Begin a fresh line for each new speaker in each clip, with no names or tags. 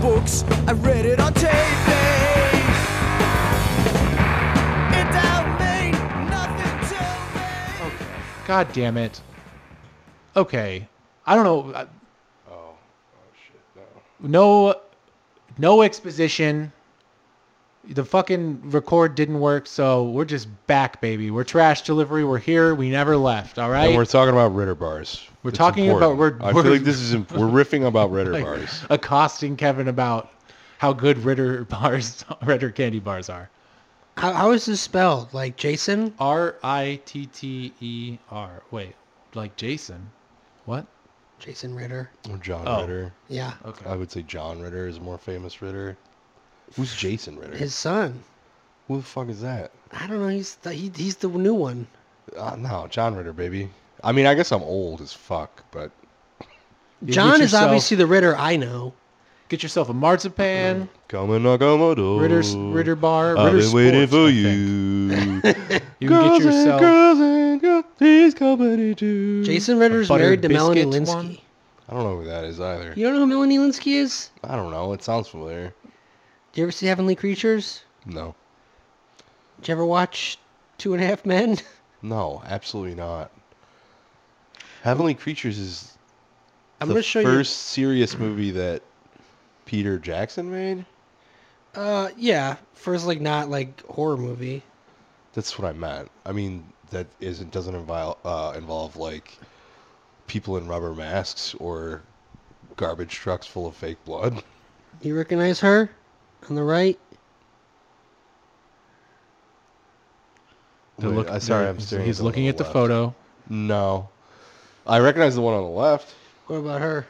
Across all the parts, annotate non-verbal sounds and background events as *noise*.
books, I read it on tape. It don't mean nothing to me.
God damn it. Okay. I don't know. I-
Oh, oh shit, no.
No, no exposition. The fucking record didn't work, so we're just back, baby. We're trash delivery. We're here. We never left. All right.
And we're talking about Ritter bars.
We're talking about-
important.
we're-
I feel
we're-
like this is imp- we're riffing *laughs* about Ritter
Like,
bars.
accosting Kevin about how good Ritter *laughs* bars, Ritter candy bars are.
How, how is this spelled? Like Jason?
R I T T E R. Wait, like Jason? What?
Jason Ritter.
Or John
Oh.
Ritter.
Yeah.
Okay.
I would say John Ritter is a more famous Ritter. Who's Jason Ritter?
His son.
Who the fuck is that?
I don't know. He's the, he, he's the new one.
Uh, no, John Ritter, baby. I mean, I guess I'm old as fuck, but
Get
John is
yourself-
obviously the Ritter I know.
Get yourself a marzipan.
come and knock on my door.
Ritter Ritter bar.
Oh. I've
Ritter
been waiting
Sports, I
for
think.
you. *laughs*
You can get yourself.
girls and girls, please company too.
Jason Ritter's
buttered
married to Melanie
Mm-hmm. biscuit
Linsky.
one?
I don't know who that is either.
You don't know who Melanie Linsky is?
I don't know. It sounds familiar.
Do you ever see Heavenly Creatures?
No.
Did you ever watch Two and a Half Men? *laughs*
No, absolutely not. Heavenly Creatures is
I'm
the
gonna show
first serious movie that Peter Jackson made.
you. Uh, yeah, first like not like horror movie.
That's what I meant. I mean, that isn't doesn't involve uh, involve like people in rubber masks or garbage trucks full of fake blood.
You recognize her on the right?
They're
Wait,
look-
I-
*laughs*
sorry,
they're-
I'm staring.
He's
at the one
looking
on
at the
left.
photo.
No, I recognize the one on the left.
What about her?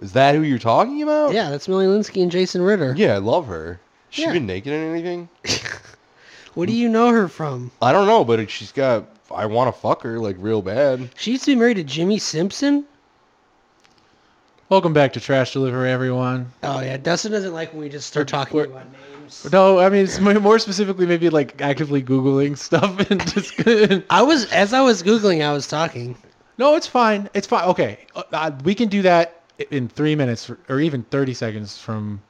Is that who you're talking
Oh.
about?
Yeah, that's Melanie Linsky and Jason Ritter.
Yeah, I love her. She
Yeah.
been naked in anything?
What do you know her from?
I don't know, but she's got. I want to fuck her like real bad.
She used to be married to Jimmy Simpson.
Welcome back to Trash Delivery, everyone.
Oh yeah, Dustin doesn't like when we just start talking
We're-
about names.
No, I mean it's mo- more specifically maybe like actively googling stuff *laughs* and just.
I was as I was googling, I was talking.
*laughs* no, it's fine. It's fine. Okay, uh, uh, we can do that i- in three minutes or- or even thirty seconds from.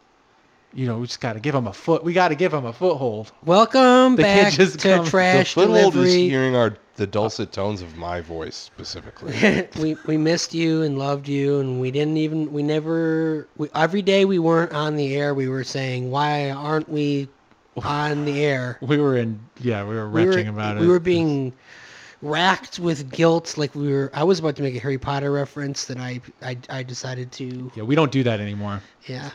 You know, we just got to give him a foot. We got to give him a foothold. *laughs*
Welcome
They can't
back
just
to
come- the
Trash
the foothold is
Delivery.
hearing our the dulcet tones of my
*laughs*
voice specifically.
*laughs* we we missed you and loved you and we didn't even we never we, every day we weren't on the air we were saying why aren't we on the air
We were in. Yeah, we were
we
retching
were,
about
we
it.
were being racked with guilt like we were i was about to make a harry potter reference that i i, I decided to
Yeah, we don't do that anymore.
yeah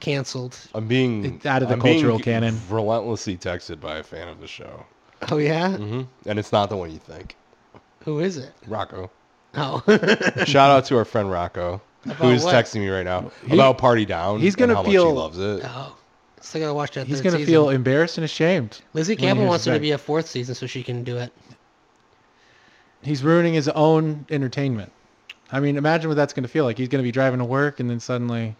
canceled
I'm being
It's out of the
I'm being
cultural canon.
Relentlessly texted by a fan of the show,
oh yeah
Mm. Mm-hmm.
hmm and it's not the one you think.
who is it
Rocco.
*laughs*
oh
Shout out to our friend Rocco, who
About
is
what?
texting me right now about Party Down.
he's gonna
and how
feel-
much
*laughs*
he loves it.
oh still gotta watch that
He's
third
gonna
season.
feel embarrassed and ashamed.
lizzie
when he
campbell
hears
wants there to
back.
be a fourth season so she can do it
He's ruining his own entertainment. I mean, imagine what that's gonna feel like. He's gonna be driving to work and then suddenly.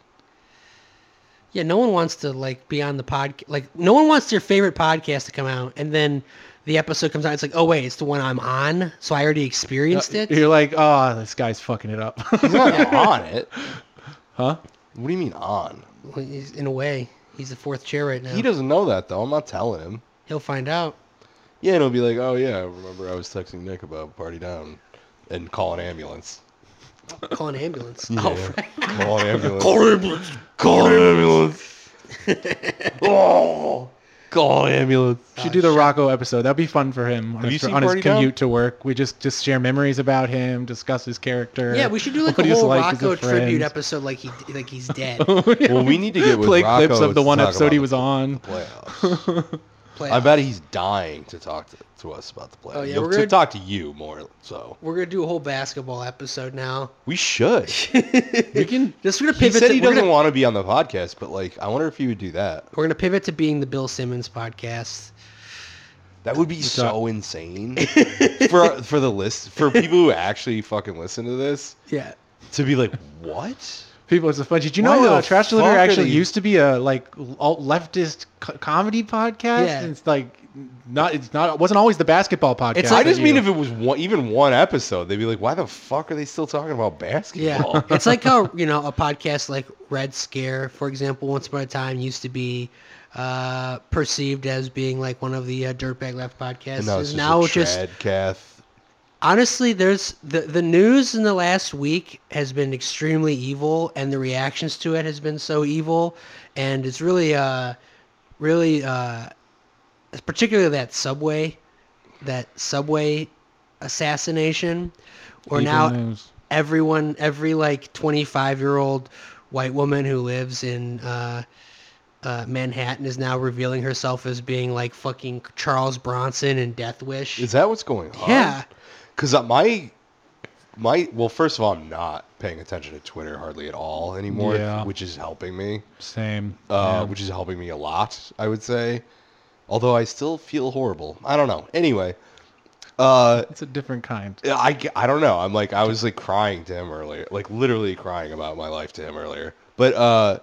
Yeah, no one wants to like be on the pod. Like, no one wants their favorite podcast to come out, and then the episode comes out. It's like, oh wait, it's the one I'm on, so I already experienced it.
You're like, oh, this guy's fucking it up. *laughs*
He's not on it.
Huh?
What do you mean on?
Well, he's- In a way, he's the fourth chair right now.
He doesn't know that though. I'm not telling him.
He'll find out.
Yeah, and he'll be like, "Oh yeah, remember I was texting Nick about Party Down and call an ambulance."
Call an ambulance.
Yeah.
Oh, right.
Call an ambulance. Call an ambulance. Call an ambulance. *laughs* oh, call an ambulance.
Should do the Rocco episode. That'd be fun for him on,
Ah, Have you
his,
seen
on his
Party
commute
Down?
to work. We just just share memories about him, discuss his character.
yeah, we
*laughs*
should do like
what
a
he's
whole
like as a
Rocco tribute
friend.
episode, like he like he's
*laughs*
dead.
Well, we need to get with
Play
Rocco
clips of the
to
one
talk
episode
about
he
the
was on.
Playoffs.
*laughs*
Play
I bet he's dying to talk to, to us about the playoffs.
Oh, yeah,
You'll-
we're
to
gonna-
talk to you more. So
We're gonna do a whole basketball episode now. *laughs*
we should.
We can.
Just we're gonna
he
pivot.
said
to,
he
we're,
doesn't
gonna,
want to be on the podcast, but like, I wonder if he would do that.
we're gonna pivot to being the Bill Simmons podcast.
That would be so *laughs* insane for for the list for people who actually fucking listen to this
Yeah.
to be like, what?
People, it's a fun. Did you
Why
know
the
uh, Trash
fuck
Delivery
are
actually
they-
used to be a like alt leftist co- comedy podcast?
Yeah.
And it's like not it's not it wasn't always the basketball podcast.
It's
I
like-
just
that
mean
you-
if it was one, even one episode, they'd be like, "Why the fuck are they still talking about basketball?"
Yeah, *laughs* it's like how you know a podcast like Red Scare, for example, once upon a time used to be uh, perceived as being like one of the uh, dirtbag left
*laughs*
podcasts.
And now
Is
it's just
now
a
just
trad cath.
honestly, there's the the news in the last week has been extremely evil, and the reactions to it has been so evil, and it's really uh, really uh, particularly that subway, that subway assassination, or
Evening
now
news.
everyone every like 25 year old white woman who lives in uh, uh, Manhattan is now revealing herself as being like fucking Charles Bronson in Death Wish.
Is that what's going on?
yeah,
Because my my well, first of all, I'm not paying attention to Twitter hardly at all anymore,
Yeah.
which is helping me.
same.
uh,
Yeah.
which is helping me a lot, I would say. Although I still feel horrible. I don't know. Anyway, uh,
it's a different
*laughs*
kind.
I, g- I don't know. I'm like I was like crying to him earlier, like literally crying about my life to him earlier. But uh,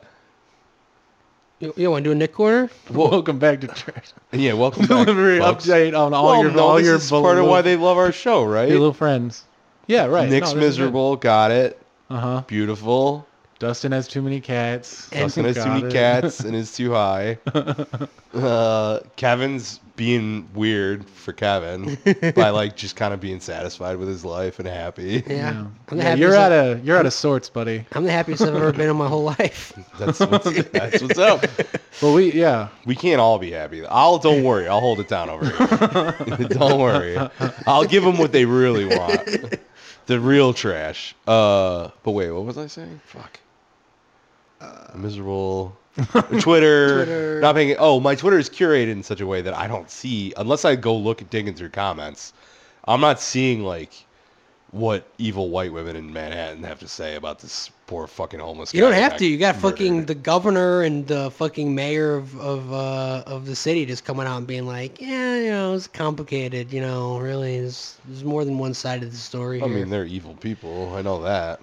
you, you want to do a Nick corner?
Welcome back to Trash
yeah,
*laughs*
welcome back,
Delivery
folks.
update on all
Well,
your
no,
all
this
your
is part of
below-
why they love our show, right?
your little friends. Yeah, right.
Nick's miserable. Got it.
Uh huh. *laughs*
Beautiful.
Dustin has too many cats.
And-
Dustin has too
Got
many
it.
cats and is
*laughs*
too high. Uh, Kevin's being weird for Kevin by like just kind of being satisfied with his life
*laughs*
and happy.
Yeah,
Yeah.
I'm the
Yeah,
happiest.
you're out
I-
of you're out of sorts, buddy.
I'm the happiest I've ever been in my
*laughs*
whole *laughs* life.
That's what's, that's what's up.
Well, we yeah.
We can't all be happy. I'll don't worry. I'll hold it down over
*laughs*
here. don't worry. I'll give them what they really want. The real trash. Uh, but wait, what was I saying? Fuck.
*laughs*
Miserable. Twitter,
Twitter.
Not paying. Oh, my Twitter is curated in such a way that I don't see unless I go look at digging through comments. I'm not seeing like what evil white women in Manhattan have to say about this poor fucking homeless.
You
guy
don't
who
have to. You got
murdered.
fucking the governor and the fucking mayor of of uh, of the city just coming out and being like, yeah, you know, it's complicated. You know, really, there's, there's more than one side of the story.
I
here." *laughs*
mean, they're evil people. I know that.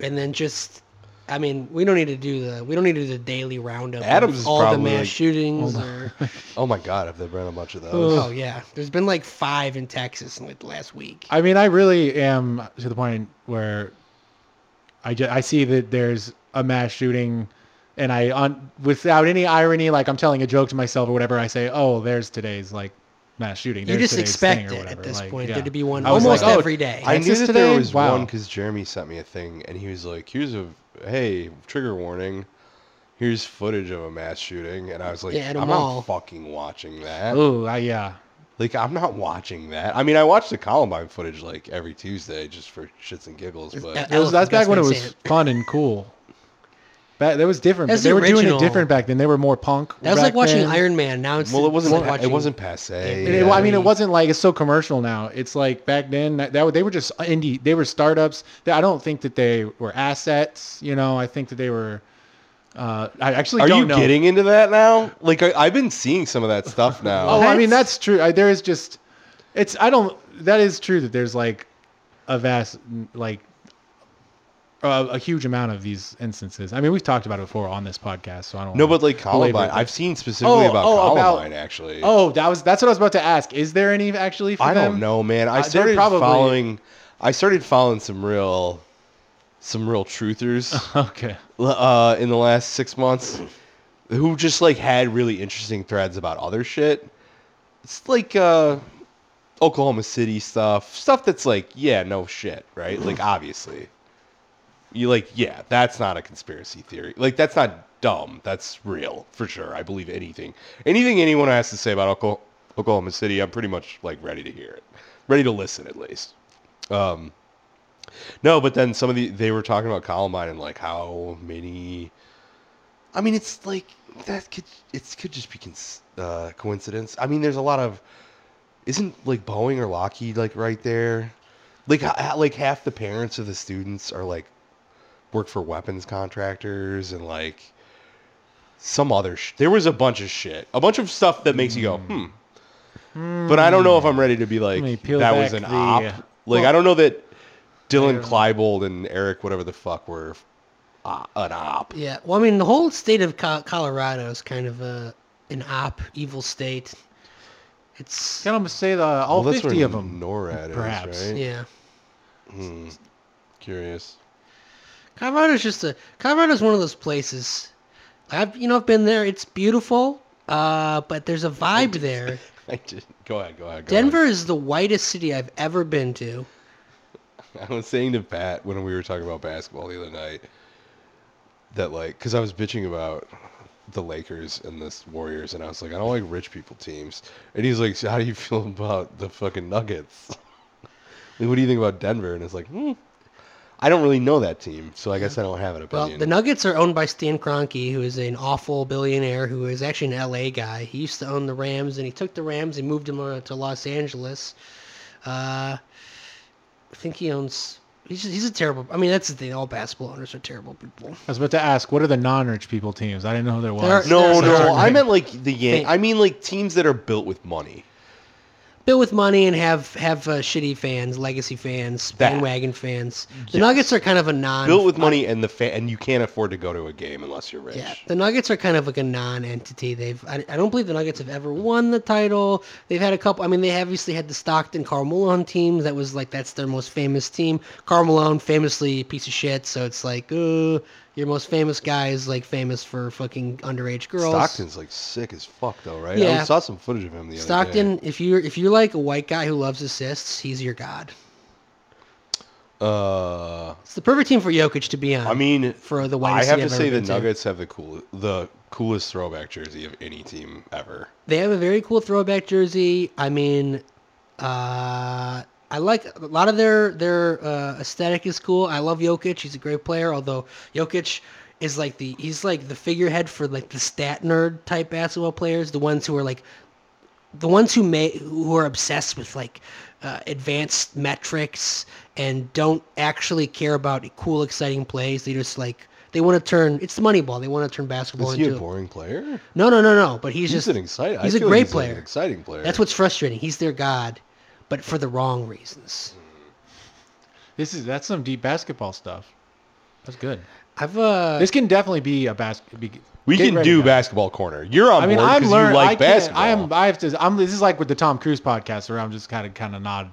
and then just, I mean, we don't need to do the we don't need to do the daily roundup. of
Adams is
all the
probably
mass
like-
*laughs*
shootings. Or,
Oh my god, have they been a bunch of those?
oh yeah, there's been like five in Texas in like the last week.
I mean, I really am to the point where I ju- I see that there's a mass shooting, and I on without any irony, like I'm telling a joke to myself or whatever, I say, "Oh, there's today's like mass shooting."
you
There's
just
today's
expect
thing or
it at
whatever."
this
Like,
point.
yeah.
There to be one
I was
almost
like, oh,
every day.
I knew
Texas
that
today?
there was
Wow.
one because Jeremy sent me a thing, and he was like, "Here's a hey trigger warning." Here's footage of a mass shooting, and I was like,
Yeah, at a
"I'm
mall.
not fucking watching that."
Oh, I- yeah.
Like, I'm not watching that. I mean, I watch the Columbine footage like every Tuesday just for shits and giggles, but
that-
That was, that's
Elephant,
back when it
that's
was fun and cool. Back, that was different.
That's
they
the
were doing it
original.
different back then. They were more punk.
That was
back
like watching
then.
Iron Man. Now it's
well, it wasn't.
it's like
it
watching-
wasn't passe.
And it-
Yeah.
I mean, it wasn't like it's so commercial now. It's like back then that, that they were just indie. They were startups. That- I don't think that they were assets. You know, I think that they were. Uh, I actually
Are
don't
you
know.
getting into that now? Like, I, I've been seeing some of
*laughs*
that stuff now.
Oh, I mean,
What?
that's true. I, there is just, it's. I don't. That is true that there's like a vast, like uh, a huge amount of these instances. I mean, we've talked about it before on this podcast, so I don't.
No,
wanna
but like
belabor
Columbine,
it.
I've seen specifically
Oh,
about
oh, about-
Columbine actually.
Oh, that was that's what I was about to ask. Is there any actually? For
I
them? Uh,
don't know, man. I
they're
started
probably-
following. I started following some real, some
*laughs*
real truthers
*laughs* Okay.
uh, in the last six months, who just like had really interesting threads about other shit. It's like uh, Oklahoma City stuff, stuff that's like, yeah, no shit, right? Like obviously, you like, yeah, that's not a conspiracy theory. Like that's not dumb. That's real for sure. I believe anything, anything anyone has to say about Oklah- Oklahoma City, I'm pretty much like ready to hear it, ready to listen at least. Um, no, but then some of the they were talking about Columbine and like how many. I mean, it's like that could it could just be cons- uh, coincidence. I mean, there's a lot of isn't like Boeing or Lockheed like right there, like h- h- like half the parents of the students are like work for weapons contractors and like some other. Sh- there was a bunch of shit, a bunch of stuff that makes you go hmm. But I don't know if I'm ready to be like
me peel
that was
back
an
the,
op.
uh,
Like I don't know that Dylan Klebold and Eric whatever the fuck were uh, an op.
Yeah. Well, I mean, the whole state of Co- Colorado is kind of a an op evil state. It's
Can I say the all
well, that's
fifty
where
of them?
NORAD
perhaps.
is, right?
yeah.
Hmm. Curious.
Colorado's just a Colorado's one of those places. I've you know I've been there. It's beautiful, uh, but there's
*laughs*
a vibe there.
I just go ahead, go ahead. Go
Denver is the whitest city I've ever been to.
Ahead. I was saying to Pat when we were talking about basketball the other night that like, because I was bitching about the Lakers and the Warriors, and I was like, I don't like rich people teams. And he's like, so how do you *laughs* feel about the fucking Nuggets? *laughs* like, what do you think about Denver? And it's like, hmm, I don't really know that team, so I guess I don't have an
Well,
opinion.
the Nuggets are owned by Stan Kroenke, who is an awful billionaire who is actually an LA guy. He used to own the Rams, and he took the Rams and moved them uh, to Los Angeles. Uh, I think he owns. He's just, he's a terrible. I mean, that's the thing. All basketball owners are terrible people.
I was about to ask, what are the non-rich people teams? I didn't know there was.
There are-
no,
There's a
no,
certain-
I meant like the Yan-
Hey.
I mean like teams that are built with money.
built with money and have have uh, shitty fans, legacy fans,
That.
bandwagon fans. The
Yes.
Nuggets are kind of a non
built with money and the fa- and you can't afford to go to a game unless you're rich.
Yeah, the Nuggets are kind of like a non-entity. They've I, I don't believe the Nuggets have ever won the title. They've had a couple. I mean, they obviously had the Stockton Carl Malone team. That was like that's their most famous team. Carl Malone, famously a piece of shit. So it's like, uh, your most famous guy is like famous for fucking underage girls.
Stockton's like sick as fuck though, right? I
Yeah.
saw some footage of him the other day.
Stockton. If you're if you're like a white guy who loves assists, he's your god.
Uh,
It's the perfect team for Jokic to be on.
I mean,
for the
I
whitest
have
team
to
I've
say
ever
the
been to.
Nuggets have the cool, the coolest throwback jersey of any team ever.
They have a very cool throwback jersey. I mean, uh, I like a lot of their their uh, aesthetic is cool. I love Jokic; he's a great player. Although Jokic is like the he's like the figurehead for like the stat nerd type basketball players, the ones who are like the ones who may who are obsessed with like uh, advanced metrics and don't actually care about cool, exciting plays. They just like they want to turn it's the money ball. They want to turn basketball
Is he a
into
boring player?
no, no, no, no. But he's,
He's,
just
an exciting.
he's
I
a
feel
great
like he's
player.
An exciting player.
that's what's frustrating. He's their god, but for the wrong reasons.
This is that's some deep basketball stuff. That's good.
I've uh,
This can definitely be a bas- be
we
get
can
ready,
do
guys.
basketball corner. You're on
I mean,
board
I'm
because
learning.
you like
I can't-
basketball.
I am. I have to. I'm. This is like with the Tom Cruise podcast, where I'm just kind of kind of nod.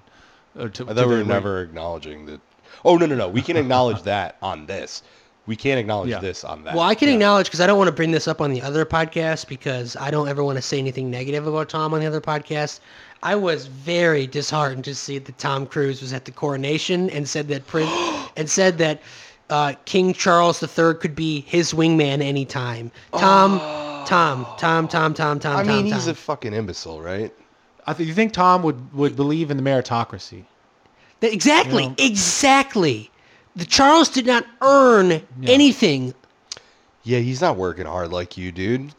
Uh, to,
I
to
thought we
the-
were never acknowledging that. Oh no no no! We
*laughs*
can acknowledge that on this. We can't acknowledge
Yeah.
this on that.
well, I can
Yeah.
acknowledge because I don't want to bring this up on the other podcast because I don't ever want to say anything negative about Tom on the other podcast. I was very disheartened to see that Tom Cruise was at the coronation and said that Prince and said that uh, King Charles III could be his wingman anytime. Tom, Tom, Tom, Tom, Tom, Tom.
I mean,
Tom,
he's
Tom.
a fucking imbecile, right?
I th- you think Tom would would believe in the meritocracy?
That- exactly,
You know?
exactly. The Charles did not earn anything
Yeah, he's not working hard like you, dude.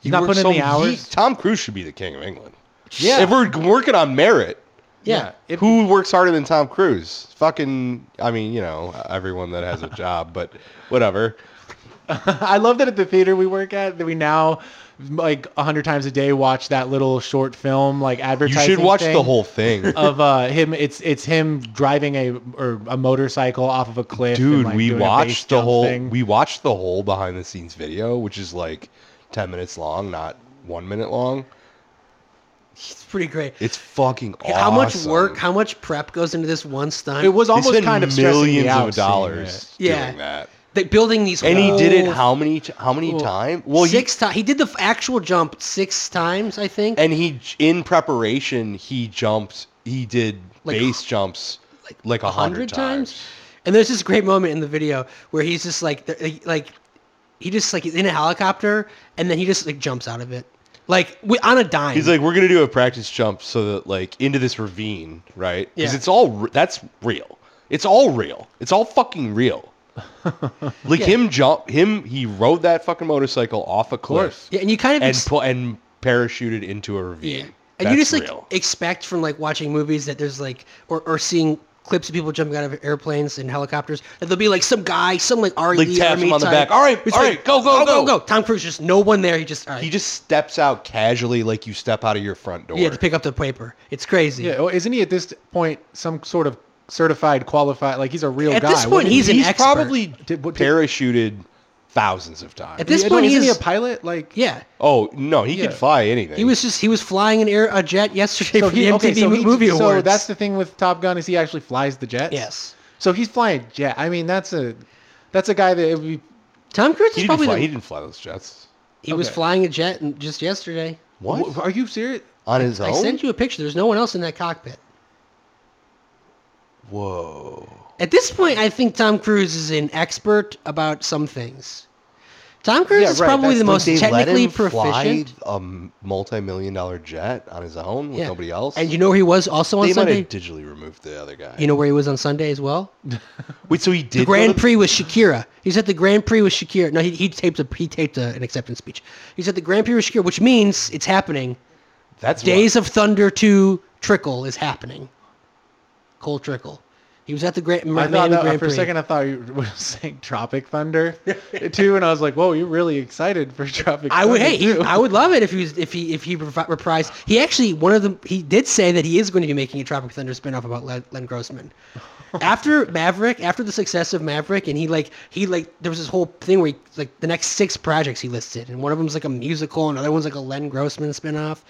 He's
not putting in the hours?
Tom Cruise should be the king of England.
Yeah.
If we're g- working on merit,
Yeah.
If, *laughs*
who works harder than Tom Cruise? Fucking, I mean, you know, everyone that has a job, but whatever.
I love that at the theater we work at that we now like a hundred times a day watch that little short film like
You
advertising.
should watch the
thing *laughs*
whole thing.
of uh, him. It's it's him driving a or a motorcycle off of a cliff. and,
Dude,
like,
we
doing a base
watched the
jump
whole
thing.
we watched the whole behind the scenes video, which is like 10 minutes long, not 1 minute long.
It's pretty great.
It's fucking awesome.
How much work, how much prep goes into this one stunt?
it was
They
almost
spend
kind of stressing me
millions
out
of
seeing it.
dollars
Yeah.
doing that.
They- building these.
And he did it
whole
how many t- how many
Well,
times? Well, he-
six times. He did the f- actual jump six times, I think.
and he j- in preparation he jumped. He did
Like-
base jumps like, a hundred times.
And there's this great moment in the video where he's just like, th- like, he just like is in a helicopter and then he just like jumps out of it, like wi- on a dime.
He's like, we're gonna do a practice jump so that like into this ravine, right? Because
Yeah.
it's all re- that's real. It's all real. It's all fucking
*laughs*
real. like
Yeah.
him jump him. He rode that fucking motorcycle off a cliff
yeah, and you kind of
and
ex-
pu- and parachuted into a ravine.
Yeah. And you
That's
just like
real.
expect from like watching movies that there's like or, or seeing clips of people jumping out of airplanes and helicopters that there'll be like some guy, some like R.
Like,
Lee
taps
Ermey
him on the
type.
back. All right,
It's
all
like,
right, go, go,
go,
go.
go. Tom Cruise just no one there. He just all right.
he just steps out casually like you step out of your front door.
you had to pick up the paper. It's crazy.
Yeah, well, isn't he at this point some sort of certified, qualified? Like he's a real
At
guy.
this point,
wouldn't he?
he's an
he's
expert.
probably
Did- what- did-
parachuted thousands of times.
At this
Yeah, no,
point, he
isn't he
is-
a pilot? Like,
Yeah,
oh no, he
Yeah.
could fly anything.
he was just he was flying an air a jet yesterday for the MTV
so he-
Movie Awards.
So that's the thing with Top Gun is he actually flies the jets.
yes.
So he's flying a jet. I mean, that's a that's a guy that it would be.
Tom Cruise
He
is
didn't,
probably
fly,
the,
he
he,
didn't fly those jets.
was
okay.
flying a jet and- just yesterday.
What?
Wh- Are you serious?
On his
I
own?
sent you a picture. There's no one else in that cockpit.
Whoa.
At this point, I think Tom Cruise is an expert about some things. Tom Cruise
Yeah,
is
right,
probably
that's-
the most
They let
technically
him
proficient.
Fly a multi-million dollar jet on his own with
Yeah.
nobody else.
And you know where he was also on
they might
Sunday?
have digitally removed the other guy.
You know where he was on Sunday as well?
Wait, so he did
the
go to
Grand Prix with Shakira. He's at the Grand Prix with Shakira. No, he, he taped a he taped a, an acceptance speech. He's at the Grand Prix with Shakira, which means it's happening.
That's
Days of Thunder 2 Trickle is happening. Cole Trickle. He was at the Grand,
I
Man
thought
of
that, uh,
Grand
for
Prix.
a second I thought you *laughs* were saying Tropic
*laughs*
Thunder too, and I was like, "Whoa, you're really excited for Tropic."
I would
Thunder
hey, he,
too.
I would love it if he was if he if he repri- reprised. He actually one of them he did say that he is going to be making a Tropic Thunder spinoff about Len, Len
*laughs*
Grossman. After Maverick, after the success of Maverick, and he like he like there was this whole thing where he, like the next six projects he listed, and one of them's like a musical, another one's like a Len Grossman spinoff.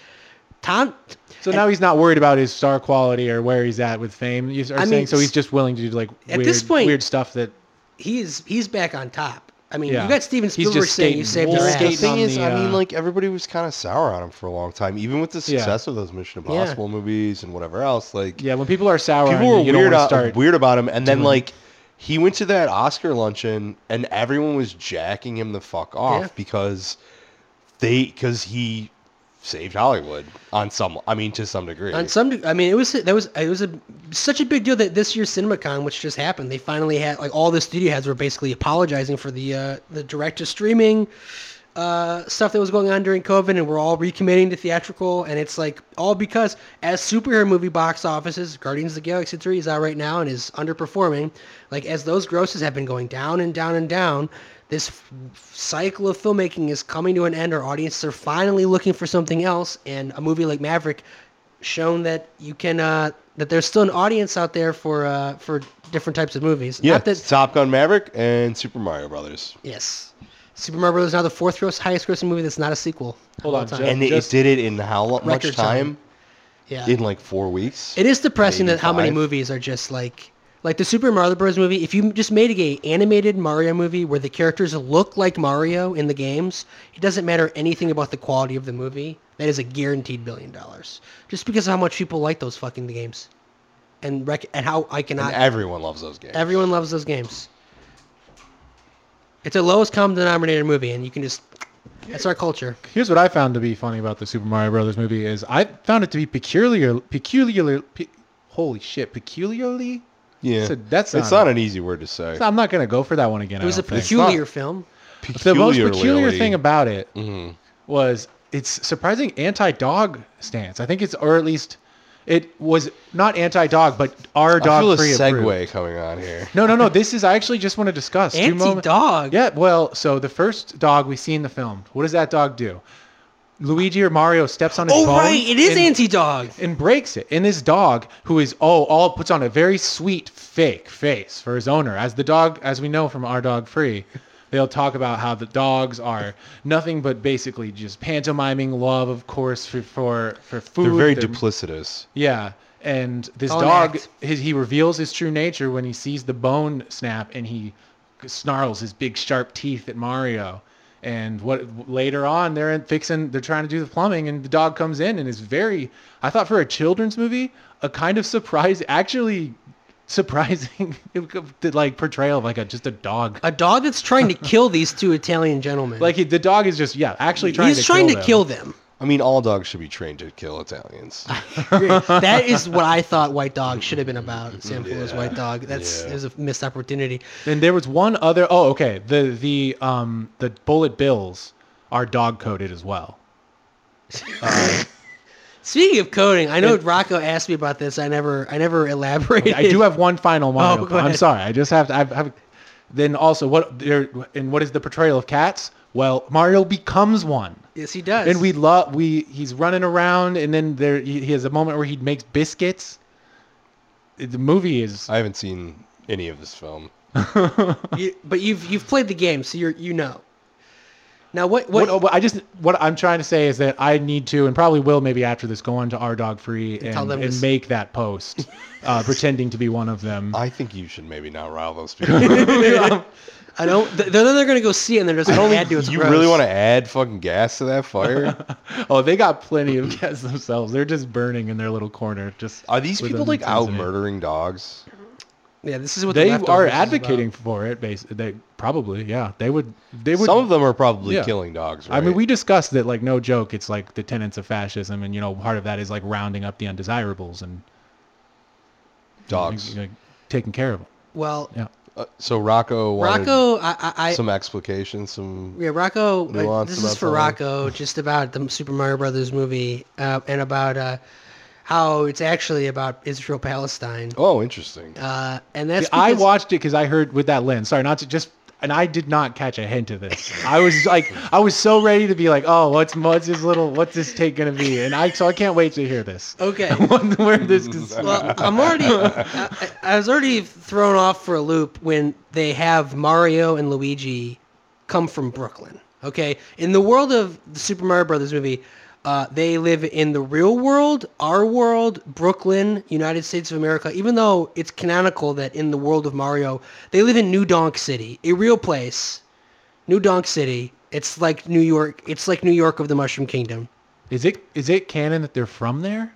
Tom,
so now he's not worried about his star quality or where he's at with fame. You are
I mean,
saying so he's just willing to do like
at
weird,
this point-
weird stuff that
he's he's back on top. I mean,
Yeah.
you got Steven
He's
Spielberg
just
saying you saved
skating-
our
They're
Well,
asking
the
ass.
thing
on
is,
the,
I mean,
uh,
like everybody was kind of sour on him for a long time, even with the
Yeah.
success of those Mission
Yeah.
Impossible movies and whatever else. Like
yeah, when people are sour,
people
on
were
you, you
weird,
don't want
out,
to start.
weird about him, and then
doing-
like he went to that Oscar luncheon, and everyone was jacking him the fuck off
Yeah.
because they because he saved Hollywood on some. I mean, to some degree.
On some, de- I mean, it was that was it was a such a big deal that this year's CinemaCon, which just happened, they finally had like all the studio heads were basically apologizing for the uh, the direct to streaming uh, stuff that was going on during COVID, and we're all recommitting to theatrical, and it's like all because as superhero movie box offices, Guardians of the Galaxy three is out right now and is underperforming, like as those grosses have been going down and down and down. This f- cycle of filmmaking is coming to an end. Our audiences are finally looking for something else, and a movie like Maverick shown that you can uh, that there's still an audience out there for uh, for different types of movies.
yeah,
Not that
Top Gun Maverick and Super Mario Brothers,
yes, Super Mario Bros. is now the fourth gross, highest grossing movie that's not a sequel. of
Hold
all
on,
time.
Yeah,
and it, it
just-
did it in how lo- much
Record
time?
time. yeah,
In like four weeks.
it is depressing that how many
85.
movies are just like like the Super Mario Bros. movie. If you just made a animated Mario movie where the characters look like Mario in the games, it doesn't matter anything about the quality of the movie. That is a guaranteed billion dollars, just because of how much people like those fucking games, and rec- and how I cannot
and everyone loves those games.
Everyone loves those games. It's a lowest common denominator movie, and you can just. That's our culture.
Here's what I found to be funny about the Super Mario Brothers movie is I found it to be peculiar, peculiar, pe- holy shit, peculiarly.
yeah,
So that's
it's
not-
not an easy word to say.
So I'm not gonna go for that one again.
It was
I
a
don't think.
peculiar film.
the most peculiar
Peculiarly.
thing about it
Mhm.
was its surprising anti-dog stance. I think it's, or at least, it was not anti-dog, but our
I
dog
feel a
free
segue
approved.
coming on here.
No, no, no. This is I actually just want to discuss two moment-
Anti-dog.
Yeah, well, so the first dog we see in the film, what does that dog do? Luigi or Mario steps on his
Oh
bone
right, it is
and-
anti-dog.
and breaks it. And this dog, who is oh all puts on a very sweet fake face for his owner, as the dog, as we know from our dog Free, they'll talk about how the dogs are nothing but basically just pantomiming love, of course, for for, for food.
They're very
They're-
duplicitous.
yeah. And this
All an
dog,
act.
his, he reveals his true nature when he sees the bone snap and he snarls his big sharp teeth at Mario. And what later on they're in fixing, they're trying to do the plumbing and the dog comes in and is very, I thought for a children's movie, a kind of surprise, actually surprising *laughs* like portrayal of like a, just a dog.
A dog that's trying to kill these two Italian gentlemen.
Like he, the dog is just, yeah, actually trying
he's
to
trying
kill
to
them.
kill them.
I mean, all dogs should be trained to
*laughs*
kill Italians.
that is what I thought White Dog should have been about.
Mm,
Sam Fuller
Yeah.
White Dog. That's
Yeah.
it was a missed opportunity.
And there was one other. Oh, okay. The the um the bullet bills are dog coded as well.
Speaking of coding, I know Rocco asked me about this. I never, I never elaborated.
I do have one final Mario.
Oh, go
point. I'm
ahead.
sorry. I just have to. I have. Then also, what there and what is the portrayal of cats? Well, Mario becomes one,
Yes, he does.
and we love we. He's running around, and then there he, he has a moment where he makes biscuits. The movie is
Uh,
I haven't seen any of this film.
You, but you've you've played the game, so you're you know. Now what what,
What, what I just what I'm trying to say is that I need to and probably will maybe after this go on to R Dog Free and,
tell them
and,
to s-
make that
*laughs*
post, uh, pretending to be one of them.
Uh,
I think you should maybe not
*laughs*
rile those people.
I don't. th- Then they're gonna go see it, and they're just gonna add to it.
you really want to add fucking gas to
*laughs*
that fire?
oh, they got plenty
*laughs*
of guests themselves. They're just burning in their little corner. Just
Are these
with
people
an
like out
intensity.
murdering dogs?
Yeah, this is what the
They
Leftovers
are
is about.
advocating for it. Bas- they probably yeah. They would they would.
Some of them are probably
Yeah.
killing dogs. Right?
I mean, we discussed that like no joke. It's like the tenets of fascism, and you know part of that is like rounding up the undesirables and
dogs.
like, taking care of them.
Well,
Yeah.
Uh, so Rocco wanted
Rocco, I, I, I
some explication. Some
yeah, Rocco. uh,
nuance
this
about
is for
that one.
Rocco, just about the Super Mario Brothers movie, uh, and about uh, how it's actually about Israel Palestine.
oh, interesting.
Uh, and that's
See, I
because-
watched it because I heard with that lens. Sorry, not to just. And I did not catch a hint of this. I was like, I was so ready to be like, oh, what's what's his little, what's this take gonna be? And I so I can't wait to hear this. *laughs*
Okay.
Where this
*laughs*
is.
well, I'm already. I, I was already thrown off for a loop when they have Mario and Luigi come from Brooklyn. Okay, in the world of the Super Mario Brothers movie, uh, they live in the real world, our world, Brooklyn, United States of America. Even though it's canonical that in the world of Mario, they live in New Donk City, a real place, New Donk City. It's like New York. It's like New York of the Mushroom Kingdom.
Is it is it canon that they're from there?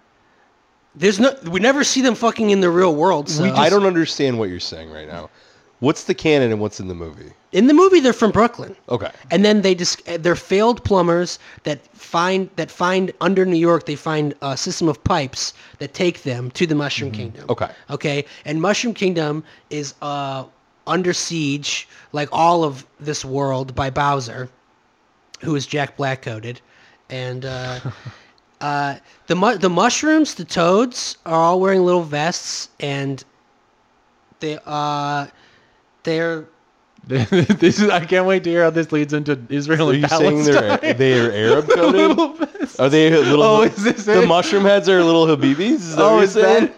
There's no. We never see them fucking in the real world. So
I don't understand what you're saying right now. What's the canon and what's in the movie?
In the movie, they're from Brooklyn,
Okay.
and then they dis- eh, they're failed plumbers that find that find under New York. They find a system of pipes that take them to the Mushroom Kingdom.
Okay.
Okay, and Mushroom Kingdom is uh, under siege, like all of this world, by Bowser, who is Jack Black coated, and uh, uh, the mu- the mushrooms, the toads, are all wearing little vests, and they uh, they're
*laughs* this is I can't wait to hear how this leads into Israel
Are
and
you saying
Palestine.
*laughs*
they're they're Arab coded? Are they a little?
Oh, is this
the
it?
mushroom heads are little Habibis? Is that
Oh,
what you're
is that-
saying?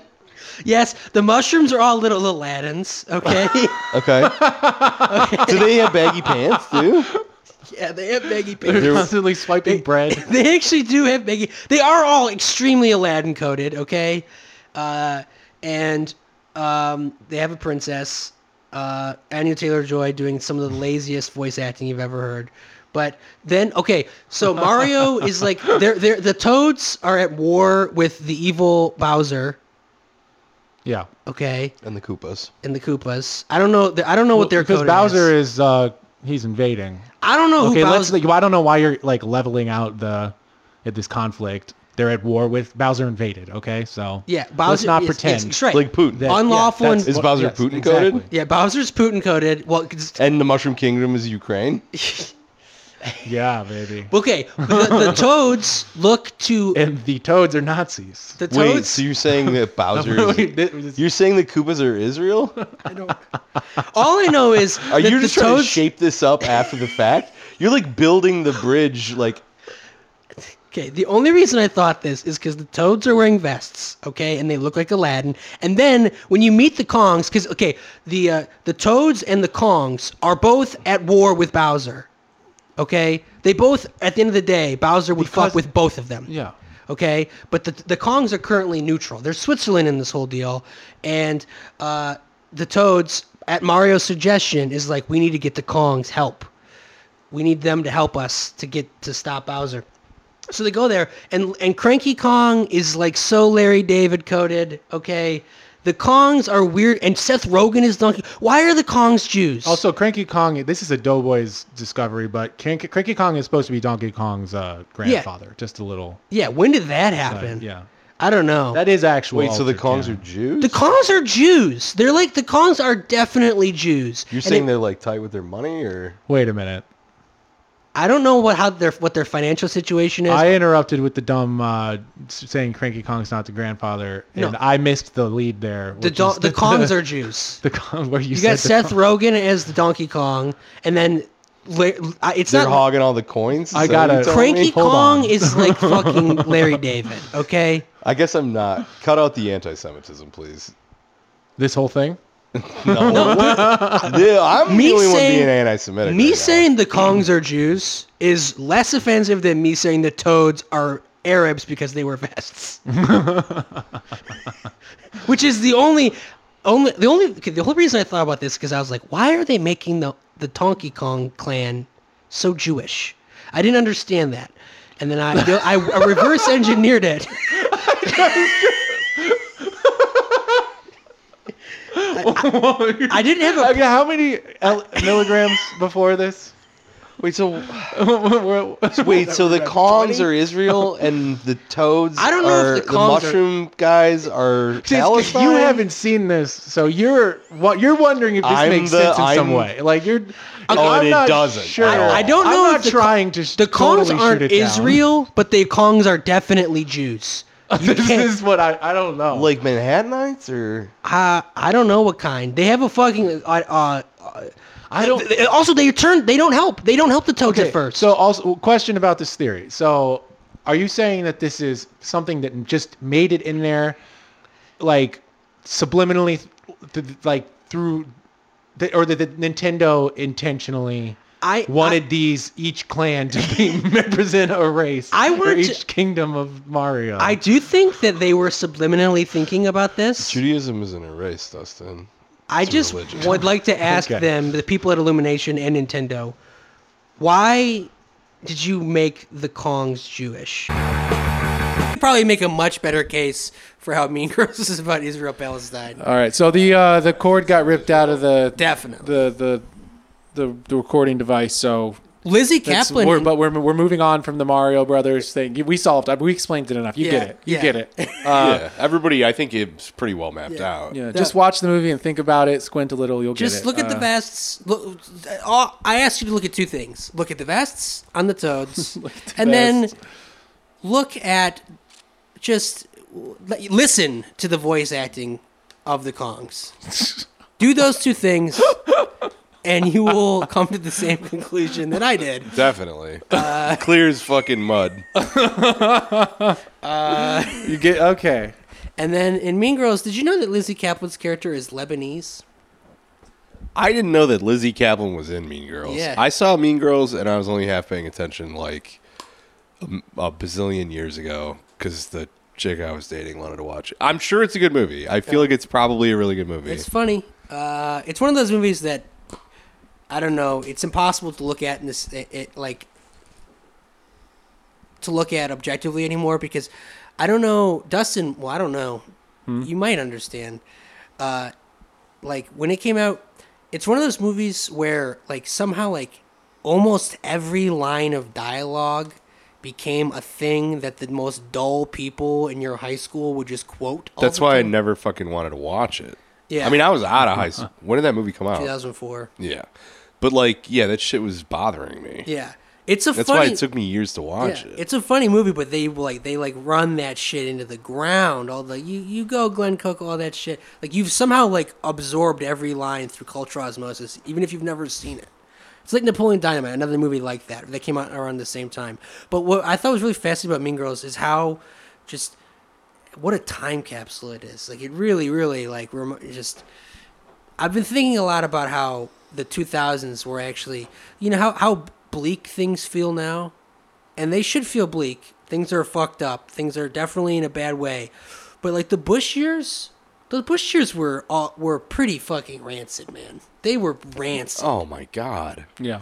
Yes, the mushrooms are all little Aladdins.
*laughs*
Okay,
Okay. Do they have baggy pants too?
yeah, they have
*laughs*
baggy
They're
pants.
constantly swiping bread.
They actually do have baggy. They are all extremely Aladdin coded. Okay, uh, and um, they have a princess, uh, Anya Taylor Joy, doing some of the laziest voice acting you've ever heard. But then, okay,
*laughs*
so Mario is like they're, they're, the Toads are at war with the evil Bowser.
Yeah,
Okay,
And the Koopas.
and the Koopas. I don't know. I don't know what they're
because
coded
Bowser
as.
is uh, he's invading.
I don't know
Okay,
Oh, who
let's.
Bowser.
Like, I don't know why you're like leveling out the at this conflict. They're at war with Bowser invaded. Okay, so
Yeah, Bowser.
Let's not
yes,
pretend.
yes, that's right.
Like Putin.
That-
Unlawful
that's
and-
Is
what-
Bowser
yes,
Putin
exactly.
coded?
yeah, Bowser's Putin coded. Well, 'cause-
And the Mushroom Kingdom is Ukraine.
Yeah, baby.
*laughs* okay, but the,
*laughs*
the Toads look to
And the toads are Nazis.
the *laughs* Toads.
Wait, so you're saying
*laughs*
that Bowser? is-
Wait, this is-
you're saying the Koopas are Israel?
I don't, all I know is
*laughs* Are
that
you
the
just trying
Toads.
to shape this up after the fact? You're like building the bridge, like
okay, the only reason I thought this is because the Toads are wearing vests. Okay, and they look like Aladdin. And then when you meet the Kongs, because okay, the uh, the Toads and the Kongs are both at war with Bowser. Okay, they both at the end of the day, Bowser would
Because-
fuck with both of them.
yeah.
okay? But the the Kongs are currently neutral. There's Switzerland in this whole deal, and uh, the Toads, at Mario's suggestion, is like, we need to get the Kongs help. We need them to help us to get to stop Bowser. So they go there, and and Cranky Kong is like so Larry David coded, okay? The Kongs are weird, and Seth Rogen is Donkey. Why are the Kongs Jews?
Also, Cranky Kong. This is a Doughboy's discovery, but Cranky, Cranky Kong is supposed to be Donkey Kong's uh, grandfather. Just a little.
yeah, when did that
uh,
happen?
yeah.
I don't know.
That is actual.
wait. So the
altered,
Kongs
yeah.
are Jews?
The Kongs are Jews. They're like the Kongs are definitely Jews.
You're
And
saying
they-
they're like tight with their money, or
Wait a minute.
I don't know what how their what their financial situation is.
I interrupted with the dumb uh, s- saying Cranky Kong's not the grandfather, and
No.
I missed the lead there.
the
which
Don-
is *laughs*
the Kongs are Jews.
the Kong where you,
You got
said the
Seth
Kong-
Rogen as the Donkey Kong, and then La- I- it's
they're
not
hogging all the coins? Is
I
that what
gotta-
you're telling
Cranky
me?
Hold
Kong
on. *laughs*
is like fucking Larry David. Okay,
I guess I'm not. Cut out the anti-Semitism, please. *laughs*
This whole thing.
*laughs*
No, Yeah, I'm
Me
the only one
saying-
being anti-Semitic.
me
right now.
saying the Kongs are Jews is less offensive than me saying the Toads are Arabs because they wear
*laughs*
vests. Which is the only, only the only okay, the whole reason I thought about this because I was like, why are they making the the Donkey Kong clan so Jewish? I didn't understand that, and then I *laughs* I, I reverse engineered it.
Oh,
I didn't have a
Okay, how many el- milligrams before this?
*laughs* Wait, so
We're-
wait, so the Kongs are Israel and the Toads.
I don't know
are,
if the Kongs are-
mushroom guys are
Just-
Palestine.
you haven't seen this, so you're what you're wondering if this
I'm
makes
the-
sense in some
I'm-
way. Like you're.
Oh,
I'm
and it
not
doesn't at
Sure.
all.
I don't
I'm
know
not
if the Ko-
trying to. sh-
The Kongs
totally
aren't
shoot it down. *laughs*
Israel, but the Kongs are definitely Jews. You
this
can't-
is what I. I don't know.
like Manhattanites or
uh, I don't know what kind. They have a fucking. Uh, uh, uh,
I don't.
th- th- also, they turn. They don't help. They don't help the toads
Okay,
at first.
So also question about this theory. So are you saying that this is something that just made it in there like subliminally th- th- like through the, or that the Nintendo intentionally
I
wanted these each clan to
*laughs*
be represent a race
I
or
wanted to-
each kingdom of Mario.
I, I do think that they were subliminally thinking about this.
Judaism isn't a race, Dustin.
I just
religion.
would like to ask
Okay.
them, the people at Illumination and Nintendo, why did you make the Kongs Jewish? Probably make a much better case for how Mean *laughs* Girls is about Israel Palestine.
All right. So the uh, the cord got ripped out of the
Definitely.
the the the, the recording device. So
Lizzie
that's,
Kaplan.
we're, but we're, we're moving on from the Mario Brothers thing. We solved. it. We explained it enough. You
Yeah,
get it. You
yeah. *laughs*
get it. Uh,
yeah, everybody. I think it's pretty well mapped out.
yeah. Just watch the movie and think about it. Squint a little. You'll get it.
just look at the
Uh,
vests. Look, uh, I asked you to look at two things: look at the vests on the
*laughs*
toads, and
vests.
then look at just listen to the voice acting of the
*laughs*
Kongs. Do those two things, and you will come to the same conclusion that I did.
Definitely.
Uh,
*laughs* Clear as
*laughs*
fucking mud.
You get okay.
And then in Mean Girls, did you know that Lizzie Kaplan's character is Lebanese?
I didn't know that Lizzie Kaplan was in Mean Girls.
Yeah.
I saw Mean Girls and I was only half paying attention like a, a bazillion years ago because the chick I was dating wanted to watch it. I'm sure it's a good movie. I feel like it's probably a really good movie.
It's funny. Uh, it's one of those movies that I don't know. It's impossible to look at in this it, it like to look at objectively anymore because I don't know, Dustin. Well, I don't know.
Hmm?
You might understand. Uh, like when it came out, it's one of those movies where like somehow like almost every line of dialogue became a thing that the most dull people in your high school would just quote. all
That's
the
why I
time.
never fucking wanted to watch it.
Yeah. Uh-huh.
I mean, I was out of high school. When did that movie come out?
2004.
Yeah. But like, yeah, that shit was bothering me.
Yeah, it's a
That's
funny.
why it took me years to watch
yeah,
it.
It's a funny movie, but they like they like run that shit into the ground. All the you you go Glenn Cook, all that shit. Like you've somehow like absorbed every line through cultural osmosis, even if you've never seen it. It's like Napoleon Dynamite, another movie like that that came out around the same time. But what I thought was really fascinating about Mean Girls is how just what a time capsule it is. Like it really, really like remo- just. I've been thinking a lot about how the 2000s were actually, you know, how how bleak things feel now, and they should feel bleak. Things are fucked up. Things are definitely in a bad way, but like the Bush years, the Bush years were all, were pretty fucking rancid, man. They were rancid.
oh my god.
Yeah.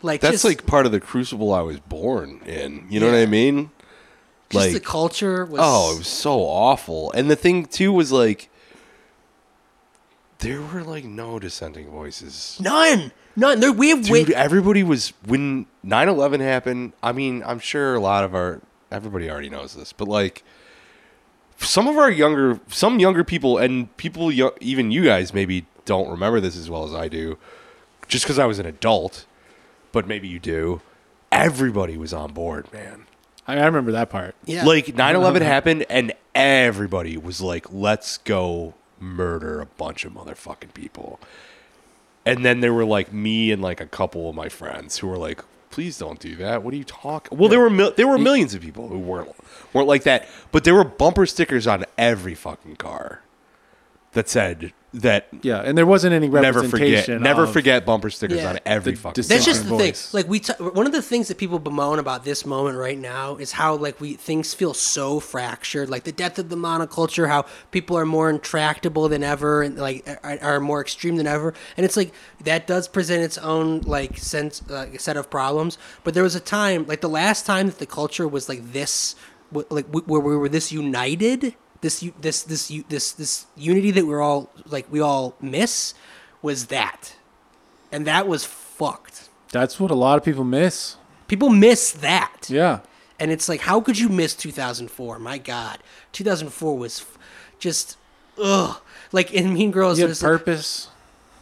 like
That's
just,
like part of the crucible I was born in. You know what
Yeah.
I mean?
just
Like,
the culture was.
oh, it was so awful. And the thing too was like, there were like no dissenting voices.
none, none. There, we have
Dude,
wit-
everybody was when 9/11 happened. I mean, I'm sure a lot of our everybody already knows this, but like some of our younger, some younger people, and people yo- even you guys maybe don't remember this as well as I do, just because I was an adult. But maybe you do. Everybody was on board, man.
I, I remember that part.
Yeah.
Like 9 11 happened, and everybody was like, let's go murder a bunch of motherfucking people. And then there were like me and like a couple of my friends who were like, please don't do that. What are you talking? Well, there were mil- there were millions of people who weren't weren't like that, but there were bumper stickers on every fucking car. that said that
Yeah, and there wasn't any
never forget,
representation.
never
of-
forget bumper stickers
Yeah.
on every
The
fucking.
dis-
thing.
That's just the
Different
thing.
voice.
Like we, t- one of the things that people bemoan about this moment right now is how like we things feel so fractured. Like the death of the monoculture, how people are more intractable than ever, and like are, are more extreme than ever. And it's like that does present its own like sense uh, set of problems. But there was a time, like the last time that the culture was like this, w- like w- where we were this united. This u- this this u- this this unity that we're all like we all miss was that, and that was fucked.
That's what a lot of people miss.
People miss that.
Yeah.
And it's like, how could you miss 2004? My God. 2004 was f- just, ugh. Like in Mean Girls,
You had
there's, like,
purpose.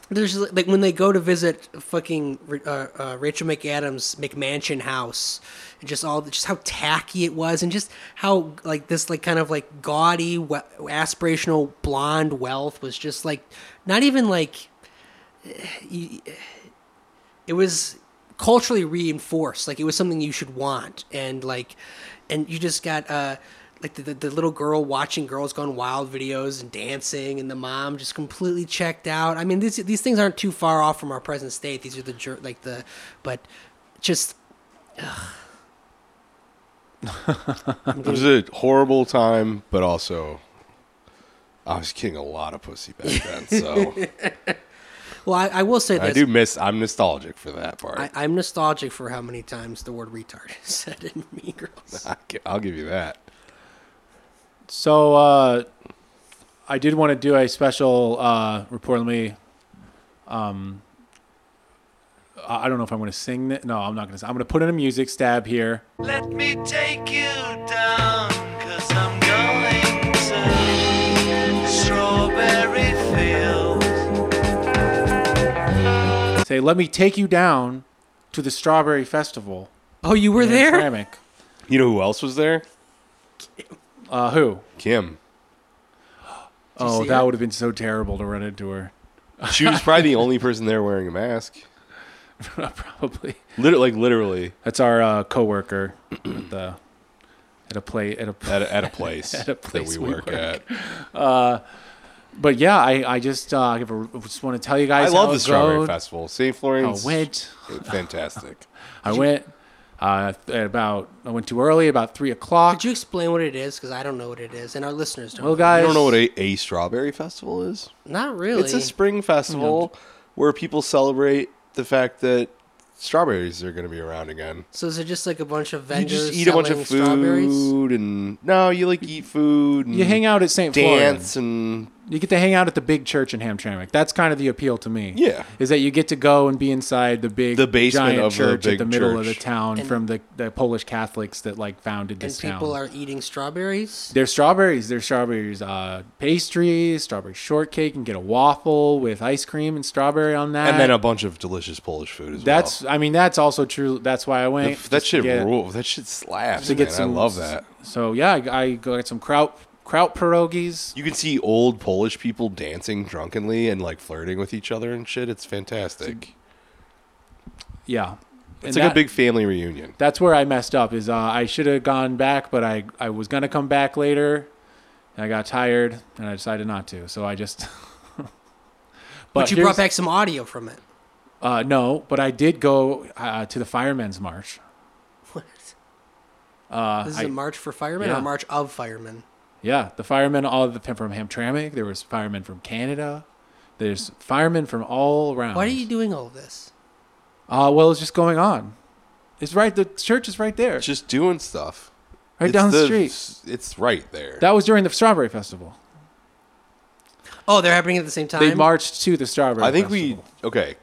there's like, like when they go to visit fucking uh, uh, Rachel McAdams' McMansion house, and just all just how tacky it was, and just how like this like kind of like gaudy we- aspirational blonde wealth was just like not even like it was culturally reinforced like it was something you should want and like and you just got uh like the, the, the little girl watching girls gone wild videos and dancing and the mom just completely checked out i mean these these things aren't too far off from our present state these are the jer- like the but just
It was a horrible time, but also I was getting a lot of pussy back then,
*laughs*
so
well i, I will say this
I do miss. I'm nostalgic for that part.
I, I'm nostalgic for how many times the word retard *laughs* is said in Mean Girls.
I, will give you that.
So uh, I did want to do a special uh, report. Let me. Um, I I don't know if I'm going to sing that. No, I'm not going to. I'm going to put in a music stab here.
Let me take you down, cause I'm going to Strawberry Fields.
Say, let me take you down to the Strawberry Festival.
Oh, you were
in
there?
Hamtramck.
You know who else was there?
Uh, who?
Kim.
Oh,
see
that
her?
would have been so terrible to run into her. *laughs*
She was probably the only person there wearing a mask.
Probably.
Liter- like literally
That's our uh, coworker at the at a play at a.
at a, at a
*laughs*
place,
a place
that
we
we, work,
work.
at.
But yeah, I I just uh, I give a- just want to tell you
I
guys.
love
how
the
it
Strawberry
goes.
Festival. St.
I
Florence,
went.
fantastic.
I went uh, at about. I went too early, about three o'clock.
Could you explain what it is? Because I don't know what it is, and our listeners don't.
well, guys,
You don't know what a, a Strawberry Festival is?
Not really.
It's a spring festival where people celebrate the fact that strawberries are going to be around again.
So is it just like a bunch of
You
vendors
just eat a bunch of
selling strawberries?
food and no, you like eat food. And
you hang out at St.
dance
Florence.
and
You get to hang out at the big church in Hamtramck. That's kind of the appeal to me.
Yeah.
is that you get to go and be inside the big,
The basement
giant
of the
church
big
at the middle of the
church.
town
And-
from the, the Polish Catholics that like founded
And
this town.
people are eating strawberries.
There's strawberries. There's strawberries, uh, pastries, strawberry shortcake, and get a waffle with ice cream and strawberry on that.
and *laughs* then a bunch of delicious Polish food as
that's.
well.
I mean, that's also true. That's why I went.
That- that
just to
shit
get-
rule. That shit slaps.
To get
man.
some,
I love that.
So yeah, I, I got some kraut kraut pierogies.
You can see old Polish people dancing drunkenly and like flirting with each other and shit. It's fantastic.
Yeah,
It's
And
like
that-
a big family reunion.
That's where I messed up. Is uh, I should have gone back, but I I was gonna come back later. And I got tired and I decided not to. So I just. *laughs*
But, you brought
here's-
back some audio from it.
Uh, no, but I did go uh, to the firemen's march.
What?
Uh,
this is a
I-
march for firemen or
yeah.
a march of firemen?
Yeah, the firemen all the from Hamtramck. There was firemen from Canada. There's firemen from all around.
Why are you doing all this?
Uh, well, it's just going on. It's right. The church is right there,
It's just doing stuff.
right
It's
down the, street.
s- It's right there.
That was during the Strawberry Festival.
Oh, they're happening at the same time.
They marched to the Strawberry.
I think
Festival.
we okay.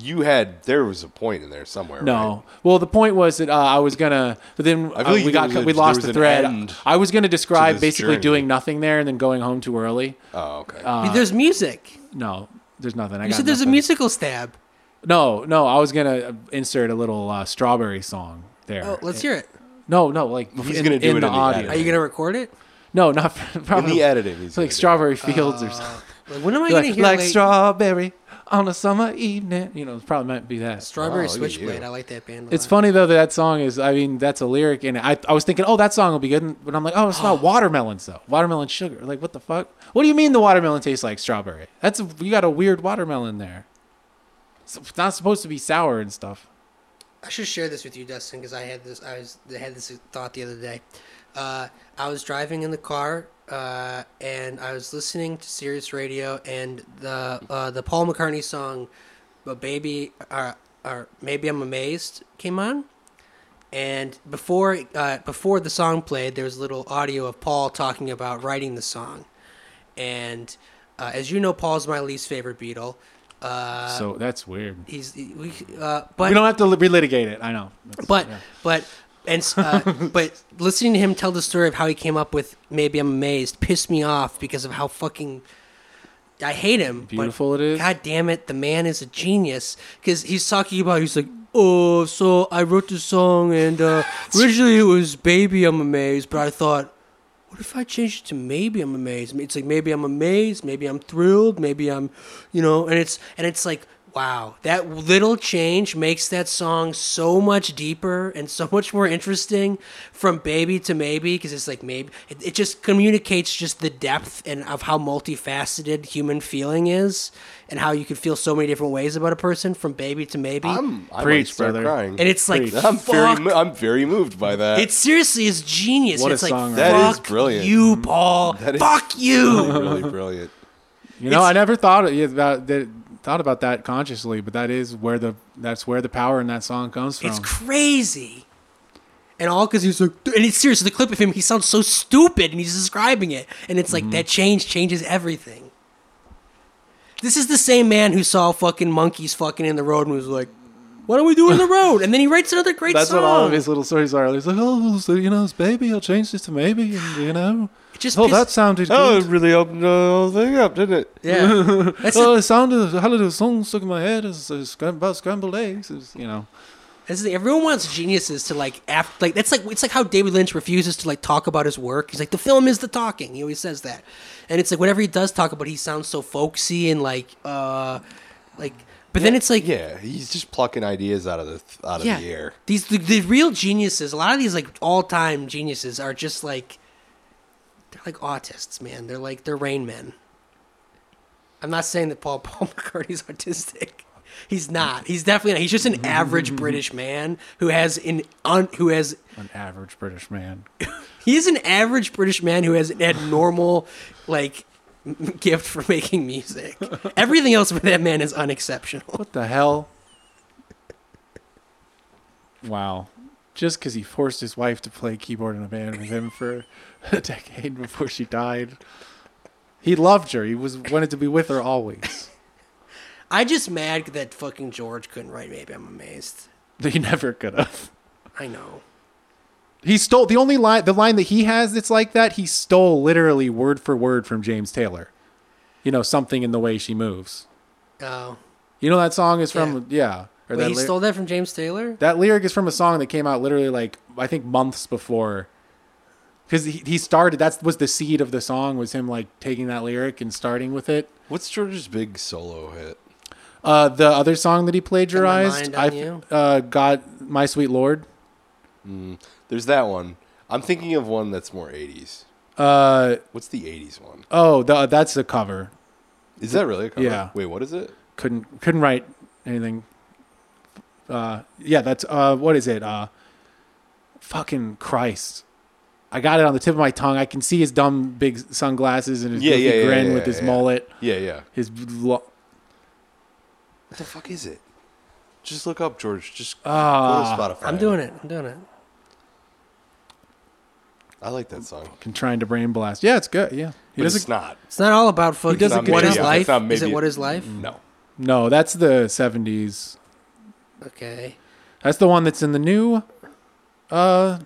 You had there was a point in there somewhere.
No, well, the point was that uh, I was gonna, but then
I feel
uh,
like
we
there
got
was
cut-
a-
we
there
lost
was
the
an
thread.
end
I was gonna describe
this
basically
journey.
doing nothing there and then going home too early.
Right? Oh, okay.
there's music.
No, there's nothing. I
You
got
said there's a
nothing.
musical stab.
No, no, I was gonna uh, insert a little uh, Strawberry song there.
Oh, let's hear it.
No, no, like
He's
in,
gonna do
in
it
the
in the
audio.
Are you gonna record it?
no, not *laughs* for,
in
probably
the editing,
Uh,
It's like Strawberry Fields or something.
Like, when am I gonna
Like,
hear
like
like,
strawberry on a summer evening. You know, it probably might be that.
Strawberry
Wow, Oh, look at
Switchblade.
you.
I like that band. a
It's
lot.
funny though that that song is. I mean, that's a lyric, and I I was thinking, oh, that song will be good, and- but I'm like, oh,
*gasps*
it's about watermelons though. Watermelon sugar. Like, what the fuck? What do you mean the watermelon tastes like strawberry? That's you got a weird watermelon there. It's it's not supposed to be sour and stuff.
I should share this with you, Dustin, because I had this. I was I had this thought the other day. Uh, I was driving in the car, uh, and I was listening to Sirius Radio, and the uh, the Paul McCartney song, "But Baby," or, or "Maybe I'm Amazed" came on. And before uh, before the song played, there was a little audio of Paul talking about writing the song. And uh, as you know, Paul's my least favorite Beatle. Uh,
so that's weird.
he's we, uh, but
We don't have to li- relitigate it. I know. That's-
*laughs* but
yeah.
but and
*laughs*
uh, but listening to him tell the story of how he came up with maybe I'm amazed pissed me off because of how fucking I hate him. but
Beautiful it is.
God damn it, the man is a genius because he's talking about he's like. Oh, so I wrote this song, and
*laughs*
uh, originally it was "Baby I'm Amazed," but I thought, what if I changed it to "Maybe I'm Amazed"? It's like maybe I'm amazed, maybe I'm thrilled, maybe I'm, you know, and it's and it's like, wow, that little change makes that song so much deeper and so much more interesting, from "Baby" to "Maybe" because it's like maybe it, it just communicates just the depth and of how multifaceted human feeling is, and how you can feel so many different ways about a person from "Baby" to "Maybe."
I'm, Um, I
Preach,
might start
brother.
crying.
and it's like,
*laughs* I'm very,
fuck,
mo- I'm very moved by that.
it seriously is genius.
Uh, What a
it's like,
song, right?
That is
fuck
brilliant.
you, Paul.
is-
fuck you.
really
*laughs*
brilliant.
You know, I never thought yeah, about that, thought about that consciously, but that is where the that's where the power in that song comes from.
It's crazy. And all because he's like, and it's serious. The clip of him, he sounds so stupid, and he's describing it, and it's like
Mm-hmm.
that change changes everything. This is the same man who saw fucking monkeys fucking in the road and was like, "What are we
*laughs*
doing in the road?" And then he writes another great
that's
song.
what all of his little stories are. He's like, oh, so, you know, it's baby. I'll change this to maybe, and you know,
It just
oh,
pissed-
that sounded
Oh, it
good.
really opened the whole thing up, didn't it?
yeah. That's
*laughs* Oh,
the,
it sounded. How did the song stuck in my head? Is about scrambled eggs? It's, you know,
that's the, everyone wants geniuses to like act like that's like it's like how David Lynch refuses to like talk about his work. He's like, "The film is the talking." He always says that, and it's like whatever he does talk about, he sounds so folksy and like, uh, like. But then it's like,
Yeah, he's just plucking ideas out of the th- out of the air.
These the, the real geniuses. A lot of these like all time geniuses are just like they're like autists, man. They're like they're rain men. I'm not saying that Paul *laughs* Paul McCartney's autistic. He's not. He's definitely not. He's just an
*laughs*
average British man who has an un, who has
an average British man.
he is an average British man who has an abnormal like m- gift for making music. Everything else with that man is unexceptional.
What the hell? Wow. Just because he forced his wife to play keyboard in a band with him for a decade before she died. He loved her. He was wanted to be with her always.
I just mad that fucking George couldn't write. Maybe I'm amazed.
*laughs* He never could have.
I know.
He stole the only line the line that he has that's like that, he stole literally word for word from James Taylor. You know, something in the way she moves.
Oh.
You know that song is from yeah.
Wait,
or that
he
ly-
stole that from James Taylor?
That lyric is from a song that came out literally like I think months before, because he, he started. That was the seed of the song. Was him like taking that lyric and starting with it.
What's George's big solo hit?
Uh, the other song that he plagiarized,
Mind on
I
You?
uh, got my sweet lord.
There's that one. I'm thinking of one that's more 80s.
Uh,
What's the 80s one?
oh, the, that's the cover.
Is that really a cover?
Yeah.
Wait, what is it?
Couldn't couldn't write anything. Uh, yeah, that's uh, what is it? Uh, fucking Christ. I got it on the tip of my tongue. I can see his dumb big sunglasses and his
Yeah,
goofy
yeah, yeah,
grin
yeah,
with his
yeah.
mullet.
Yeah, yeah.
His lo-
What the fuck is it? Just look up George. Just
Ah.
go to Spotify.
I'm doing it. I'm doing it.
I like that song.
and trying to brain blast. Yeah, it's good. Yeah, he
But
doesn't.
it's not.
It's not all about fucking
does a good
what is
job.
life.
It's not
Is it
maybe-
what is life?
No.
No, that's the '70s.
Okay.
That's the one that's in the new, uh,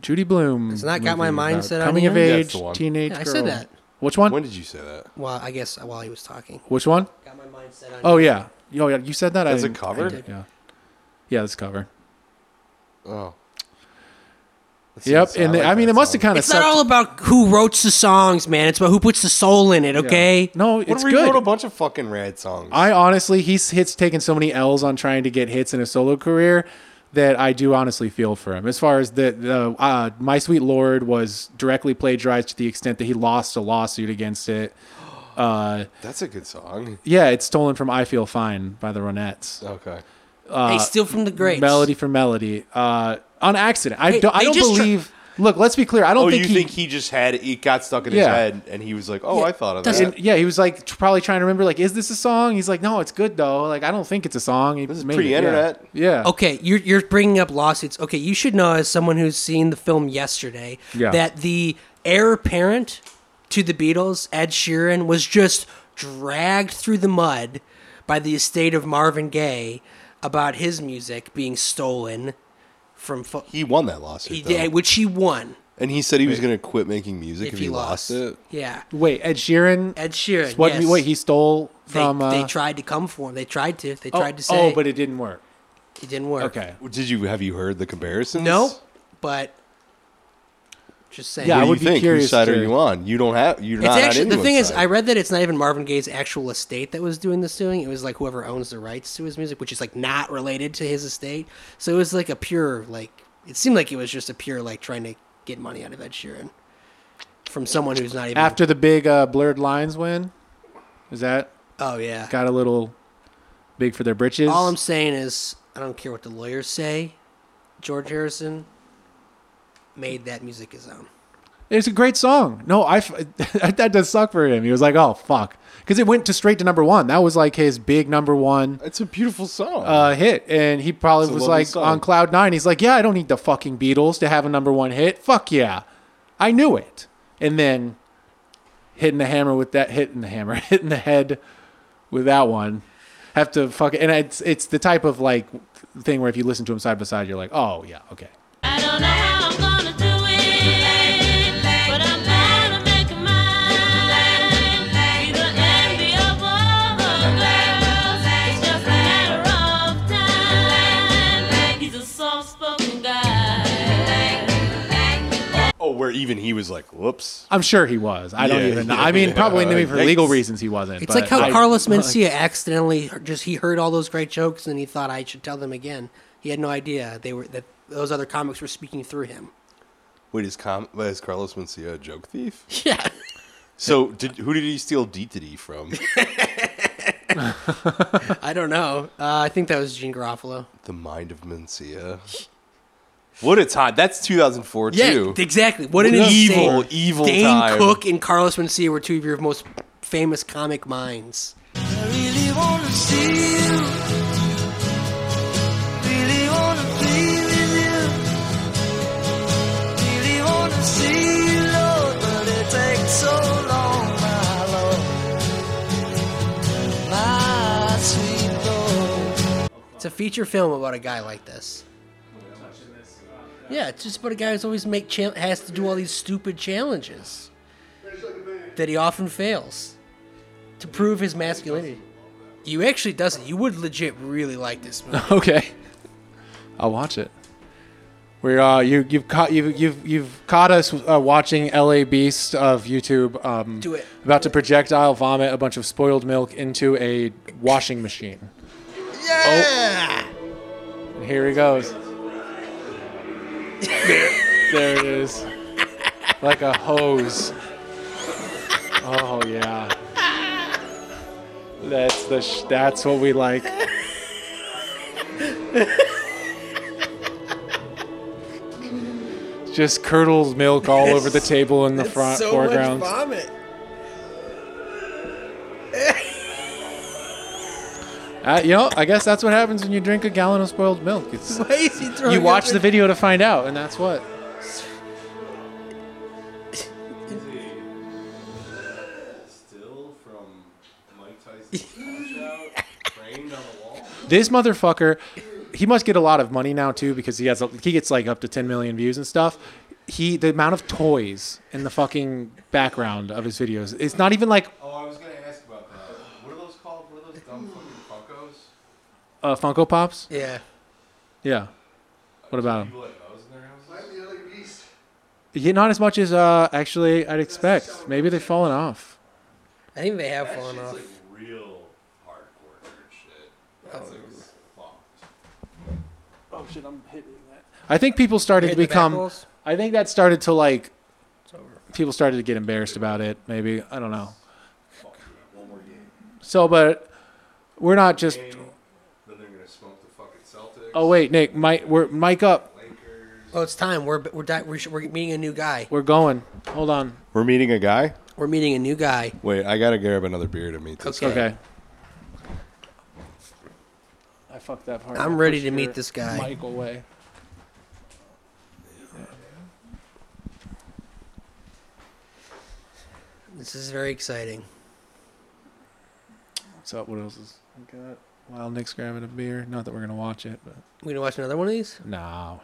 Judy Bloom.
It's not Got My
movie
Mind
about
Set on
coming
You?
of
Yeah,
it's
age
the one.
teenage
Yeah,
girl.
I said that.
Which one?
When did you say that?
Well, I guess while he was talking.
Which one?
Got my mind set on
Oh yeah. Oh yeah. You said that. I
That's a
didn't-
cover?
I did, yeah. Yeah, that's a cover.
Oh.
see
Yep.
this.
And
like
I mean,
that
it must
song.
have kind of
It's not all about who wrote the songs, man. It's about who puts the soul in it. Okay.
no, it's
Whatever, he wrote a
good.
bunch of fucking rad songs.
I honestly, he's hits taken so many L's on trying to get hits in his solo career that I do honestly feel for him. As far as the, the uh, My Sweet Lord was directly plagiarized to the extent that he lost a lawsuit against it. *gasps* Uh,
That's a good song. Oh.
yeah, it's stolen from "I Feel Fine" by the Ronettes.
Okay.
Uh,
hey, steal from the greats.
melody for melody uh, on accident. I
Hey,
don't, I
they
don't
just tr-
believe. look, let's be clear. I don't
Oh,
think
you
he.
think he just had it got stuck in his
Yeah.
head, and he was like, "Oh,
Yeah,
I thought of
doesn't-
that."
and yeah, he was like tr- probably trying to remember like, is this a song? He's like, no, it's good though. Like, I don't think it's a song. This
is pre-internet.
Yeah.
Okay, you're, you're bringing up lawsuits. Okay, you should know as someone who's seen the film yesterday
Yeah.
that the heir apparent to the Beatles, Ed Sheeran, was just dragged through the mud by the estate of Marvin Gaye about his music being stolen from. Fo-
He won that lawsuit,
he
he
did, which he won
and he said he was going to quit making music
if,
if, he, lost it.
Yeah,
Wait, Ed Sheeran.
Ed Sheeran.
what?
yes.
Wait, he stole
they,
from. uh,
they tried to come for him. They tried to. They
oh,
tried to say.
Oh, but it didn't work.
it didn't work.
Okay.
Did you have you heard the comparisons?
No, but just saying.
Yeah,
What
I
do
would
you
be
think?
curious
Whose side
to-
are you on? You don't have. You're
It's
not. on
actually the
anyone's
thing is,
side.
I read that it's not even Marvin Gaye's actual estate that was doing this suing. It was like whoever owns the rights to his music, which is like not related to his estate. So it was like a pure like. It seemed like it was just a pure like trying to get money out of Ed Sheeran from someone who's not even.
After the big uh, blurred lines win, is that
oh yeah.
got a little big for their britches?
All I'm saying is, I don't care what the lawyers say. George Harrison made that music his own.
It's a great song. No, I f- *laughs* that does suck for him. He was like, oh fuck, because it went to straight to number one. That was like his big number one
It's a beautiful song.
uh, hit, and he probably
It's a
was
lovely
like
song.
on cloud nine. He's like, yeah, I don't need the fucking Beatles to have a number one hit. Fuck yeah, I knew it. And then hitting the hammer with that, hitting the hammer, *laughs* hitting the head with that one. Have to fuck and it's it's the type of like thing where if you listen to them side by side, you're like, oh yeah, okay.
I don't know how I'm gonna do it, but I'm gonna make a mind. Be the envy of all the girls. It's just a matter of time. He's a soft-spoken guy.
oh, where even he was like, "Whoops."
I'm sure he was. I don't
Yeah,
even.
yeah,
I mean,
yeah. Uh,
probably maybe for
Yikes.
legal reasons he wasn't.
It's
but
like how
I-
Carlos Mencia accidentally just he heard all those great jokes and he thought I should tell them again. He had no idea they were that those other comics were speaking through him.
Wait, is, Com- is Carlos Mencia a joke thief?
Yeah.
So, did, who did he steal
*laughs*
DTD from?
I don't know. Uh, I think that was Gene Garofalo.
the Mind of Mencia.
*laughs*
What a time! That's 2004
Yeah,
too.
exactly. What an
Evil,
insane-
evil
Dane
time.
Cook and Carlos Mencia were two of your most famous comic minds.
I really wanna see you. Really wanna be with you. Really wanna see you, Lord, but it takes so long, my Lord. My sweet Lord.
It's a feature film about a guy like this. Yeah, it's just about a guy who's always make chal- has to do all these stupid challenges that he often fails to prove his masculinity. You actually doesn't. You would legit really like this movie.
*laughs* okay, I'll watch it. We're uh, you you've caught you've you've you've caught us uh, watching La Beast of YouTube. Um,
Do it.
About to projectile vomit a bunch of spoiled milk into a washing machine. Yeah. Oh. And here he goes. there it is. Like a hose. Oh yeah. That's the sh- that's what we like. Just curdles milk all over the table in the front foreground.
vomit.
Uh, you know, I guess that's what happens when you drink a gallon of spoiled milk. It's,
*laughs* Why is he throwing
you watch
up
the
in-
video to find out, and that's what.
Still from Mike Tyson's framed on the wall.
This motherfucker, he must get a lot of money now too because he has a, he gets like up to 10 million views and stuff. He the amount of toys in the fucking background of his videos. It's not even like
Oh, I was gonna ask about that. What are those called? What are those dumb fucking Funkos?
uh, Funko Pops.
Yeah.
Yeah. What about him?
People like those in their houses?
Yeah, not as much as uh, actually I'd expect. Maybe they've fallen off.
I think they have fallen off.
real hardcore nerd shit.
Oh shit, I'm hitting that. I think people started to
Hit the back
become.
walls?
I think that started to like.
It's over.
People started to get embarrassed about it. Maybe I don't know. So, but we're not just.
Then they're gonna smoke the fucking Celtics.
Oh wait, Nick, Mike, we're mic up.
Oh, it's time. We're we're di- we should, we're meeting a new guy.
We're going. Hold on.
We're meeting a guy.
We're meeting a new guy.
Wait, I gotta grab another beer to meet this.
Okay.
Okay. I fucked that part.
I'm
I
ready
pushed
to meet
your
this guy.
Mic away.
This is very exciting.
What's up? What else is we got? While Nick's grabbing a beer. Not that we're gonna watch it, but
We gonna watch another one of these?
no.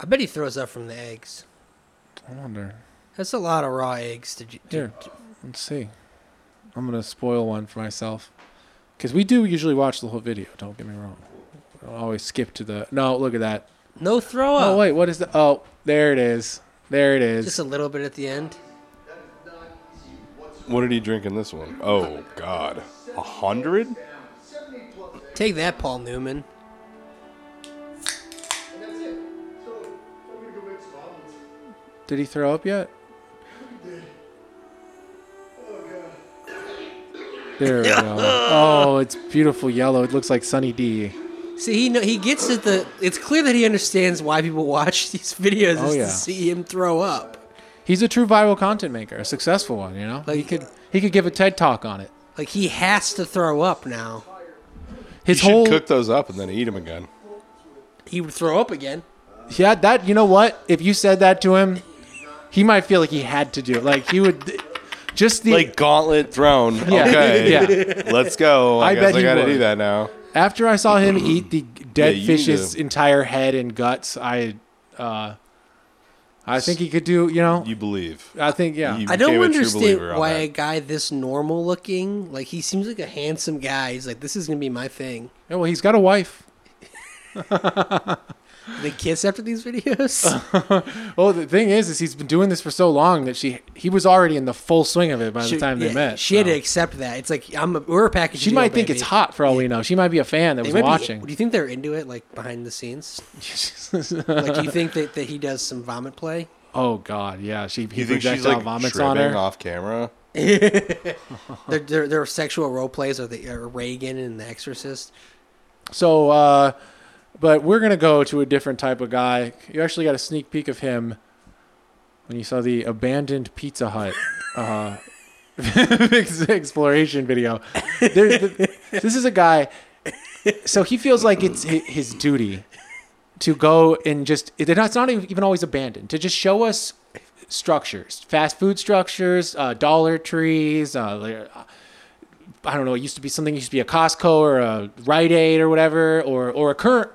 I bet he throws up from the eggs.
I wonder.
That's a lot of raw eggs. Did you?
Here, let's see. I'm gonna spoil one for myself, because we do usually watch the whole video. Don't get me wrong. I don't always skip to the. No, look at that.
No throw up.
Oh wait, what is the? Oh, there it is. There it is.
Just a little bit at the end.
What did he drink in this one? Oh God, a hundred?
Take that, Paul Newman.
Did he throw up yet? There we
*laughs*
go. Oh, it's beautiful yellow. It looks like Sunny D.
See, he know, he gets at the. It's clear that he understands why people *laughs* watch these videos
Oh,
is
yeah.
to see him throw up.
He's a true viral content maker, a successful one. You know, he
Like-
could he could give a TED talk on it.
Like he has to throw up now.
You
His
should
whole
cook those up and then eat them again.
He would throw up again.
yeah that you know what if you said that to him, he might feel like he had to do it. Like he would just the
Like gauntlet thrown.
Yeah.
Okay,
Yeah.
let's go. I,
I
guess
bet
I
he
gotta
would.
do that now.
after I saw him eat the dead
Yeah, you
fish's
need to-
entire head and guts, I uh, I think he could do. You know,
You believe?
I think yeah.
You
I don't
became a true
understand
believer on
why
that.
a guy this normal looking, like he seems like a handsome guy. He's like, this is gonna be my thing.
Yeah, well, he's got a wife.
They kiss after
*laughs*
these videos.
Well, the thing is, is he's been doing this for so long that she he was already in the full swing of it by the time they
Yeah,
met.
she had
so.
to accept that. It's like I'm a, we're a package.
She
deal,
might think
baby.
it's hot for all we know. She might be a fan that
They
was
might be-
watching.
do you think they're into it, like behind
*laughs*
the scenes? Like, do you think that, that he does some vomit play?
oh God, yeah. She he
You think she's
projectile
like
vomits
tripping
on her.
off camera?
Their, their, their sexual role plays are the are Reagan and The Exorcist.
So, uh, but we're gonna go to a different type of guy. You actually got a sneak peek of him when you saw the abandoned Pizza Hut Uh-huh. uh, exploration video. There's the, this is a guy. So he feels like it's hi- his duty to go and just. They're not, it's not even always abandoned. To just show us structures, fast food structures, uh, Dollar Trees, uh, like, I don't know, it used to be something, it used to be a Costco or a Rite Aid or whatever, or or a current.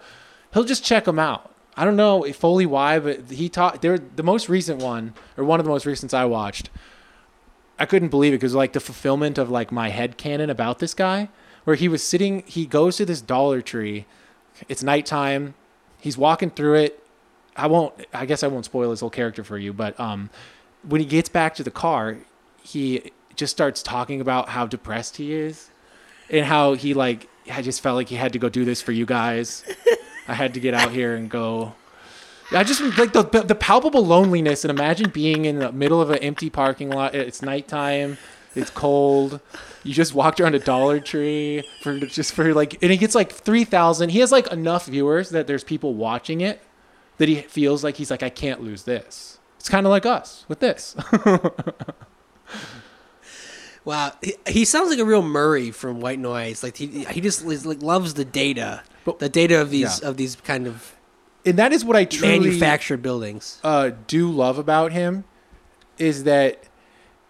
He'll just check them out. I don't know if Foley why, but he taught. There, the most recent one or one of the most recent I watched. I couldn't believe it because like the fulfillment of like my head canon about this guy, where he was sitting, he goes to this Dollar Tree. It's nighttime. He's walking through it. I won't. I guess I won't spoil his whole character for you, but um, when he gets back to the car, he just starts talking about how depressed he is, and how he like I just felt like he had to go do this for you guys. I had to get out here and go. I just like the the, the palpable loneliness, and imagine being in the middle of an empty parking lot. It's nighttime. It's cold. You just walked around a Dollar Tree for just for like, and he gets like three thousand. He has like enough viewers that there's people watching it that he feels like he's like I can't lose this. It's kind of like us with this. *laughs*
Wow, he, he sounds like a real Murray from White Noise. Like he he just is, like loves the data,
But-
the data of these
Yeah.
of these kind of
and that is *laughs* what I
uh,
truly
manufactured buildings.
uh, do love about him is that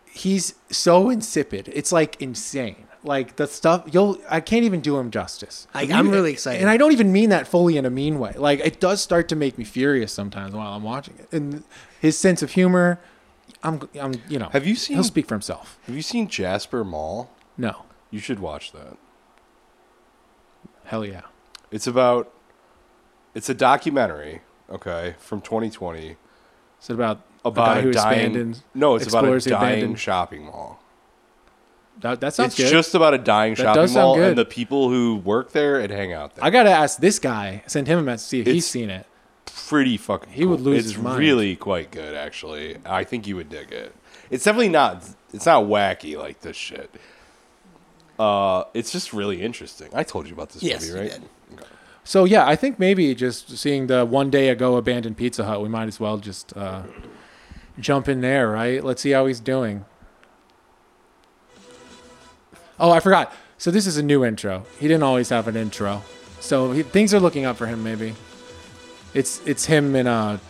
he's so insipid. It's like insane. Like the stuff you'll, I can't even do him justice.
I-
If
I'm really excited.
and I don't even mean that fully in a mean way. Like it does start to make me furious sometimes while I'm watching it. And his sense of humor, I'm, I'm, you know,
Have you seen-
He'll speak for himself.
Have you seen Jasper Mall?
No,
You should watch that.
hell yeah.
It's about It's a documentary, okay, from 2020
Is it about
about
a guy who
a dying.
abandoned?
no, it's about a
explores the
dying
abandoned-
shopping mall.
That, that sounds
it's
good.
just about a dying
That
shopping
does sound
mall
good.
and the people who work there and hang out there.
I gotta ask this guy. Send him a message. See if he's
It's-
seen it.
pretty fucking.
He would
cool.
lose
It's
his mind.
really quite good, actually. I think you would dig it. It's definitely not. It's not wacky like this shit. Uh, it's just really interesting. I told you about this
Yes,
movie,
you
right?
did.
So yeah, I think maybe just seeing the one day ago abandoned Pizza Hut, we might as well just uh, jump in there, right? Let's see how he's doing. Oh, I forgot. So this is a new intro. He didn't always have an intro, so he, things are looking up for him. Maybe it's it's him in a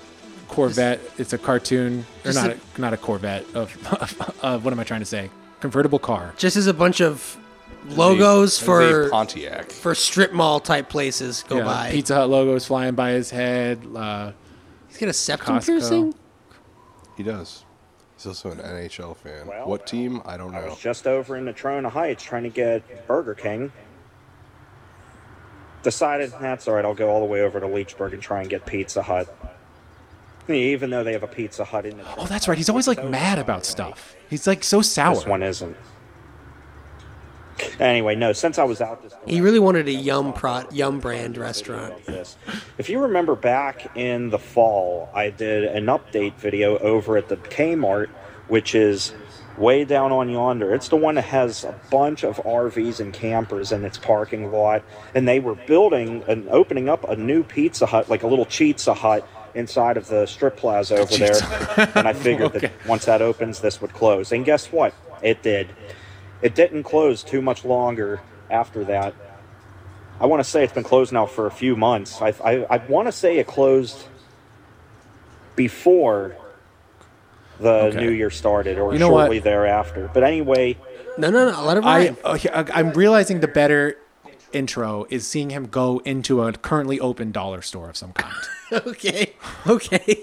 Corvette. It's a cartoon, or
just
not a, not a Corvette of, of, what am I trying to say? Convertible car.
Just as a bunch of logos
It's a
for
Pontiac.
for strip mall type places go
Yeah,
by.
Pizza Hut logo is flying by his head. Uh,
He's got a septum
Costco.
piercing.
He does. He's also an NHL fan. what team? I don't
I
know.
was just over in Natrona Heights trying to get Burger King. Decided that's all right. I'll go all the way over to Leechburg and try and get Pizza Hut. Even though they have a Pizza Hut in the
Oh, that's right. He's always like mad about stuff. He's like so
This one
sour.
isn't. Anyway, no. Since I was out this,
He really wanted a yum pro yum brand restaurant.
this. If you remember back in the fall, I did an update video over at the Kmart, which is way down on yonder. It's the one that has a bunch of RVs and campers in its parking lot. And they were building and opening up a new Pizza Hut, like a little Pizza Hut. Inside of the strip plaza over there, and I figured
*laughs*
that once that opens, this would close. And guess what? It did. It didn't close too much longer after that. I want to say it's been closed now for a few months. I, I, I want to say it closed before the
Okay.
new year started or
You know
shortly
what?
thereafter. But anyway,
No, no, no. Let him
I
ride.
okay, I- I'm realizing the better intro is seeing him go into a currently open dollar store of some kind.
*laughs* okay, okay.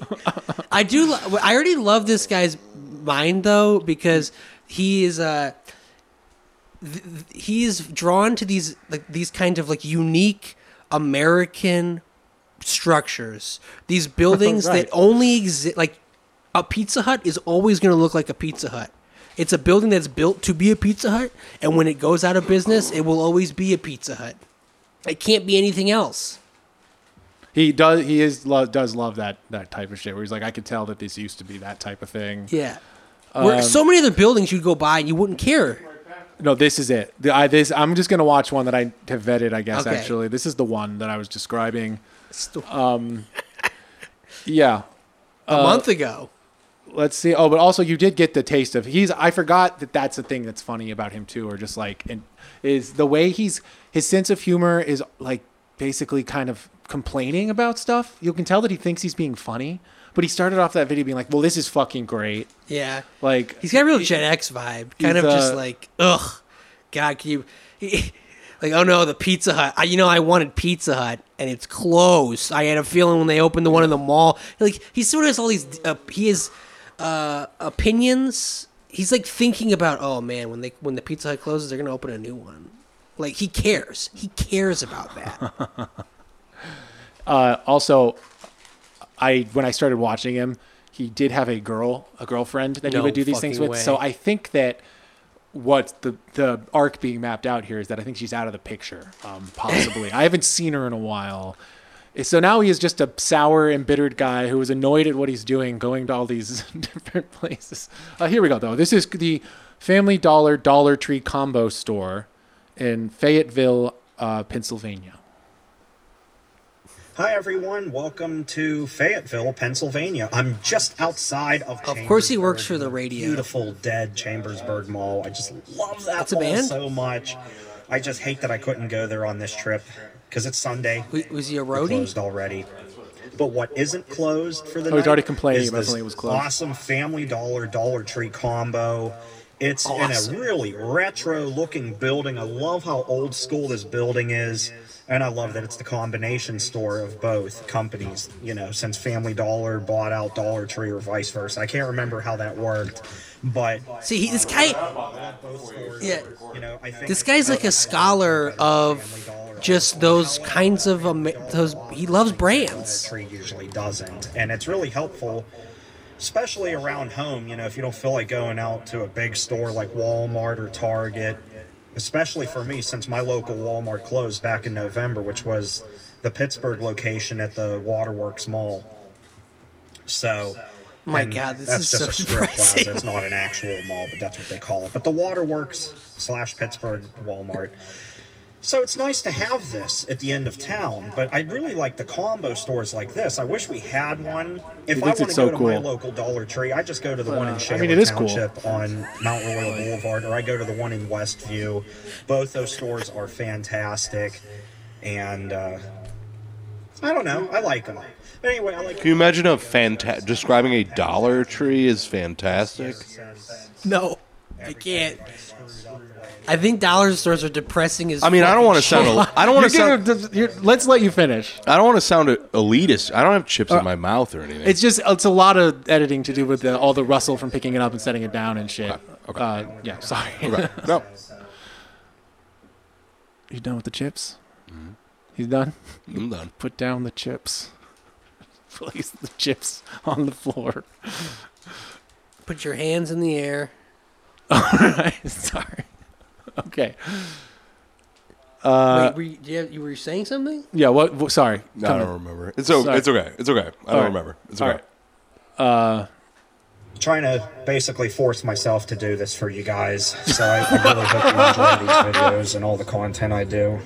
I do. Lo- I already love this guy's mind though because he is uh th- th- he's drawn to these like these kind of like unique American structures. These buildings
Right.
that only exist like a Pizza Hut is always going to look like a Pizza Hut. It's a building that's built to be a Pizza Hut, and when it goes out of business, it will always be a Pizza Hut. It can't be anything else.
He does he is lo- does love that that type of shit where he's like I could tell that this used to be that type of thing.
Yeah. Where
Um,
so many other buildings you'd go by and you wouldn't care.
No, this is it. The, I this I'm just going to watch one that I have vetted, I guess
Okay.
actually. This is the one that I was describing. Um, Yeah.
a
uh,
month ago.
let's see. Oh, but also you did get the taste of he's. I forgot that that's the thing that's funny about him too, or just like and is the way he's his sense of humor is like basically kind of complaining about stuff. You can tell that he thinks he's being funny, but he started off that video being like, "Well, this is fucking great."
Yeah.
Like
He's got a real Gen X vibe. Kind
he's,
of just
uh,
like, ugh, God, can you. *laughs* like, oh no, the Pizza Hut. I, you know, I wanted Pizza Hut and it's closed. I had a feeling when they opened the one in the mall. Like, he sort of has all these. Uh, he has uh, opinions. He's like thinking about, oh man, when they when the Pizza Hut closes, they're gonna open a new one. Like he cares. He cares about that.
uh, also, I when I started watching him, he did have a girl, a girlfriend that
No
he would do these things
fucking
with. So
way.
I think that what the the arc being mapped out here is that I think she's out of the picture,
*laughs*
um, possibly. I haven't seen her in a while. So now he is just a sour, embittered guy who is annoyed at what he's doing, going to all these *laughs* different places. Uh, here we go, though. This is the Family Dollar Dollar Tree combo store in Fayetteville, uh, Pennsylvania.
hi everyone, welcome to Fayetteville, Pennsylvania. I'm just outside of.
Of course he works for the radio.
Beautiful dead Chambersburg Mall. I just love that
That's a
mall
band?
so much. I just hate that I couldn't go there on this trip because it's Sunday.
W- Was he a
They're
roadie?
closed already. But what isn't closed for the
Oh, he's
night
already complaining
is
about
this
something that was closed.
Awesome Family Dollar Dollar Tree combo. It's
Awesome.
in a really retro-looking building. I love how old school this building is, and I love that it's the combination store of both companies. You know, since Family Dollar bought out Dollar Tree or vice versa. I can't remember how that worked, but
See, he, this guy,
both stores,
yeah,
you know, I think
this guy's like a scholar of just those kinds of um, those. He loves brands.
tree usually doesn't. And it's really helpful, especially around home, you know, if you don't feel like going out to a big store like Walmart or Target, especially for me, since my local Walmart closed back in November, which was the Pittsburgh location at the Waterworks Mall. So.
My
and
God, this
that's
is
just
so
a strip
depressing.
plaza. It's not an actual mall, but that's what they call it. But the Waterworks slash Pittsburgh Walmart. So it's nice to have this at the end of town, but I really like the combo stores like this. I wish we had one. If
thinks
I want to
it's
go
so
to my
cool.
local Dollar Tree, I just go to the one in Shaler
Uh, mean, it is cool.
Township on Mount Royal Boulevard, or I go to the one in Westview. Both those stores are fantastic, and uh, I don't know, I like them. But anyway, I like.
Can you imagine a fanta- describing a Dollar Tree is fantastic?
No, I can't. I think dollar stores are depressing as.
I mean, I don't want to
fucking
sound.
shit.
el- I don't want
You're
to sound.
getting a- you're- let's let you finish.
I don't want to sound elitist. I don't have chips in my mouth or anything.
It's just it's a lot of editing to do with the, all the rustle from picking it up and setting it down and shit. Uh, yeah, sorry.
Right. No,
you done with the chips? He's done.
I'm done.
Put down the chips. *laughs* Place the chips on the floor.
*laughs*
*laughs*
Put your hands in the air.
Right, sorry. Okay.
Uh,
Wait, were you, do you, have- you were saying something?
Yeah. What? what sorry.
No, I
Come
don't
on.
remember. It's okay.
Sorry.
It's okay. It's okay. I don't
right.
remember. It's
All
okay.
right.
trying to basically force myself to do this for you guys. So I, I really hope you enjoy these videos and all the content I do.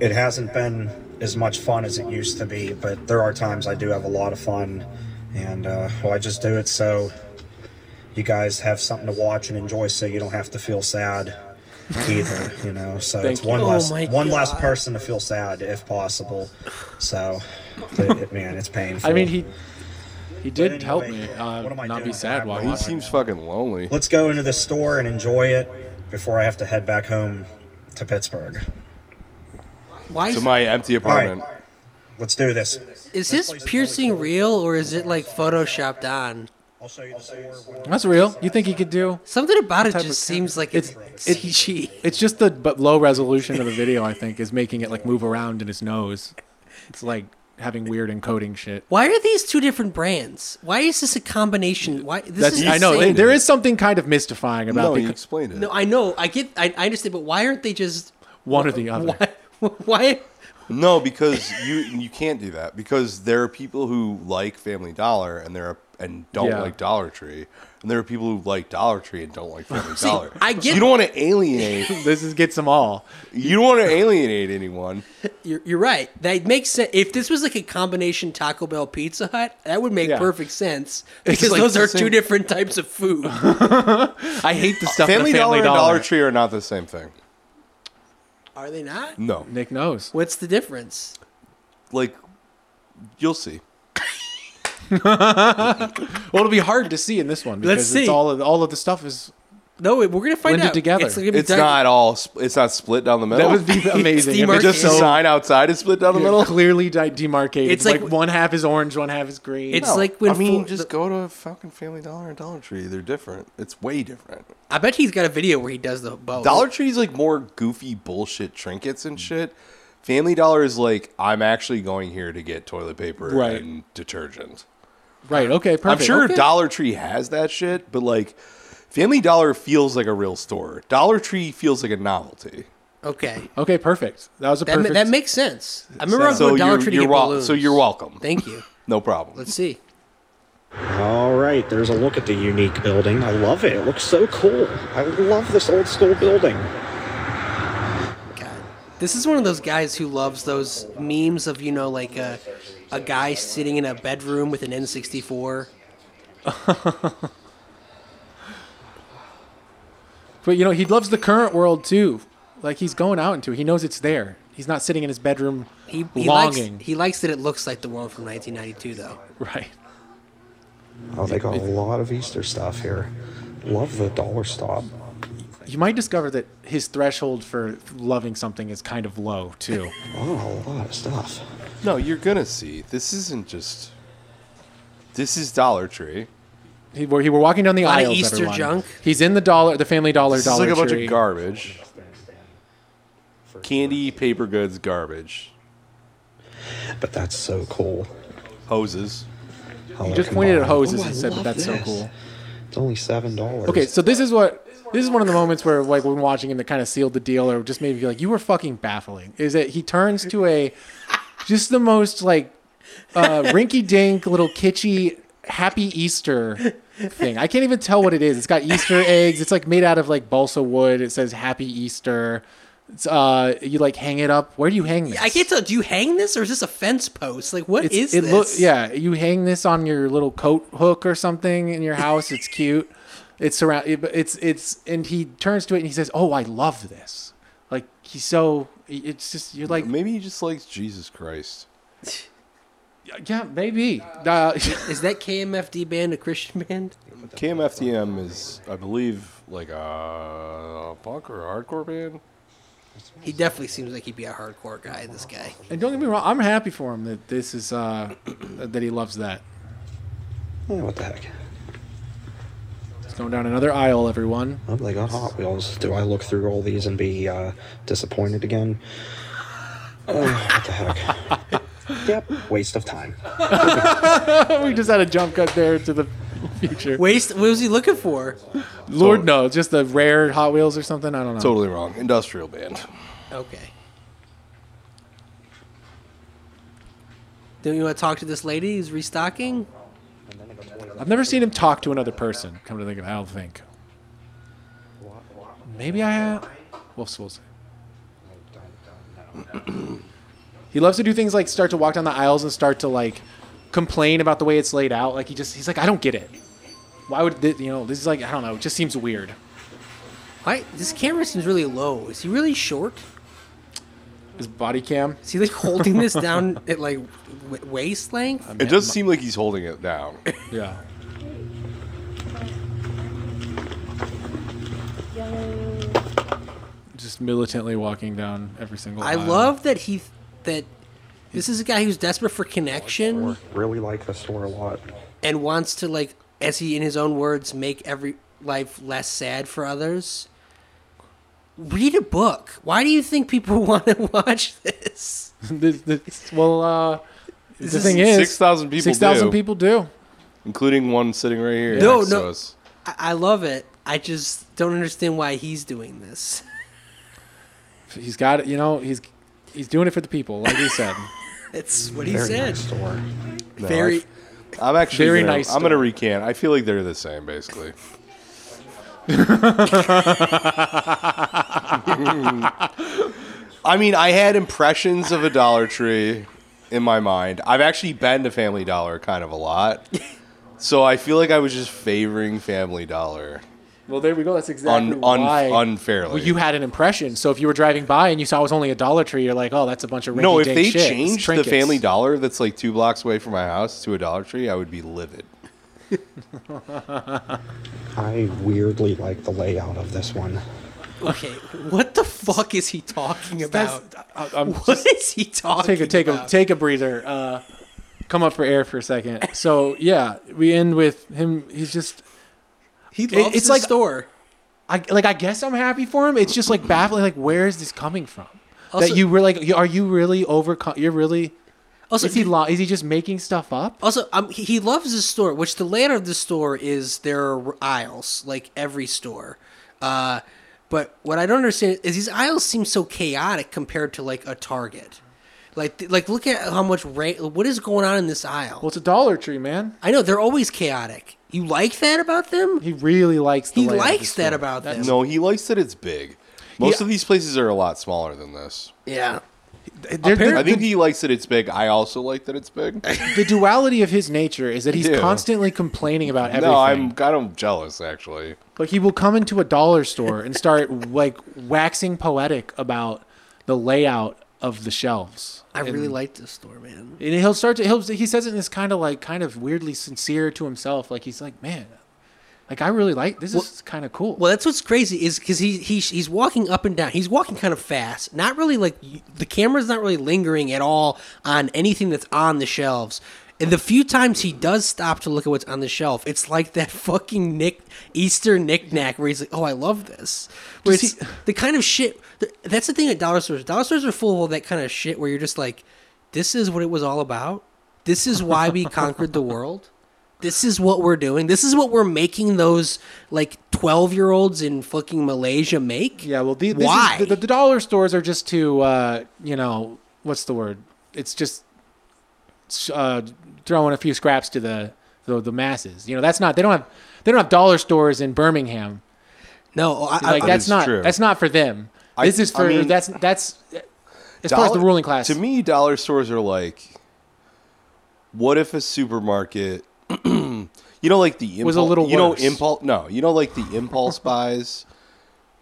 It hasn't been as much fun as it used to be, but there are times I do have a lot of fun, and uh, well, I just do it so you guys have something to watch and enjoy, so you don't have to feel sad either. You know, so it's one
you. Oh
less
my
one less
God.
person to feel sad if possible. So, but it, man, it's painful.
I mean, he he did
anyway,
help me
uh, what
uh,
am I
not be
doing?
sad while
He
he's
seems fucking lonely.
Let's go into the store and enjoy it before I have to head back home to Pittsburgh.
Why
To my empty apartment.
Let's do this.
is his piercing real or is it like photoshopped on?
I'll show you the store.
That's real. You think he could do?
Something about it
type
just
of
seems like it's,
It's-
it's CG.
It's just the but low resolution of the video. I think is making it like move around in his nose. It's like having weird encoding shit.
Why are these two different brands? Why is this a combination? Why this
That's
is
I know
insane.
there is something kind of mystifying about
No,
the,
he explained it.
No, I know. I get. I, I understand. But why aren't they just?
one or the other.
Why? *laughs* Why?
No, because you you can't do that because there are people who like Family Dollar and there are and don't
Yeah.
like Dollar Tree, and there are people who like Dollar Tree and don't
*laughs*
like Family Dollar.
I get-
you don't want to alienate
This is gets them all.
you don't want to alienate anyone.
You're, you're right. That makes sense. If this was like a combination Taco Bell Pizza Hut, that would make
Yeah.
perfect
*laughs*
sense because
like
those
the
are
same-
two different types of food.
I hate the stuff. that family
Family, Dollar,
Dollar,
and Dollar Tree are not the same thing.
Are they not?
No,
Nick knows.
What's the difference?
like you'll see.
Well, it'll be hard to see in this one because
Let's
it's
see.
all of all of the stuff is.
No, we're gonna find
Blend it
out
together.
It's, gonna be
It's
dark-
not all. sp- It's not split down the middle.
That would be *laughs* amazing.
the
if
market.
it's
just
just
a
so
sign outside is split down the middle.
clearly di- demarcated.
It's
It's
like-
like, one half is orange, one half is green.
It's like when
I mean,
Ford-
just go to a fucking Family Dollar and Dollar Tree. They're different. It's way different.
I bet he's got a video where he does the both.
Dollar Tree's like more goofy bullshit trinkets and shit. Family Dollar is like I'm actually going here to get toilet paper
Right.
and detergent.
right. Okay. Perfect.
I'm sure
Okay.
Dollar Tree has that shit, but like Family Dollar feels like a real store. Dollar Tree feels like a novelty.
Okay,
Okay. Perfect. That was a
that, ma-
perfect.
that makes sense. I remember I was going
So
to Dollar
you're,
Tree to
you're
get
wel-
balloons.
so you're welcome.
Thank
*laughs*
you.
no problem.
Let's see.
All right, there's a look at the unique building. I love it. It looks so cool. I love this old school building.
God. This is one of those guys who loves those memes of, you know, like a, a guy sitting in a bedroom with an N64.
but you know, he loves the current world too. Like he's going out into it. He knows it's there. *laughs* He's not sitting in his bedroom
He, he
longing.
Likes, he likes that it looks like the one from 1992, though.
right.
Oh, they got a lot of Easter stuff here. Love the dollar stop.
You might discover that his threshold for loving something is kind of low too.
Oh, a lot of stuff.
No, you're gonna see. This isn't just. This is Dollar Tree.
He, were, he were walking down the
lot of
aisles.
Easter
everyone.
junk.
He's in the dollar, the Family Dollar,
This
Dollar
is like a bunch
Tree.
of garbage.
for
candy, paper goods, garbage,
But that's so cool.
hoses.
How
You just
can
pointed
buy-
at hoses
Ooh, I
and said that
love
that's so
this.
cool.
It's only seven dollars.
Okay, so this is what this is one of the moments where like when watching him that kind of sealed the deal or just made me feel like you were fucking baffling. Is that he turns to a just the most like uh, rinky dink little kitschy happy Easter thing. I can't even tell what it is. It's got Easter eggs. It's like made out of like balsa wood. It says Happy Easter. It's, uh, you like hang it up. Where do you hang this?
I can't tell. Do you hang this or is this a fence post? Like, what is
It's- it
this?
loo- yeah, you hang this on your little coat hook or something in your house. It's cute. It's surround. It, it's it's and he turns to it and he says, "Oh, I love this." Like he's so. It's just you're like,
Maybe he just likes Jesus Christ.
yeah, maybe. Uh, *laughs*
Is that KMFD band a Christian band?
KMFDM is, I believe, like a punk or hardcore band.
He definitely seems like he'd be a hardcore guy. This guy.
and don't get me wrong, I'm happy for him that this is uh, that he loves that.
Yeah, what the heck?
Let's go down another aisle, everyone.
Oh, they got Hot Wheels. Do I look through all these and be uh, disappointed again? Oh, what the heck? yep, waste of time.
we just had a jump cut there to the future.
Waste. What was he looking for?
Lord knows, just the rare Hot Wheels or something. I don't know.
Totally wrong. Industrial band.
Okay. Don't you want to talk to this lady who's restocking?
I've never seen him talk to another person. Come to think of it, I don't think. Maybe I have. We'll, we'll see. he loves to do things like start to walk down the aisles and start to like complain about the way it's laid out. Like he just he's like, I don't get it. Why would thi- you know? This is like I don't know. It just seems weird.
Why? This camera seems really low. Is he really short?
His body cam.
Is he like holding this
*laughs*
down at like w- waist length?
It does seem like he's holding it down.
Yeah. Just militantly walking down every single.
I
aisle.
love that he that this is a guy who's desperate for connection
Really like this store a lot.
and wants to like, as he in his own words, make every life less sad for others. Read a book. Why do you think people *laughs* want to watch this?
*laughs* this, this, well, uh, the
is-
thing is,
Six thousand people.
Six thousand
do,
people do.
including one sitting right here.
No,
next
no.
To us.
I, I love it. I just don't understand why he's doing this. *laughs*
He's got it. You know, he's he's doing it for the people, like he said.
That's what he
Very
said.
nice store.
No,
Very.
I, am actually
Very
gonna,
nice
I'm going to
store.
recant. I feel like they're the same,
*laughs*
basically. I mean, I had impressions of a Dollar Tree in my mind. I've actually been to Family Dollar kind of a lot. So I feel like I was just favoring Family Dollar
*laughs* well, there we go. That's
un,
exactly
un,
why.
unfairly.
well, you had an impression. So if you were driving by and you saw it was only a Dollar Tree, you're like, oh, that's a bunch of
no, if
rinky-dink
they
shit. It's
changed the
trinkets.
Family Dollar that's like two blocks away from my house to a Dollar Tree, I would be livid.
I weirdly like the layout of this one.
Okay, what the fuck is he talking
That's-
about?
I- I'm
What is he talking
take a take a
about?
take a breather. Uh, come up for air for a second. *laughs* So yeah, we end with him. He's just
He loves
it's
it's
like-
like store.
I like I guess I'm happy for him. It's just like baffling. Like where is this coming from?
Also-
that you were like, you- are you really overcome? You're really.
Also,
is he lo- is he just making stuff up?
also um, he, he loves his store, which the layout of the store is there are aisles like every store. Uh, but what I don't understand is these aisles seem so chaotic compared to like a Target. Like th- like look at how much ra- what is going on in this aisle.
Well, it's a Dollar Tree, man.
I know they're always chaotic. You like that about them?
He really likes. The
He
layout of the
likes that
store.
about them.
No, he likes that it's big. Most
Yeah.
of these places are a lot smaller than this.
Yeah.
They're- they're-
I think he likes that it's big. I also like that it's big.
the duality of his nature is that he's
Yeah.
constantly complaining about everything.
no, I'm kind of jealous actually.
Like he will come into a dollar store and start like waxing poetic about the layout of the shelves.
I really like this store, man.
And he'll start to he'll he says it in this kind of like kind of weirdly sincere to himself. Like he's like, man, like I really like this is kind of cool.
Well, that's what's crazy is because he, he he's walking up and down. He's walking kind of fast. Not really like the camera's not really lingering at all on anything that's on the shelves. And the few times he does stop to look at what's on the shelf, it's like that *laughs* fucking Nick Easter knickknack where he's like, "Oh, I love this." Where
Does
it's *laughs* the kind of shit. th- That's the thing at dollar stores. Dollar stores are full of all that kind of shit where you're just like, "This is what it was all about. This is why we conquered the world." This is what we're doing. This is what we're making those like twelve year olds in fucking Malaysia make.
Yeah, well, the, this is-
why?
the, the dollar stores are just to, uh, you know, what's the word? It's just uh, throwing a few scraps to the, the the masses. You know, that's not they don't have they don't have dollar stores in Birmingham.
no, I, I,
Like that's
is
not
true.
that's not for them.
I-
this is
I
for
mean-
that's that's as far as the
Dollar-
ruling class.
To me, dollar stores are like, what if a supermarket, *clears throat* you know, like the impulse,
Was a little
you know,
worse.
impulse. No, you know, like the impulse buys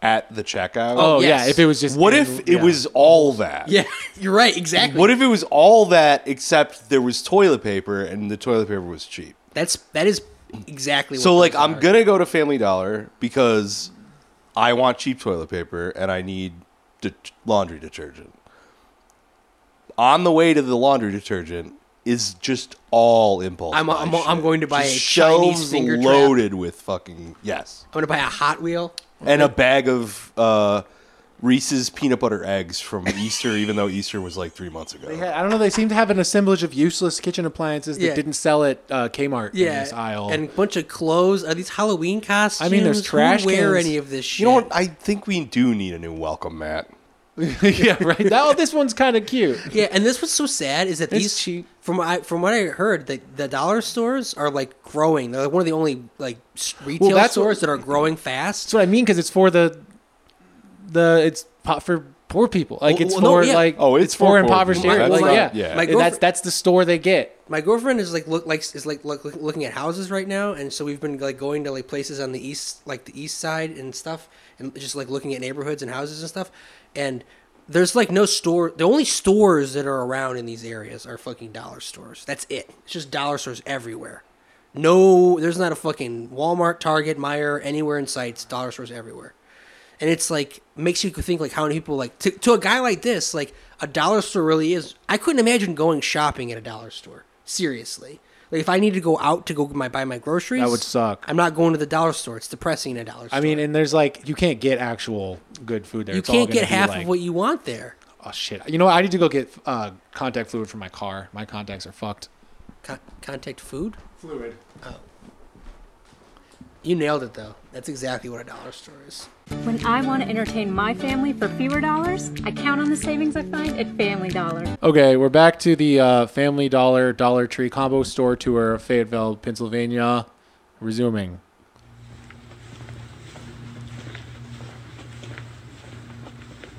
at the checkout.
oh
yes.
yeah, if it was just
what
in-
if it
yeah.
was all
*laughs*
that?
yeah, you're right. Exactly.
What if it was all that except there was toilet paper and the toilet paper was cheap?
That's that is exactly.
So
what
like
those
I'm
are.
gonna go to Family Dollar because I want cheap toilet paper and I need de- laundry detergent. On the way to the laundry detergent is just all impulse.
I'm-
buy
I'm-
shit.
I'm going to buy
Just
a Chinese
shelves
finger trap.
loaded with fucking yes,
I'm gonna buy a Hot Wheel.
and a bag of uh, Reese's peanut butter eggs from Easter, even though Easter was like three months ago.
Yeah, I don't know. They seem to have an assemblage of useless kitchen appliances that
Yeah.
didn't sell at uh, Kmart in
Yeah,
this aisle.
and a bunch of clothes. Are these Halloween costumes?
mean, there's trash
Who wear
cans.
any of this shit?
you know what? I think we do need a new welcome mat.
*laughs* yeah, right. That, oh, this one's kind of cute.
Yeah, and this what's so sad is that these
cheap.
from I from what I heard that the dollar stores are like growing. They're like one of the only like s- retail
that's what-
stores that are growing fast.
That's what I mean because it's for the the it's pot for poor people. Like it's
Well, no,
for
yeah.
like
Oh, it's for poor
impoverished
people.
areas.
That's
Like,
not-
yeah,
yeah. My
And that's
girlfriend-
that's the store they get.
My girlfriend is like look like is like look, look- looking at houses right now, and so we've been like going to like places on the east, like the east side and stuff, and just like looking at neighborhoods and houses and stuff. And there's like no store. The only stores that are around in these areas are fucking dollar stores. That's it. It's just dollar stores everywhere. No, there's not a fucking Walmart, Target, Meyer, anywhere in sight. It's dollar stores everywhere and it's like makes you think like how many people like to, to a guy like this like a dollar store really is i couldn't imagine going shopping at a dollar store seriously like if i need to go out to go my, buy my groceries
That would suck.
i'm not going to the dollar store it's depressing in a dollar store
I mean, and there's like you can't get actual good food there.
you
It's all
can't
gonna
get
be,
half
like,
of what you want there
Oh shit! You know what? I need to go get uh, contact fluid for my car. My contacts are fucked.
Con- contact food Oh.
Fluid.
you nailed it though that's exactly what a dollar store is *laughs*
When I want to entertain my family for fewer dollars, I count on the savings I find at Family Dollar.
Okay, we're back to the uh, Family Dollar Dollar Tree combo store tour of Fayetteville, Pennsylvania. Resuming.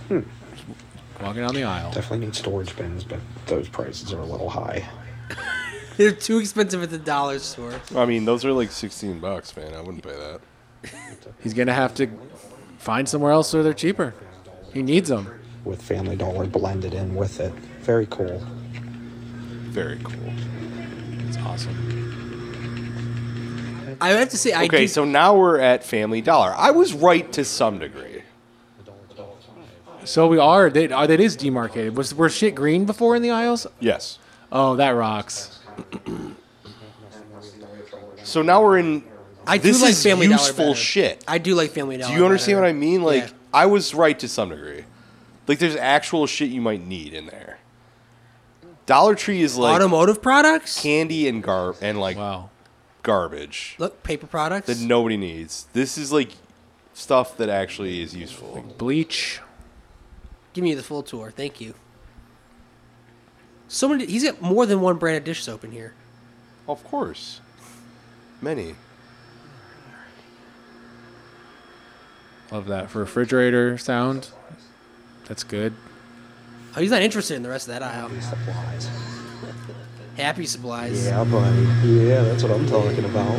Hmm. Walking down the aisle.
Definitely need storage bins, but those prices are a little high.
they're too expensive at the dollar store
I mean, those are like sixteen bucks, man. I wouldn't pay that.
He's gonna have to find somewhere else where they're cheaper. He needs them.
With Family Dollar blended in with it. Very cool.
Very cool.
It's awesome.
i have to say i
Okay,
do
so now we're at Family Dollar. I was right to some degree.
So we are. They, are that is demarcated. Was were shit green before in the aisles?
Yes.
Oh, that rocks.
So now we're in.
I do
this
like
is
Family Dollar
useful
better.
shit.
i do like family dollar
Do you understand
better.
what I mean? Like,
Yeah.
I was right to some degree. Like, there's actual shit you might need in there. Dollar Tree is like
automotive products
candy and gar and like
Wow.
garbage
look paper products
that nobody needs. This is like stuff that actually is useful.
Bleach.
Give me the full tour. Thank you. So many. He's got more than one brand of dish soap in here.
Of course, many.
Love that for refrigerator sound. That's good.
Oh, he's not interested in the rest of that aisle.
Supplies.
Happy supplies.
Yeah, buddy. Yeah, that's what I'm talking about.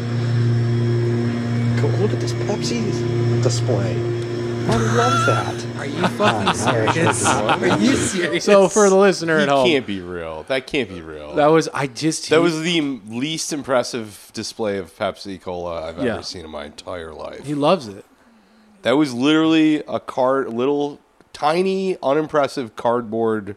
Go look at this Pepsi display. I love that. Oh,
Are you
*laughs*
fucking serious? Are you serious?
So for the listener
You
at home,
can't be real. That can't be real.
that was I just
That
he-
was the m- least impressive display of Pepsi Cola I've
Yeah.
ever seen in my entire life.
he loves it.
That was literally a card, little tiny, unimpressive cardboard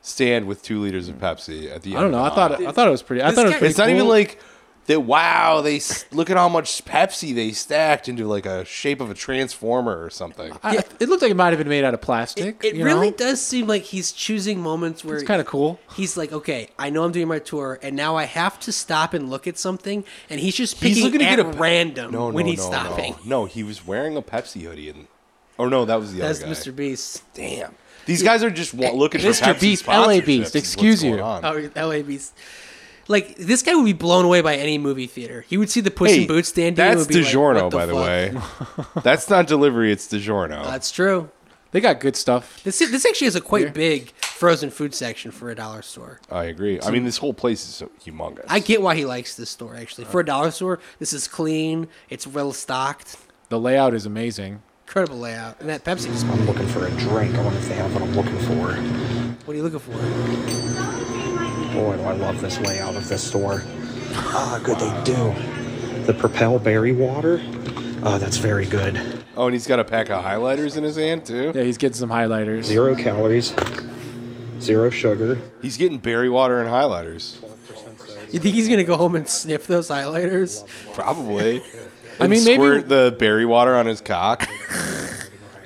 stand with two liters of Pepsi at the end.
I don't know.
of
I
the
thought I thought it was pretty. I thought it was pretty
It's not even
cool.
like that. Wow, they s- look at how much Pepsi they stacked into like a shape of a transformer or something.
I- it looked like it might have been made out of plastic.
It
you
really
know?
does seem like he's choosing moments where
It's kinda cool.
He's like, okay, I know I'm doing my tour, and now I have to stop and look at something, and he's just picking
He's looking to
at
get a
random
No, no,
when he's
no, no.
stopping.
No. he was wearing a Pepsi hoodie and, or no, that was the
That's
other guy.
Mr. Beast.
Damn, these guys are just wa- looking for
Mr.
Pepsi
Beast, LA
sponsorships
Beast,
is what's
excuse you.
going on.
Oh, LA Beast. Like this guy would be blown away by any movie theater. He would see the Puss in Boots stand.
That's
would be like,
DiGiorno,
what
by the
fuck? *laughs* Uh,
way. that's not delivery. It's DiGiorno.
That's true.
They got good stuff.
This this actually is a quite big frozen food section for a dollar store.
I agree. I mean, this whole place is so humongous.
I get why he likes this store actually. For a dollar store, this is clean. It's well stocked.
The layout is amazing.
Incredible layout. And that Pepsi display.
I'm looking for a drink. I wonder if they have what I'm looking for.
What are you looking for?
Boy, do I love this layout of this store. Ah, good they do. The Propel Berry Water. Oh, that's very good.
oh, and he's got a pack of highlighters in his hand too.
Yeah, he's getting some highlighters.
Zero calories, zero sugar.
He's getting berry water and highlighters.
You think he's gonna go home and sniff those highlighters? *laughs*
Probably.
I mean, maybe-
squirt the berry water on his cock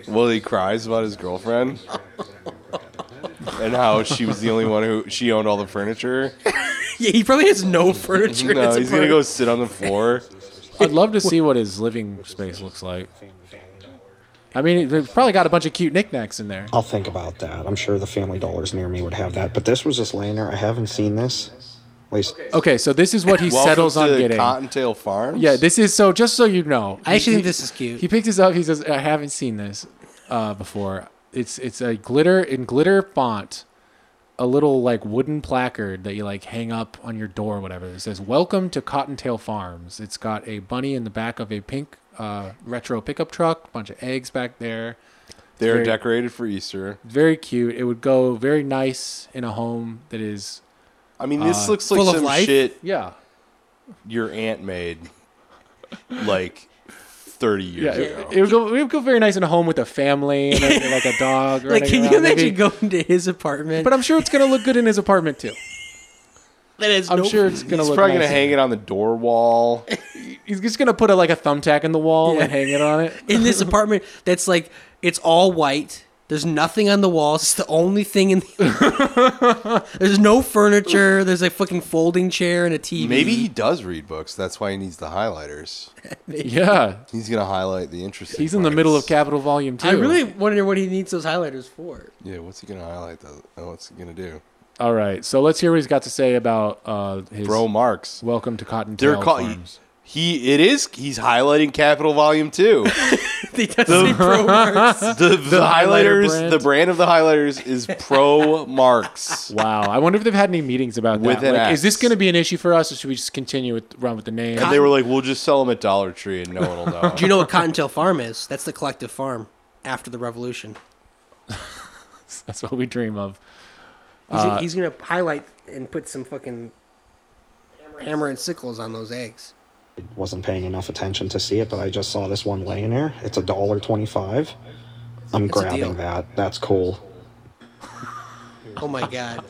while he cries about his girlfriend and how she was the only one who she owned all the
*laughs*
furniture.
Yeah, he probably has no furniture. in
*laughs* No,
his
he's gonna go
apartment.
sit on the floor.
I'd love to see what his living space looks like. I mean, they've probably got a bunch of cute knickknacks in there.
I'll think about that. I'm sure the Family Dollars near me would have that. But this was just laying there. I haven't seen this. At least
Okay, so this is what *laughs* he settles on
Welcome to
getting.
Cottontail Farms.
Yeah, this is so. Just so you know,
I
*laughs*
actually
he-
think this is cute.
He picks this up. He says, "I haven't seen this uh, before. It's it's a glitter in glitter font, *laughs* a little like wooden placard that you like hang up on your door, or whatever. It says, "Welcome to Cottontail Farms." It's got a bunny in the back of a pink uh, retro pickup truck, bunch of eggs back there.
they're
Very-
decorated for Easter.
Very cute. It would go very nice in a home that is
I mean, this
Uh,
looks like
full of
some
life?
shit
yeah
your aunt made, like thirty
yeah.
years ago.
It, it would go it would go very nice in a home with a family and a- like a dog.
Like,
running
can you
around, maybe.
imagine going to his apartment?
But I'm sure it's gonna look good in his apartment too.
that has
I'm
no
sure it's gonna
He's
look.
probably
nice.
gonna hang it on the door
*laughs*
wall.
He's just gonna put a, like a thumbtack in the wall
Yeah.
and hang
*laughs*
it on it.
in this apartment that's like it's all white. There's nothing on the walls. It's the only thing in the. *laughs* There's no furniture. There's a fucking folding chair and a TV.
Maybe he does read books. That's why he needs the highlighters.
Yeah,
He's gonna highlight the interesting.
he's in the middle of
parts.
Capital Volume Two.
I really wonder what he needs those highlighters for. *laughs*
Yeah, what's he gonna highlight? Though? Oh, what's he gonna do?
All right, so let's hear what he's got to say about uh, his
Bro, Marks.
welcome to Cotton
They're
Tail
called.
Farms.
He. It is. He's highlighting Capital Volume *laughs* Two.
*laughs*
They just say pro marks.
The, the,
highlighter
highlighters.
brand.
The brand of the highlighters is Pro *laughs* Marks.
Wow, I wonder if they've had any meetings about
With
that.
an
Like, is this
axe.
going to be an issue for us, or should we just continue with run with the name?
And they were like, "We'll just sell them at Dollar Tree, and no one will *laughs* know."
Do you know what Cottontail Farm is? That's the collective farm after the revolution.
That's what we dream of.
He's,
Uh,
he's gonna highlight and put some fucking hammer and sickles on those eggs.
I wasn't paying enough attention to see it, but I just saw this one laying there. It's a dollar twenty-five. I'm
That's a deal.
grabbing that. That's cool.
Oh my
*laughs*
god,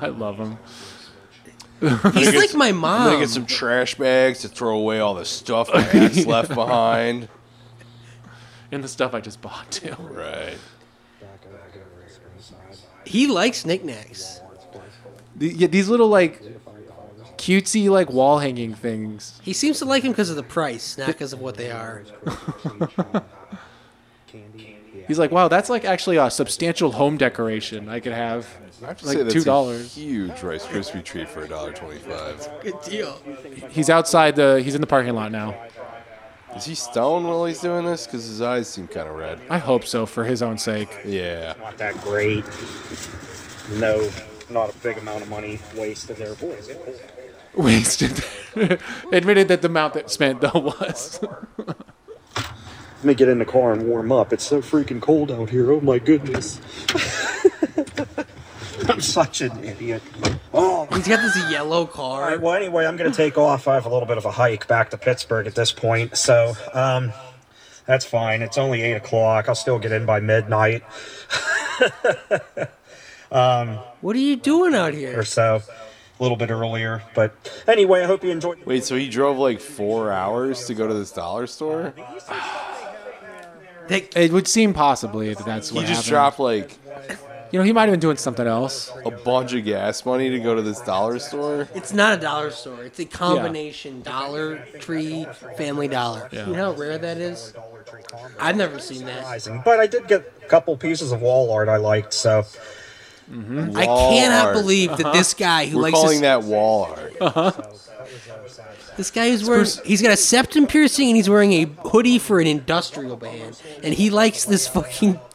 I love him.
he's like my mom.
I'm gonna get some trash bags to throw away all the stuff my *laughs* ass left behind.
And the stuff I just bought *laughs* too.
Right.
He likes knickknacks.
The- yeah, these little like cutesy like wall hanging things.
He seems to like him because of the price, not because of what they are.
He's like, wow, that's like actually a substantial home decoration I could have.
I have to
Like
say that's
$2.
a huge Rice Krispie treat for a dollar twenty-five.
Good deal.
He's outside the. He's in the parking lot now.
Is he stoned while he's doing this? Because his eyes seem kind of red.
I hope so for his own sake. *laughs*
Yeah.
Not that great. No, not a big amount of money wasted there, boys.
Wasted. *laughs* Admitted that the amount that spent though *laughs* was.
Let me get in the car and warm up. It's so freaking cold out here. Oh my goodness. *laughs* I'm such an idiot. Oh.
He's got this yellow
All right.
car.
Well, anyway, I'm going to take off. I have a little bit of a hike back to Pittsburgh at this point, so um, that's fine. It's only eight o'clock. I'll still get in by midnight.
What are you doing out here?
or so, a little bit earlier. But anyway, I hope you enjoyed.
Wait, so he drove like four hours to go to this dollar store?
They-
It would seem possibly that that's
He
what
just
happened.
dropped like
You know, he might have been doing something else. *laughs*
a bunch of gas money to go to this dollar store.
it's not a dollar store. It's a combination Dollar Tree, Family Dollar. You know how rare that is. I've never seen that.
Surprising, But I did get a couple pieces of wall art I liked, so
I
Wall
cannot
art.
believe that this guy who
Uh-huh. We're
likes this,
calling that wall art.
this guy who's wearing he's got a septum piercing and he's wearing a hoodie for an industrial band and he likes this fucking
He just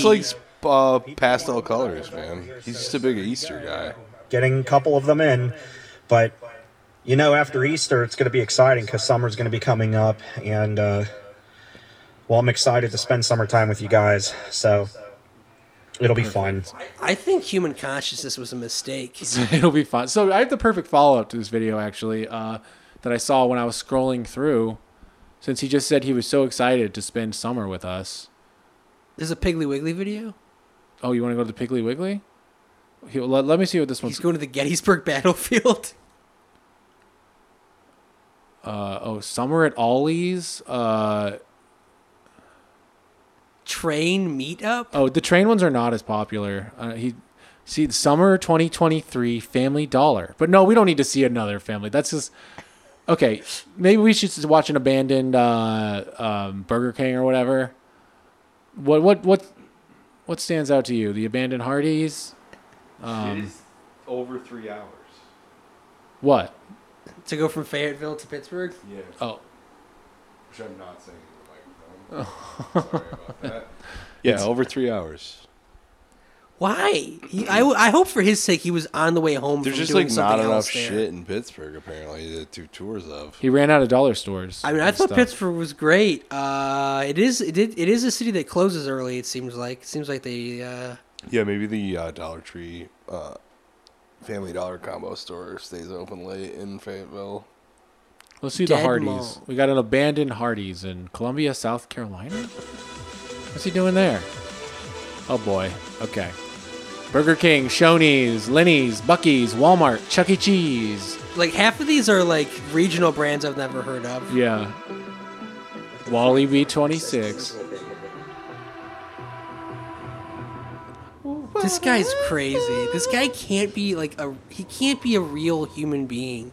tchotchke.
likes uh, pastel colors, man. He's just a big Easter guy.
getting a couple of them in. But you know, after Easter, it's going to be exciting because summer's going to be coming up, and uh, well, I'm excited to spend summertime with you guys. So it'll be fun.
I think human consciousness was a
*laughs*
mistake.
It'll be fun. So I have the perfect follow up to this video actually uh, that I saw when I was scrolling through. Since he just said he was so excited to spend summer with us.
There's a Piggly Wiggly video.
Oh, you want to go to the Piggly Wiggly? He- let, let me see what this one's.
He's going to the Gettysburg *laughs* battlefield.
uh, oh, summer at Ollie's. Uh,
Train meetup.
oh, the train ones are not as popular. Uh, he see the summer 2023 Family Dollar, but no, we don't need to see another family. That's just okay. Maybe we should just watch an abandoned uh, um, Burger King or whatever. What what what what stands out to you? The abandoned Hardee's.
Um,
over three hours.
What?
to go from Fayetteville to Pittsburgh.
Yeah,
Oh,
which I'm not saying in the
*laughs*
microphone. Sorry about that. Yeah, over three hours.
Why? He, I, I hope for his sake he was on the way home.
There's
from
just
doing
like
something
not enough
else there.
shit in Pittsburgh apparently to do tours of.
he ran out of dollar stores.
I mean, I
and
thought
stuff.
Pittsburgh was great. Uh, it is it, did- it is a city that closes early. It seems like it seems like they uh,
Yeah, maybe the uh, Dollar Tree, uh, Family Dollar combo store stays open late in Fayetteville.
Let's see
Dead
the Hardee's.
mall.
We got an abandoned Hardee's in Columbia, South Carolina. What's he doing there? Oh boy. Okay. Burger King, Shoney's, Lenny's, Bucky's, Walmart, Chuck E. Cheese.
like half of these are like regional brands I've never heard of.
Yeah. Wally B26.
This guy's crazy. This guy can't be like a he can't be a real human being.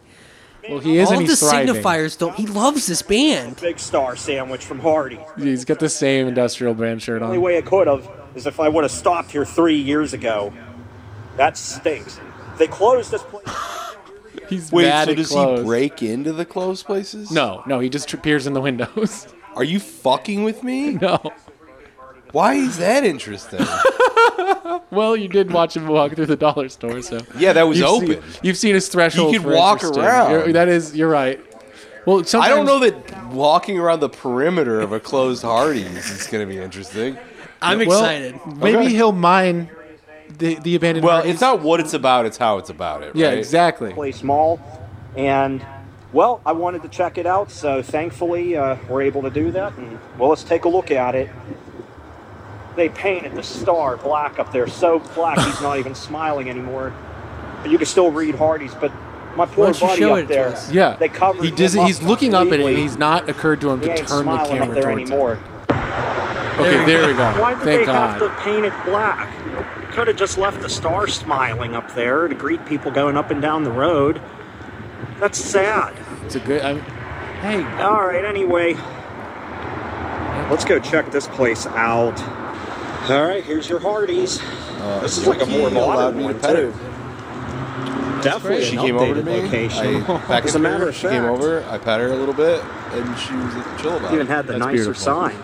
Well, he is
All
and
of the
he's thriving.
signifiers don't. He loves this band.
Big star sandwich from Hardy.
He's got the same industrial brand shirt
only
on.
way I could have is if I would have stopped here three years ago. That stinks. They closed this place.
He's
Wait,
bad
so
at
does
clothes.
he break into the closed places?
No, no, he just tr- peers in the windows. *laughs*
Are you fucking with *laughs* me?
no.
Why is that interesting?
Well, you did watch him walk through the dollar store, so
*laughs* yeah, that was
you've
open.
Seen, you've seen his threshold.
You could
for
walk
interesting.
around.
You're- that is, you're right. Well,
I
sometimes,
don't know that walking around the perimeter of a closed Hardee's is going to be interesting.
I'm
well,
excited.
Maybe
Okay.
he'll mine the the abandoned.
Well,
Hardee's.
it's not what it's about; it's how it's about it.
Yeah,
right?
exactly.
place mall and well i wanted to check it out so thankfully uh, we're able to do that and well let's take a look at it they painted the star black up there so black he's not even smiling anymore but you can still read hardy's but my poor
Why don't you
buddy
show
up
it to
there
us?
Yeah,
they covered
He does.
him up
He's looking up at it, and
completely.
he's not occurred to him
he
to
ain't
turn the
smiling up
camera
there
towards
anymore
him. Okay, there we go.
why did
Thank
they
God.
have to paint it black could have just left the star smiling up there to greet people going up and down the road that's sad
It's a good. I'm, hey,
All right, anyway. Let's go check this place out. All right, here's your Hardee's. this is like a more
Uh, allowed
modern
me to
one,
pet
too. Definitely.
She
an
came over to
updated
me.
Location.
I
*laughs*
back
As a
up
matter
here,
of
she came
fact.
over. I pat her a little bit, and she was chill about
even
it.
had the
That's
nicer
beautiful.
sign.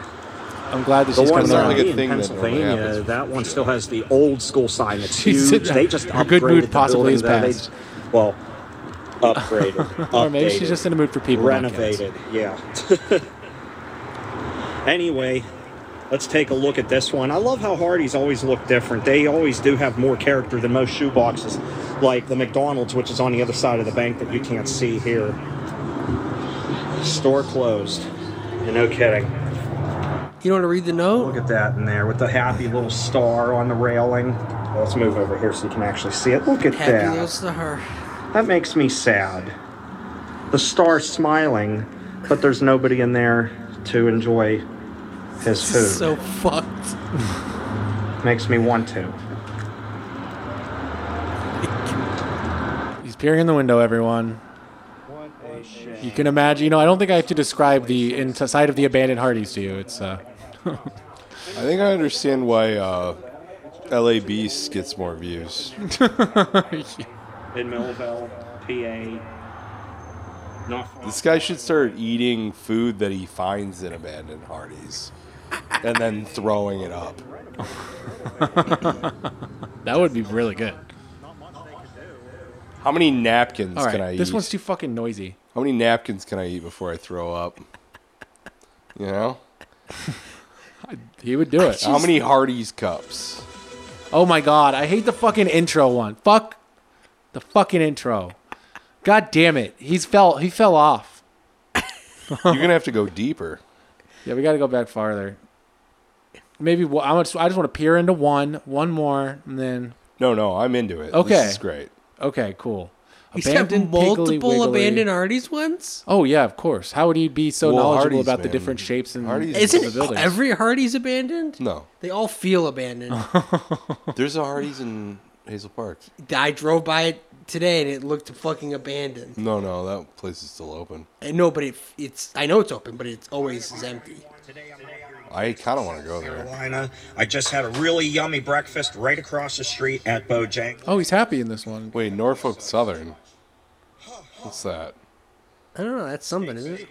I'm glad that
The
she's
one
coming
sounds
around
around.
like a
me in
thing that normally
Pennsylvania,
happens.
that one still has the old school
*laughs*
sign. It's
She
huge.
said
They just
her
upgraded
good mood
the
possibly is
building. They-
past.
Well,
*laughs*
upgraded,
Or maybe she's
updated.
just in a mood for people. not cats.
renovated. Yeah. *laughs* anyway, let's take a look at this one. I love how Hardee's always look different. They always do have more character than most shoe boxes, like the McDonald's, which is on the other side of the bank that you can't see here. Store closed. Yeah, No kidding.
You don't want to read the note?
Look at that in there with the happy little star on the railing. Let's move over here so you can actually see it. Look at
Happy
that.
loves to her.
That makes me sad. The star's smiling, but there's nobody in there to enjoy his food.
So fucked.
makes me want to.
He's peering in the window, everyone. You can imagine. You know, I don't think I have to describe the inside of the abandoned Hardee's to you. It's uh,
I think I understand why uh, LA Beast gets more views.
In Millville, PA. Not far.
This guy should start eating food that he finds in abandoned Hardee's and then throwing it up.
that would be really good.
How many napkins
All
can I
right, this
eat?
one's too fucking noisy.
How many napkins can I eat before I throw up? You know?
He would do it.
How many Hardee's cups?
*laughs*
Oh my god, I hate the fucking intro one. Fuck the fucking intro. God damn it. He's fell he fell off.
You're going to have to go deeper.
Yeah, we got to go back farther. Maybe wha- I just I just want to peer into one, one more, and then
No, no, I'm into it.
Okay.
This is great.
okay, cool.
He's got
Piggly
multiple
Wiggly.
abandoned Artie's ones.
Oh yeah, of course. How would he be so
Well,
knowledgeable
Hardee's,
about the
man.
different shapes and
Hardee's is
the
Isn't
buildings?
every Hardy's abandoned?
No.
They all feel
*laughs*
abandoned.
There's a Hardee's in Hazel Park.
I drove by it today and it looked fucking abandoned.
No, no, that place is still open.
And no, but it, it's I know it's open, but it's always is empty.
I kind of want to go there.
Carolina. I just had a really yummy breakfast right across the street at Bojank.
Oh, he's happy in this one.
Wait, Norfolk Southern. What's that?
I don't know. That's something, isn't it?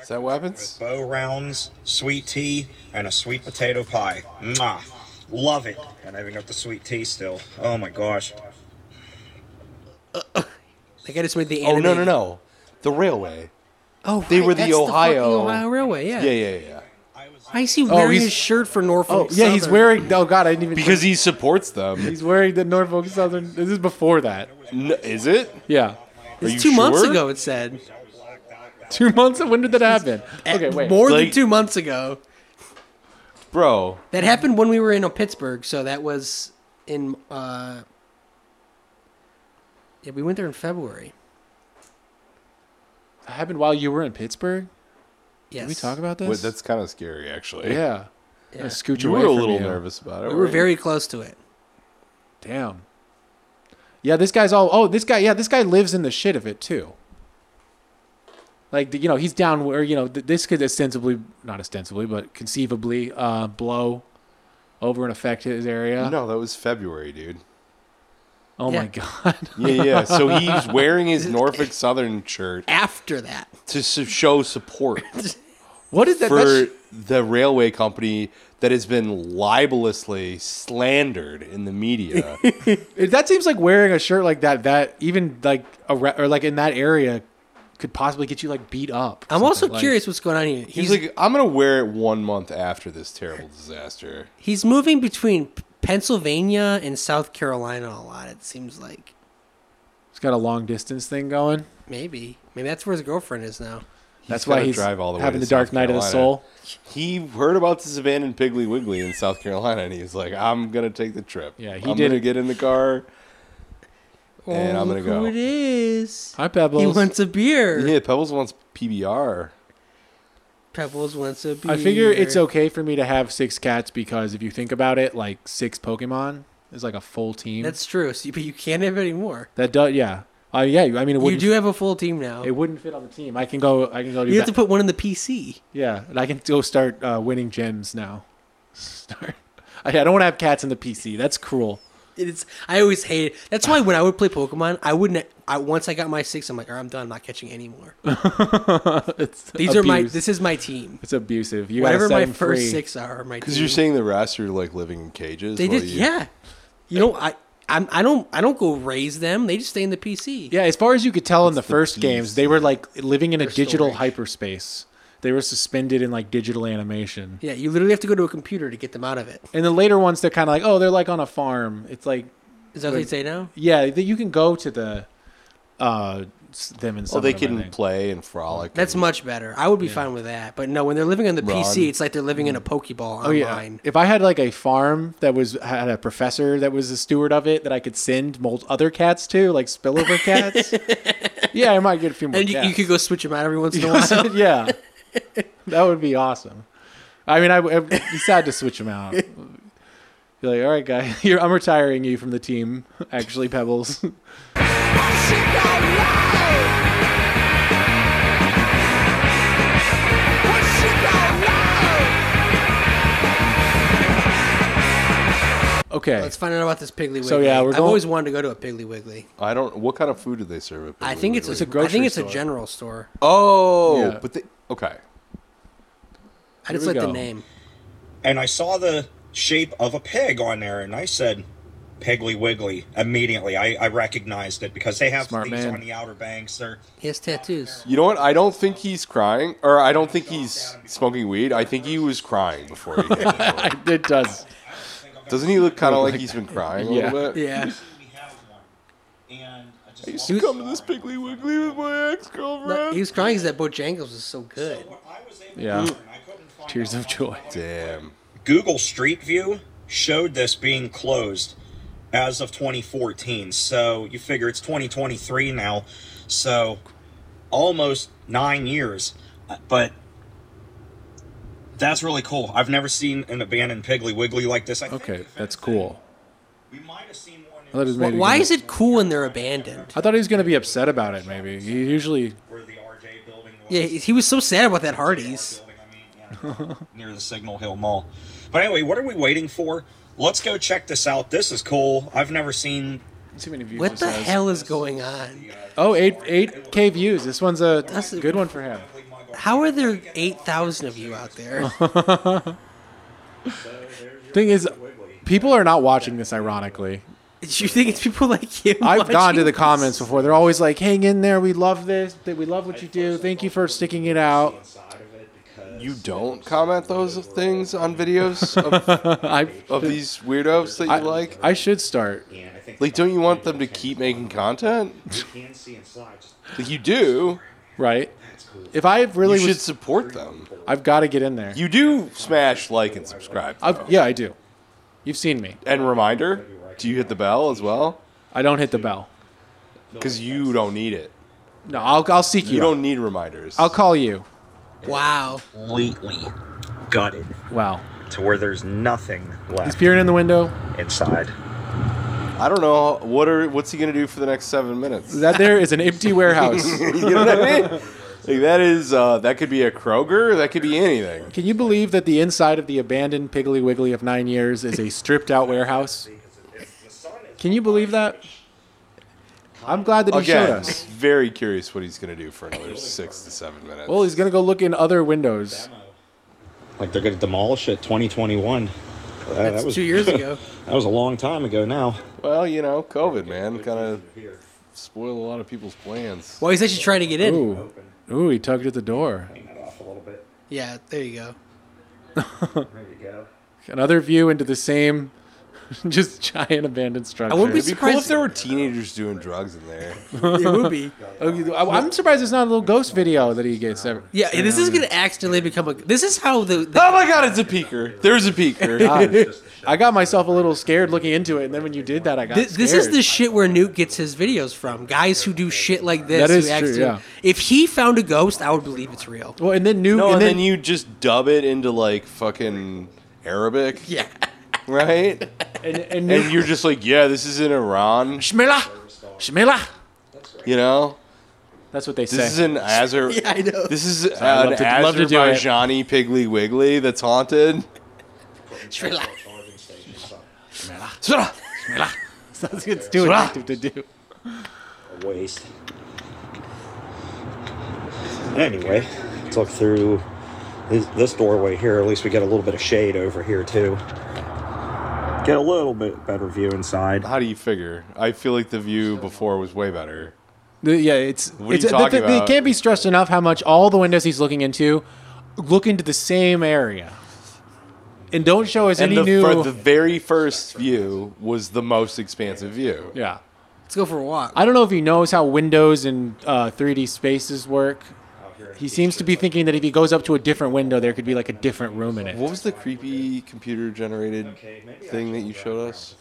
Is that weapons?
Bow rounds, sweet tea, and a sweet potato pie. Mwah. Love it. And I even got the sweet tea still. Oh my gosh.
Like I just made the.
Oh no, no,
animated-
no. The railway.
Oh,
They
right,
were the
that's The
Ohio-
fucking Ohio Railway. Yeah.
Yeah, Oh, yeah, yeah.
Why is he wearing
he's-
his shirt for Norfolk?
Oh, yeah, he's
Southern?
wearing Oh god, I didn't even
Because he supports them.
he's wearing the Norfolk Southern. This is before that.
N- is it?
Yeah. *laughs*
It's
you
two months
sure?
ago. It said
Two months? When did that happen? Okay, wait.
more than
Like-
two months ago.
Bro,
That happened when we were in uh, Pittsburgh. So that was in. uh Yeah, we went there in February.
That happened while you were in Pittsburgh?
Yes.
Did we talk about this?
wait, that's kind of scary, actually.
yeah. I'm gonna Scooch
You
away
were a
from
little
you.
nervous about it.
We were
weren't you?
very close to it.
Damn. Yeah, this guy's all. Oh, this guy. Yeah, this guy lives in the shit of it too. Like you know, he's down where you know th- this could ostensibly, not ostensibly, but conceivably, uh, blow over and affect his area.
No, that was February, dude.
Oh my god.
Yeah, yeah. So
*laughs*
he's wearing his Norfolk Southern shirt
After that,
to s- show support
What is that?
for
that's-
the railway company that has been libelously slandered in
*laughs*
the media.
If that seems like wearing a shirt like that, that even like a re- or like in that area, could possibly get you like beat up.
I'm also
Something like-
curious what's going on here.
He's like, I'm gonna wear it one month after this terrible disaster.
He's moving between P- Pennsylvania and South Carolina a lot. It seems like
He's got a long distance thing going.
maybe maybe that's where his girlfriend is now.
That's
gotta
why he's
drive all the way
having
to
the dark
South
night of the
Carolina.
soul.
He heard about this abandoned Piggly Wiggly in South Carolina, and he was like, "I'm gonna take the trip.
Yeah, he
I'm
did
gonna
it.
get in the car, and I'm
Oh,
gonna
look Who it
go."
is?
Hi, Pebbles.
He wants a beer.
Yeah, Pebbles wants PBR.
Pebbles wants a beer.
I figure it's okay for me to have six cats because if you think about it, like six Pokemon is like a full team.
That's true. So, but you can't have any more.
that does yeah. Uh, yeah, I mean it
You
wouldn't
do have a full team now.
it wouldn't fit on the team. I can go I can go do
you have to
that.
put one in the PC.
yeah, and I can go start uh, winning gems now. *laughs* Start. I I don't want to have cats in the PC. That's cruel.
It's. I always hated. That's why when I would play Pokemon, I wouldn't. I once I got my six, I'm like, all right, I'm done. I'm not catching any
*laughs*
more.
It's
These are my.
abuse.
This is my team.
it's abusive. You
Whatever
gotta
my
set 'em
first
free.
six are, are my.
Because you're
team.
saying the rest are like living in cages.
They
while
did,
you-
yeah. You know, I I'm, I don't I don't go raise them. They just stay in the PC.
Yeah, as far as you could tell in the, first
beast,
games, they were like living in a digital
storage.
hyperspace. They were suspended in like digital animation.
Yeah, you literally have to go to a computer to get them out of it.
And the later ones, they're kind of like, oh, they're like on a farm. It's like,
Is that what they say now?
yeah, that you can go to the uh, s- them in some.
Oh, they
of them, I
can
think.
play and frolic.
That's
and-
much better. I would be fine with that. But no, when they're living on the
Run.
PC, it's like they're living in a Pokeball online.
Oh yeah. If I had like a farm that was had a professor that was the steward of it that I could send mold other cats to, like spillover cats. yeah, I might get a few more.
And you, you
cats.
could go switch them out every once in a while.
*laughs* yeah, that would be awesome. I mean, I would be sad to switch him out. Be like, all right, guy, *laughs* you're, I'm retiring you from the team. Actually, Pebbles. *laughs* Okay. *laughs*
Let's find out about this Piggly Wiggly.
So, yeah, we're
I've
going-
always wanted to go to a Piggly Wiggly.
I don't. What kind of food do they serve at?
I
Piggly
think it's a,
Wiggly?
I
grocery
think it's
store.
a general store.
Oh,
Yeah.
but they, okay.
I just
we
like the
go.
name.
and I saw the shape of a pig on there, and I said, "Piggly Wiggly!" Immediately, I, I recognized it because they have
Smart
these
man.
on the Outer Banks. They're
He has tattoos.
You know what? I don't think he's crying, or I don't think he's smoking weed. I think he was crying before he. Hit it.
*laughs* it does.
Doesn't he look kind of like he's been crying a
Yeah.
little bit?
Yeah.
we have one, and I just
I used to come to this Piggly Wiggly with my ex
He
girlfriend.
was crying because that Bojangles was so good.
Yeah. Tears of joy.
Damn.
Google Street View showed this being closed as of 2014. So you figure it's 2023 now. So almost nine years. Uh, But that's really cool. I've never seen an abandoned Piggly Wiggly like this. I think
Okay,
if
that's
anything,
cool.
We might have seen one
I thought, he was
in
maybe
Why
gonna-
is it cool when they're abandoned?
I thought he was going to be upset about it. Maybe he usually.
where the RJ building was.
Yeah, he he was so sad about that Hardee's.
Building, I mean, yeah, *laughs* near the Signal Hill Mall. But anyway, what are we waiting for? Let's go check this out. This is cool. I've never seen
Too many views.
What
it
the
says.
hell is going on?
Oh, eight eight k views. This one's a
That's a-
good one for him.
How are there 8,000 of you out
*laughs*
there?
Thing is, people are not watching this. Ironically,
Do you think it's people like *laughs* you?
I've gone
watching
to the
this?
comments before. They're always like, "Hang in there. We love this. That we love what you do. Thank you for sticking it out."
You don't comment those things on videos of,
I *laughs*
of these weirdos that you
I,
like.
I should start.
Like, don't you want them to keep making content? Like, you do.
Right. If I
You
really
should
was,
support
*laughs*
them.
I've got to get in there.
You do smash like and subscribe.
I've, yeah, I do. You've seen me.
And reminder, do you hit the bell as well?
I don't hit the bell.
Because you don't need it.
No, I'll I'll seek you.
You don't need reminders.
I'll call you.
Wow.
completely gutted
Wow.
to where there's nothing
He's
left
peering in the window.
inside.
I don't know what are what's he gonna do for the next seven minutes. *laughs*
That there is an empty warehouse. *laughs*
you know what I mean? Like that is uh, that could be a Kroger. That could be anything.
Can you believe that the inside of the abandoned Piggly Wiggly of nine years is a stripped out warehouse? Can you believe that? I'm glad that he showed
Again,
us.
very curious what he's gonna do for another six to seven minutes.
Well, he's gonna go look in other windows.
Like they're going to demolish it 2021. Uh,
That's two years ago.
*laughs* That was a long time ago now.
well, you know, COVID, man, kind of spoiled a lot of people's plans.
Well, he's actually trying to get in.
Ooh, ooh, he tugged at the door.
Yeah, there you go.
Another view into the same, *laughs* just giant abandoned structure.
I wouldn't be
It'd be cool if
surprised.
there
*laughs*
were teenagers doing drugs in there.
it would be.
Oh, I- I'm surprised it's not a little ghost video that he gets. *laughs* Ever.
Yeah, this is going to accidentally become a. This is how the. the
Oh my God, it's a peeker. There's a peeker.
I got myself a little scared looking into it, and then when you did that, I got
Th- this is
scared.
the shit where Newt gets his videos from. Guys who do shit like this.
That is
who
true,
accident-
yeah.
If he found a ghost, I would believe it's
*laughs*
real.
Well, and then new,
No,
and, then,
you just dub it into like fucking Arabic,
*laughs* Yeah.
*laughs*
right?
and, and new,
and you're just like, yeah, this is in Iran.
Shmila, Shmila.
You know,
That's what they say.
this is an Azer.
*laughs*
Yeah, I know.
This is
I'd
an
love to- love to do it.
Azerbaijani Piggly Wiggly that's haunted.
Shrilla.
*laughs* That's it's too addictive to do.
A waste. Anyway, let's look through this, this doorway here. At least we get a little bit of shade over here, too. Get a little bit better view inside.
How do you figure? I feel like the view before was way better.
The- yeah, it's.
are
it's
you
the-
talking
the- the-
about?
It can't be stressed enough how much all the windows he's looking into look into the same area, and don't show us
And
any
the,
new.
fir- the very first view was the most expansive view.
yeah,
Let's go for a walk.
I don't know if he knows how windows and uh, 3D spaces work. He seems to be thinking that if he goes up to a different window, there could be like a different room in it.
What was the creepy computer generated thing that you showed us?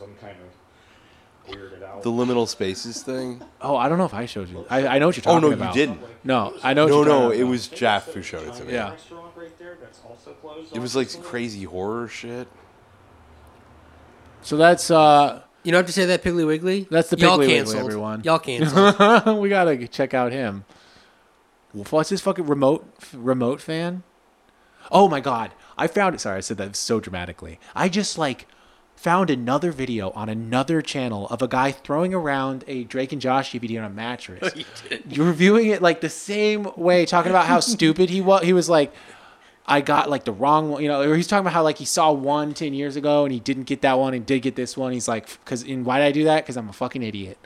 The liminal spaces thing?
Oh, I don't know if I showed you. I, I know what you're
Oh,
talking
no,
about.
you didn't.
No, I know. What
No,
you're
no,
talking
it
about.
was Jeff who showed it to me.
Yeah.
It was like crazy horror shit.
So that's uh,
You don't have to say that Piggly Wiggly.
That's the
Y'all
Piggly Wiggly,
canceled.
everyone.
Y'all canceled.
*laughs* we gotta check out him. Well, What's his fucking remote remote fan? Oh my god, I found it. Sorry, I said that so dramatically. I just like found another video on another channel of a guy throwing around a Drake and Josh DVD on a mattress. You're reviewing it like the same way, talking about how stupid he was. He was like. I got like the wrong one, you know. Or he's talking about how like he saw one 10 years ago and he didn't get that one and did get this one. He's like, because and why did I do that? Because I'm a fucking idiot.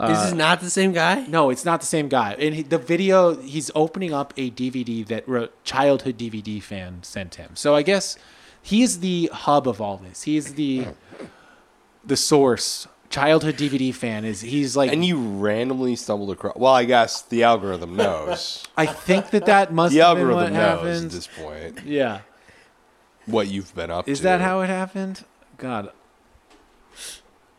this is not the same guy.
No, it's not the same guy. And he, the video, he's opening up a DVD that a childhood DVD fan sent him. So I guess he is the hub of all this. He is the the source. Childhood DVD fan is he's like.
And you randomly stumbled across. Well, I guess the
*laughs*
algorithm knows.
I think that that must
the
have been what
algorithm knows at
happened.
this point
Yeah,
what you've been up to.
is that how it happened? God.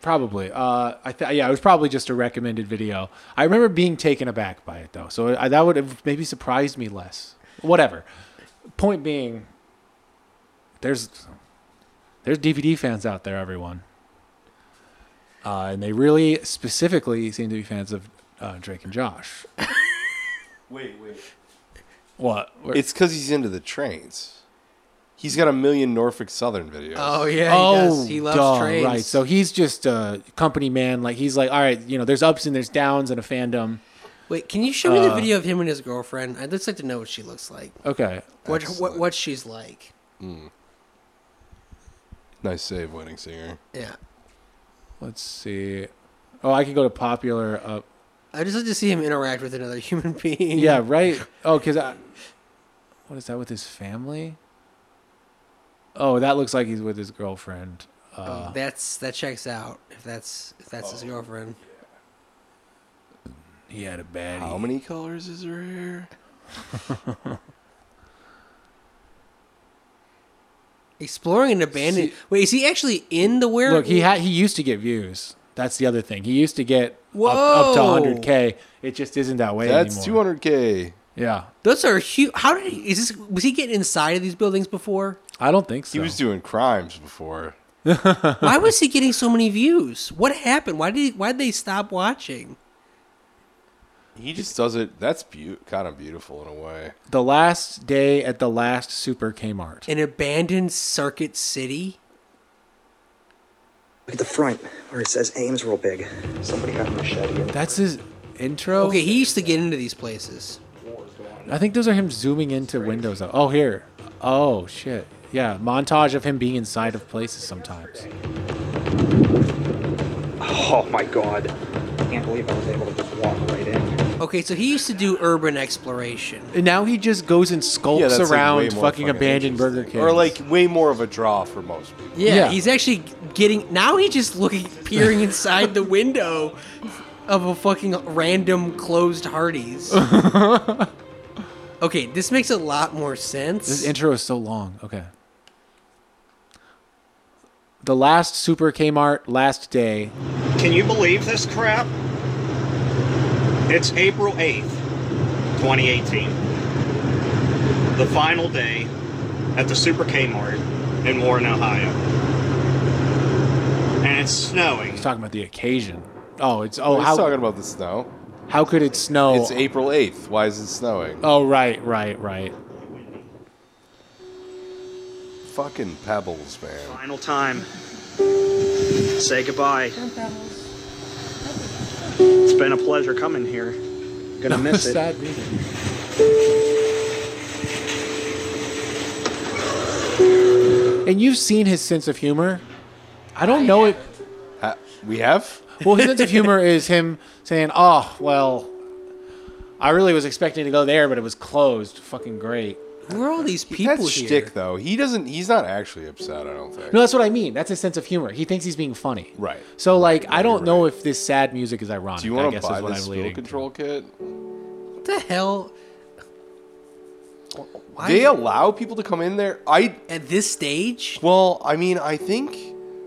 Probably. Uh, I th- yeah, it was probably just a recommended video. I remember being taken aback by it though, so I, that would have maybe surprised me less. Whatever. Point being, there's there's DVD fans out there, everyone, uh, and they really specifically seem to be fans of uh, Drake and Josh. wait, wait. What? We're-
It's because he's into the trains. He's got a million Norfolk Southern videos.
Oh yeah, he does. He loves
duh,
trains.
Right. So he's just a company man. Like he's like, all right, you know, there's ups and there's downs in a fandom.
wait, can you show me
uh,
the video of him and his girlfriend? I'd just like to know what she looks like.
Okay.
What what what she's like.
Nice save, Wedding Singer.
Yeah.
Let's see. Oh, I could go to popular. Uh,
I just like to see him interact with another *laughs* human being.
yeah.
*laughs*
Right. Oh, because I. What is that with his family? Oh, that looks like he's with his girlfriend.
Oh,
Uh,
that's that checks out. If that's if that's
oh.
his girlfriend.
He had a baddie.
How many colors is there here?
Exploring an abandoned. wait, is he actually in the where?
Look, he had he used to get views. That's the other thing. He used to get up, up to
Whoa.
100k. It just isn't that way
That's
anymore.
200K.
Yeah,
Those are huge. How did he? Is this? Was he getting inside of these buildings
*laughs*
before?
I don't think so.
He was doing crimes before.
Why was he getting so many views? What happened? Why did he, why did they stop watching?
He just does it. That's be- kind of beautiful in a way.
the last day at the last Super Kmart.
An abandoned circuit city.
Look at the front where it says Ames real big. Somebody got a machete. in
That's his intro.
Okay, he used to get into these places.
I think those are him zooming into windows. though. Oh, here. Oh shit. Yeah, montage of him being inside of places sometimes.
Oh my god.
I can't believe I was able to just walk right in.
Okay, so he used to do urban exploration.
And now he just goes and
Yeah,
sculpts
that's like,
around
way
fucking,
more
abandoned Burger
interesting.
King.
Or like way more of a draw for most people.
Yeah,
Yeah.
he's actually getting now. He's just looking, peering inside the window of a fucking random closed Hardee's. okay, this makes a lot more sense.
this intro is so long. Okay. The last Super Kmart, last day.
Can you believe this crap? It's April 8th, 2018. The final day at the Super Kmart in Warren, Ohio. And it's snowing.
He's talking about the occasion. Oh, it's oh
He's
how
talking about the snow.
how could it snow?
It's April 8th. Why is it snowing?
oh right, right, right.
Fucking pebbles, man.
Final time. Say goodbye. It's been a pleasure coming here. Gonna miss
*laughs*
it.
Sad music. And you've seen his sense of humor. I don't know it.
Ha- we have?
Well, his sense of humor is him saying, "Oh, well, I really was expecting to go there, but it was closed. Fucking great."
Where are all these people
That's
here?
shtick, though. He doesn't. He's not actually upset. I don't think.
No, that's what I mean. That's his sense of humor. He thinks he's being funny.
Right.
So like, I don't
you're
know if this sad music is ironic.
Do you
I
want to
guess
buy
is what
this
I'm
spill
leading.
control kit?
What the hell? Why
They allow people to come in there. I
at this stage?
well, I mean, I think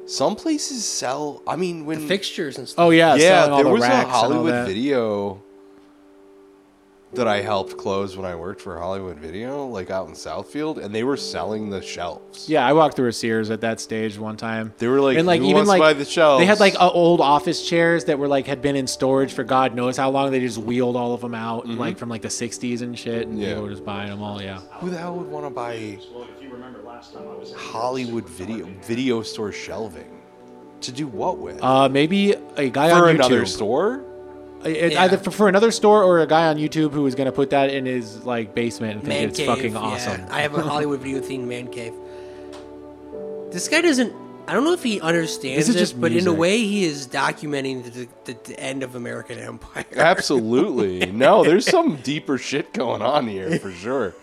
some places sell. I mean, when
Fixtures and stuff.
Oh yeah,
yeah,
selling all
there
the
was a
racks and all
Hollywood
that.
video that I helped close when I worked for Hollywood Video, like out in Southfield, and they were selling the shelves.
Yeah, I walked through a Sears at that stage one time.
They were like, "Who wants to buy the shelves?"
they had like uh, old office chairs that were like had been in storage for God knows how long. They just wheeled all of them out, like from like the '60s and shit, and
Mm-hmm. Yeah.
people were just buying them all. Yeah,
Who the hell would want to buy Hollywood video video store shelving to do what with
uh, maybe a guy
for
on
another
YouTube, Uh,
store?
It-
Yeah.
either for, for another store or a guy on YouTube who is going to put that in his like basement and think
Man
it's
cave.
fucking
yeah.
awesome.
I have a Hollywood video themed man cave. This guy doesn't. I don't know if he understands
This is
it,
just
but in a
music.
way, he is documenting the, the, the end of American empire.
Absolutely. no, there's
*laughs*
some deeper shit going on here for sure.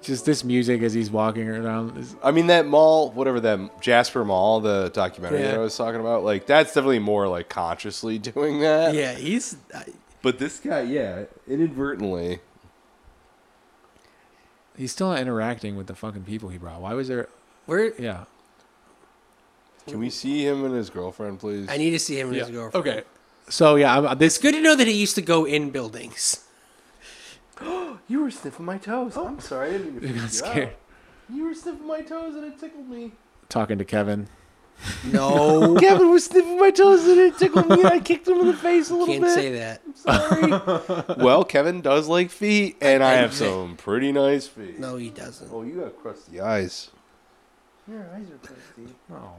just this music as he's walking around. is-
I mean that mall, whatever that Jasper Mall, the documentary that
Yeah.
I was talking about, like that's definitely more like consciously *laughs* doing
*laughs*
that.
yeah, he's. I,
But this guy, yeah, inadvertently.
He's still not interacting with the fucking people he brought. Why was there?
where
Yeah.
Can we see him and his girlfriend, please?
I need to see him and his girlfriend.
Okay. So yeah, I'm, this
It's good to know that he used to go in buildings.
you were sniffing my toes. I'm sorry, I didn't mean to freak
got
you out.
*laughs* scared.
You were sniffing my toes and it tickled me.
Talking to Kevin.
No,
Kevin was sniffing my toes and it tickled me. and I kicked him in the face a little
can't
bit.
say that.
*laughs* Well, Kevin does like feet, and I *laughs* have some pretty nice feet.
No, he doesn't.
Oh, you got crusty eyes.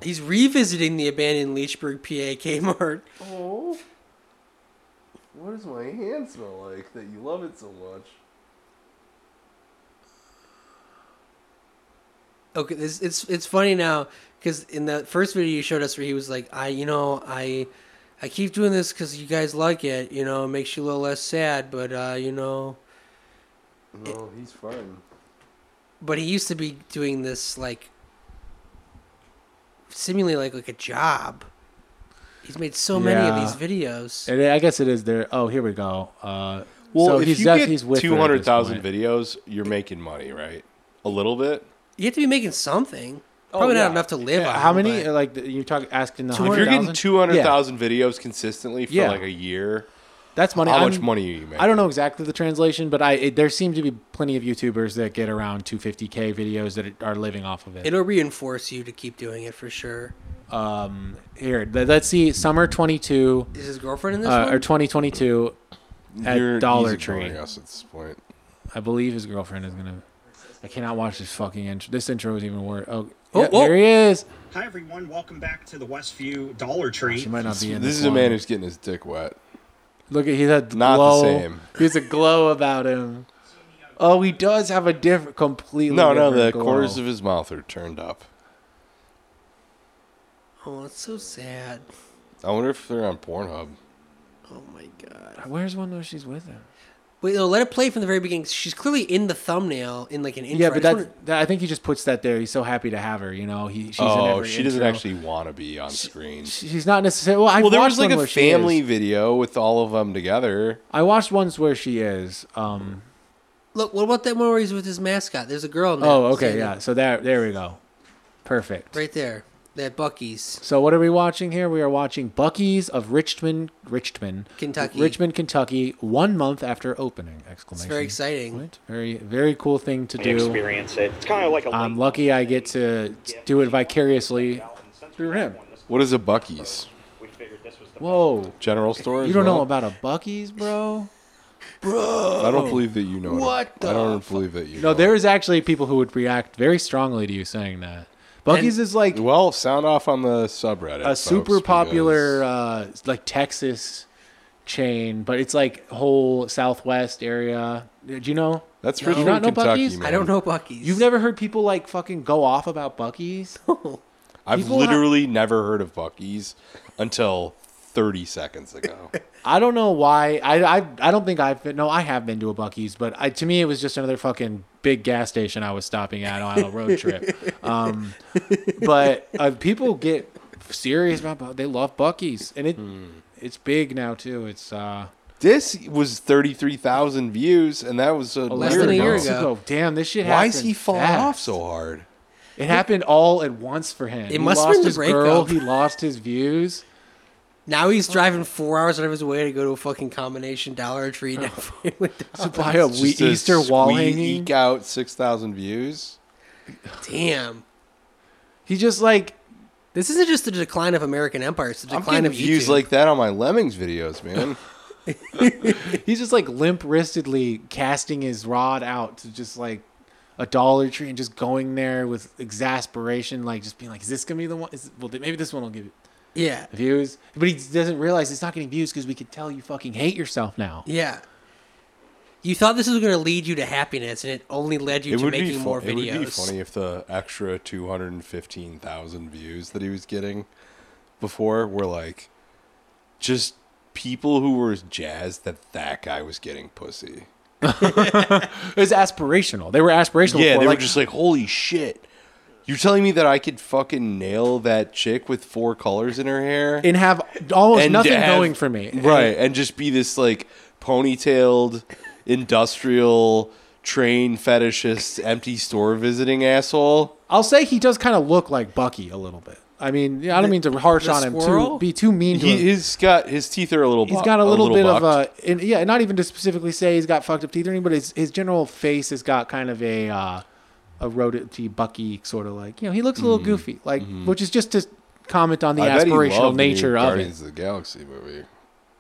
He's revisiting the abandoned Leechburg, PA Kmart.
Oh. What does my hand smell like that you love it so much?
Okay, this, it's it's funny now because in the first video you showed us where he was like, I you know I I keep doing this because you guys like it, you know, it makes you a little less sad, but uh, you know,
No, he's fine.
but he used to be doing this like seemingly like like a job. He's made so many of
Yeah.
these videos.
And I guess it is there. Oh, here we go. Uh,
Well,
so
if
he's
you
def-
get
he's with her at this
200,000
point.
videos, you're making money, right? A little bit?
You have to be making something. Probably
Oh, yeah. uh,
not enough to live on.
How many?
but-
Like you talk asking the
If you're
If you're getting
100,000?
200,000 videos consistently for
Yeah.
like a year,
Yeah, that's money.
how
I'm-
much money are you making?
I don't know exactly the translation, but I it, there seem to be plenty of YouTubers that get around 250k videos that are living off of it.
It'll reinforce you to keep doing it for sure.
Um, here, let- let's see, summer 22
Is his girlfriend in this
uh,
one?
or 2022 at
You're- he's
Dollar
ignoring
Tree.
us at this point.
I believe his girlfriend is gonna. I cannot watch this fucking intro. This intro is even worse. Oh,
Oh,
yeah,
oh.
here he is.
Hi everyone, welcome back to the Westview Dollar Tree.
She might not be in
This
this.
is a man
one.
who's getting his dick wet.
Look at he had
Not the
glow.
same.
He has a glow about him. Oh, he does have a different, completely
No, no, the
different glow.
corners of his mouth are turned up.
oh, it's so sad.
I wonder if they're on Pornhub.
Oh my god.
Where's one where she's with him?
Wait, no, let it play from the very beginning. She's clearly in the thumbnail in like an intro.
Yeah,
I
but
just
that's,
wanna-
that, I think he just puts that there. He's so happy to have her. You know, he she's in
oh,
every
she doesn't
intro.
actually want to be on screen.
She's not necessarily. Well, I
well, there was
watched
like
one
a
where she is.
family video with all of them together.
I watched ones where she is. Um.
Look, what about that one where he's with his mascot? There's a girl in there.
Oh, okay,
standing
yeah. So there, there we go. Perfect.
Right there. That Bucky's.
So what are we watching here? We are watching Bucky's of Richmond, Richmond,
Kentucky.
Richmond, Kentucky, one month after opening!
It's
Exclamation.
very exciting.
Right? Very, very cool thing to do.
experience it. It's kind of like a
I'm lucky I get to do it vicariously.
through
him.
What is a Bucky's
Whoa.
general store?
You
as
don't know
well?
about a Bucky's, bro?
I don't believe that you know.
What
It. I don't believe that you.
No,
know
there is actually people who would react very strongly to you saying that. Bucky's is like
It. Well, sound off on the subreddit.
a
folks,
super
because
popular uh, like Texas chain, but it's like whole Southwest area. Do you know?
That's
Do you
Richmond,
not know
Kentucky.
Buc-ee's?
Man.
I don't know Bucky's.
You've never heard people like fucking go off about Bucky's?
I've
people
literally never heard of Bucky's until 30 seconds *laughs* ago.
I don't know why. I, I I don't think I've been. No, I have been to a Bucky's, but I, to me it was just another fucking big gas station I was stopping at on a road
*laughs*
trip. Um, but uh, people get serious about Bu- they love Bucky's, and it
Hmm.
it's big now too. It's uh,
this was 33,000 views, and that was a
Less
year
than a
ago.
year
months
ago.
oh, Damn, this shit.
Why is
happened
he falling
fast.
off so hard?
It happened all at once for him.
It must have been the
his girl.
breakup.
He lost his views.
Now he's driving four hours out of his way to go to a fucking combination Dollar
*laughs*
Tree now. *laughs*
To buy a we-
Just to
Easter wall
squeak-
hanging.
Eke out 6,000 views.
Damn.
He just like
This isn't just the decline of American empire. It's the
I'm
decline
getting
of
views
YouTube.
like that on my Lemmings
*laughs*
videos, man.
He's just like limp wristedly casting his rod out to just like a Dollar Tree and just going there with exasperation, like just being like, "Is this gonna be the one? Is, well, maybe this one will give you
yeah,
views." But he doesn't realize it's not getting views because we can tell you fucking hate yourself now.
yeah. You thought this was going to lead you to happiness, and it only led you
it
to
would
making
be fu-
more videos.
It would be funny if the extra 215,000 views that he was getting before were like just people who were jazzed that that guy was getting pussy.
It was aspirational. They were aspirational.
Yeah,
for,
they
like,
were just like, "Holy shit." You're telling me that I could fucking nail that chick with four colors in her hair?
and have almost
And
nothing
to have-
going for me.
Right. And just be this like ponytailed, industrial, train fetishist, empty store visiting asshole.
I'll say he does kind of look like Bucky a little bit. I mean, I don't mean to harsh
the
on him
squirrel?
too, be too mean to him.
He, he's got his teeth are a little.
He's
bu-
got a little, bit
bucked.
of a, and yeah, not even to specifically say he's got fucked up teeth or anything, but his, his general face has got kind of a, uh, a rodatty bucky sort of like, you know, he looks a little goofy, like, which is just to comment on the
Mm-hmm. I bet he
aspirational
loved the new
nature of it.
Guardians of the Galaxy movie.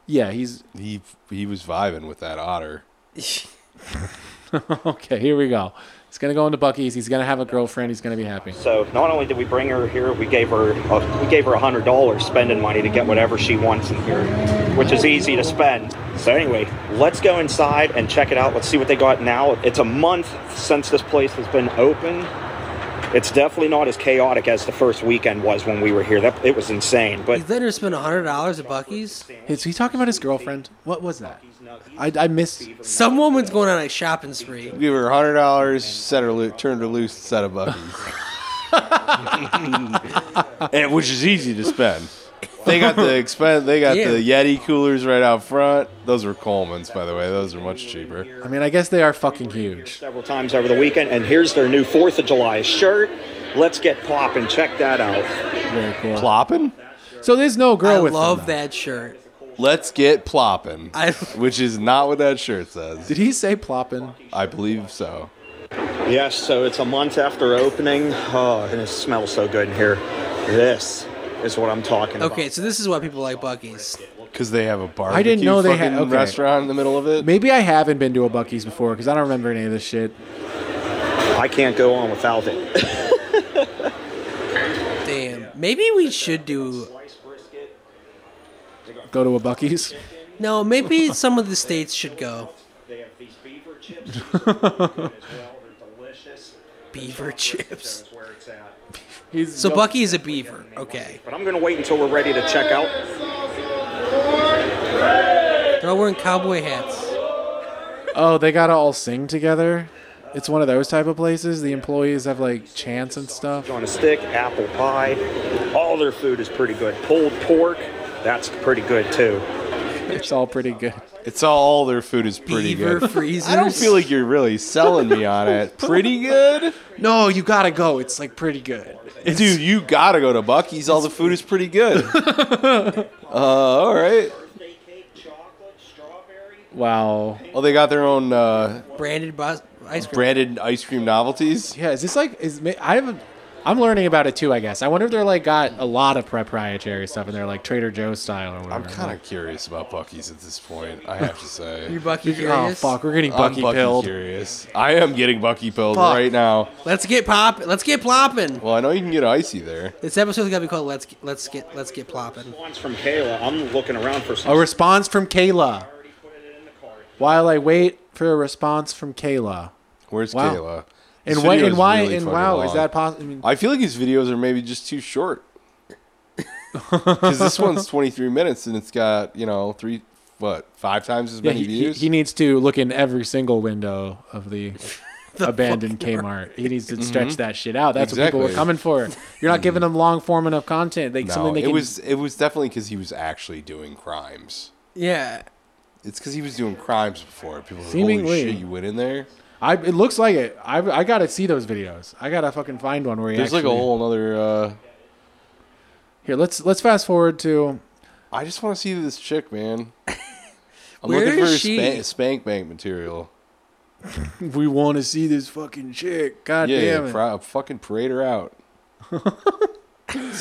Yeah, he's *laughs*
He he was vibing with that otter.
okay. Here we go. He's gonna go into Bucky's. He's gonna have a girlfriend. He's gonna be happy.
So not only did we bring her here, we gave her a, we gave her hundred dollars spending money to get whatever she wants in here, which is easy to spend. So anyway, let's go inside and check it out. Let's see what they got now. It's a month since this place has been open. It's definitely not as chaotic as the first weekend was when we were here. That it was insane, but
He's letting her spend hundred dollars at Bucky's.
Is he talking about his girlfriend? What was that? I, I missed.
Some woman's going on a shopping spree.
Give her hundred dollars, set her loo- turned her loose, set a bucky. *laughs* and which is easy to spend. They got the expen- They got the Yeti coolers right out front. Those were Coleman's, by the way. Those are much cheaper.
I mean, I guess they are fucking huge.
several times over the weekend. And here's their new Fourth of July shirt. Let's get poppin'. Check that out.
Very cool.
Plopping.
So there's no girl
I
with. him,
love
though.
that shirt.
Let's get plopping,
I-
*laughs* which is not what that shirt says.
Did he say plopping?
I believe so.
Yes, so it's a month after opening. Oh, and it smells so good in here. This is what I'm talking about.
Okay, so this is why people like Bucky's.
Because they have a barbecue
I didn't know they had-
fucking
okay.
restaurant in the middle of it.
Maybe I haven't been to a Bucky's before because I don't remember any of this shit.
I can't go on without it.
Damn. Maybe we should do.
Go to a Bucky's.
No, maybe some of the states should go.
They have these beaver
*laughs*
chips. These are really good as well. They're delicious.
Beaver chips.
Is where it's at.
He's
So Bucky is a beaver. Okay.
But I'm going to wait until we're ready to check out.
They're all wearing cowboy hats.
Oh, they gotta all sing together. It's one of those type of places. The employees have like chants and stuff.
On a stick, apple pie. All their food is pretty good. Pulled pork, that's pretty good too.
It's all pretty good.
It's all their food is pretty
Beaver
good.
freezers.
*laughs* I don't feel like you're really selling me on it.
*laughs*
Pretty good,
No, you gotta go. It's like pretty good.
dude. You gotta go to Bucky's. All the food is pretty
*laughs*
good. Uh, all right.
Birthday cake, chocolate, strawberry.
Wow.
Well, they got their own uh,
branded bus- ice cream.
branded ice cream novelties.
Yeah, is this like is ma- I haven't. I'm learning about it too, I guess. I wonder if they're like got a lot of proprietary stuff in there, like Trader Joe's style or whatever.
I'm kind of curious about Bucky's at this point. I have to say,
You're Bucky
Oh
curious.
fuck, we're getting
I'm
Bucky
Bucky
pilled.
curious. I am getting Bucky pilled
Fuck.
right now.
Let's get pop. Let's get plopping.
Well, I know you can get icy there.
This episode's gotta be called "Let's Get Let's Get Let's Get Plopping."
One's from Kayla. I'm looking around for some.
A response from Kayla. While I wait for a response from Kayla.
Where's
Wow.
Kayla? This
And why?
video
And
is
why?
really
and
fucking
wow, is
long.
that possible? I mean, *laughs*
I feel like his videos are maybe just too short. because this one's 23 minutes and it's got you know three what five times as
Yeah,
many
he, he,
views.
he needs to look in every single window
*laughs*
of the, *laughs* abandoned Kmart. He needs to stretch that shit out. That's what people
Mm-hmm. Exactly.
were coming for. You're not giving them long form enough content. They,
no,
something they
it
can,
was it was definitely because he was actually doing crimes.
Yeah.
It's because he was doing crimes before. People were like,
Seemingly.
holy shit, you went in there.
I, it looks like it. I, I gotta see those videos. I gotta fucking find one where he
There's like a
actually-
whole another. Uh,
Here, let's let's fast forward to
I just want to see this chick, man. I'm
Where
looking for
is
spa-
she?
spank, bank material.
we want to see this fucking chick. God
yeah,
damn it.
fry- fucking parade her
*laughs*
out. Make her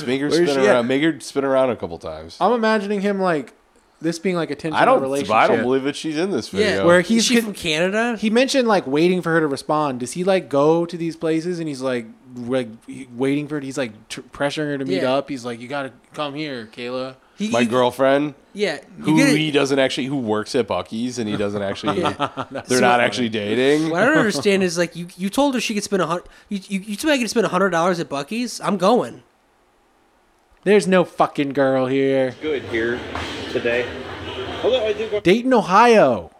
Where's
spin
she at?
around. Make her spin around a couple times.
I'm imagining him like this being like a tension
I don't.
relationship.
I don't believe that she's in this
Yeah.
video.
Where
Is
he's
she
con-
from Canada?
he mentioned like waiting for her to respond. Does he like go to these places and he's like like he- waiting for it? He's like tr- pressuring her to meet
Yeah.
up. He's like, you gotta come here, Kayla.
He-
my
he-
girlfriend,
Yeah. you
who
get it-
*laughs* he doesn't actually, who works at Bucky's, and he
*laughs*
doesn't actually. they're
So-
not actually dating.
What I don't understand is like you, you told her she could spend a hundred you, you you told me I could spend a hundred dollars at Bucky's. I'm going.
There's no fucking girl here.
Good here today. Although I do go
Dayton, Ohio,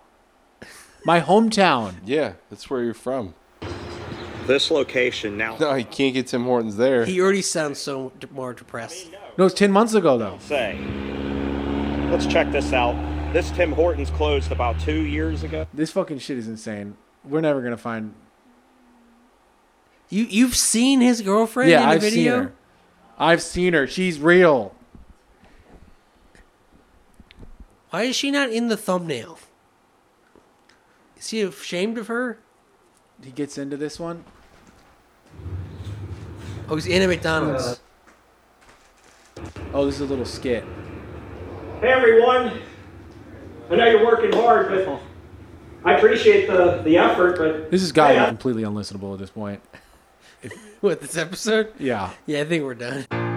my hometown.
Yeah, that's where you're from.
this location now.
No, you can't get Tim Hortons there.
He already sounds so d- more depressed.
No, it's ten months ago though.
Say, let's check this out. This Tim Hortons closed about two years ago.
This fucking shit is insane. We're never gonna find.
You you've seen his girlfriend in
Yeah,
the
I've
video?
seen her. I've seen her. She's real.
Why is she not in the thumbnail? Is he ashamed of her?
He gets into this one.
Oh, he's in a
Uh,
McDonald's.
Oh, this is a little skit.
Hey everyone, I know you're working hard, but I appreciate the, the effort, but
This has got
Hey, I-
completely unlistenable at this point.
*laughs* What this episode?
Yeah.
Yeah, I think we're done.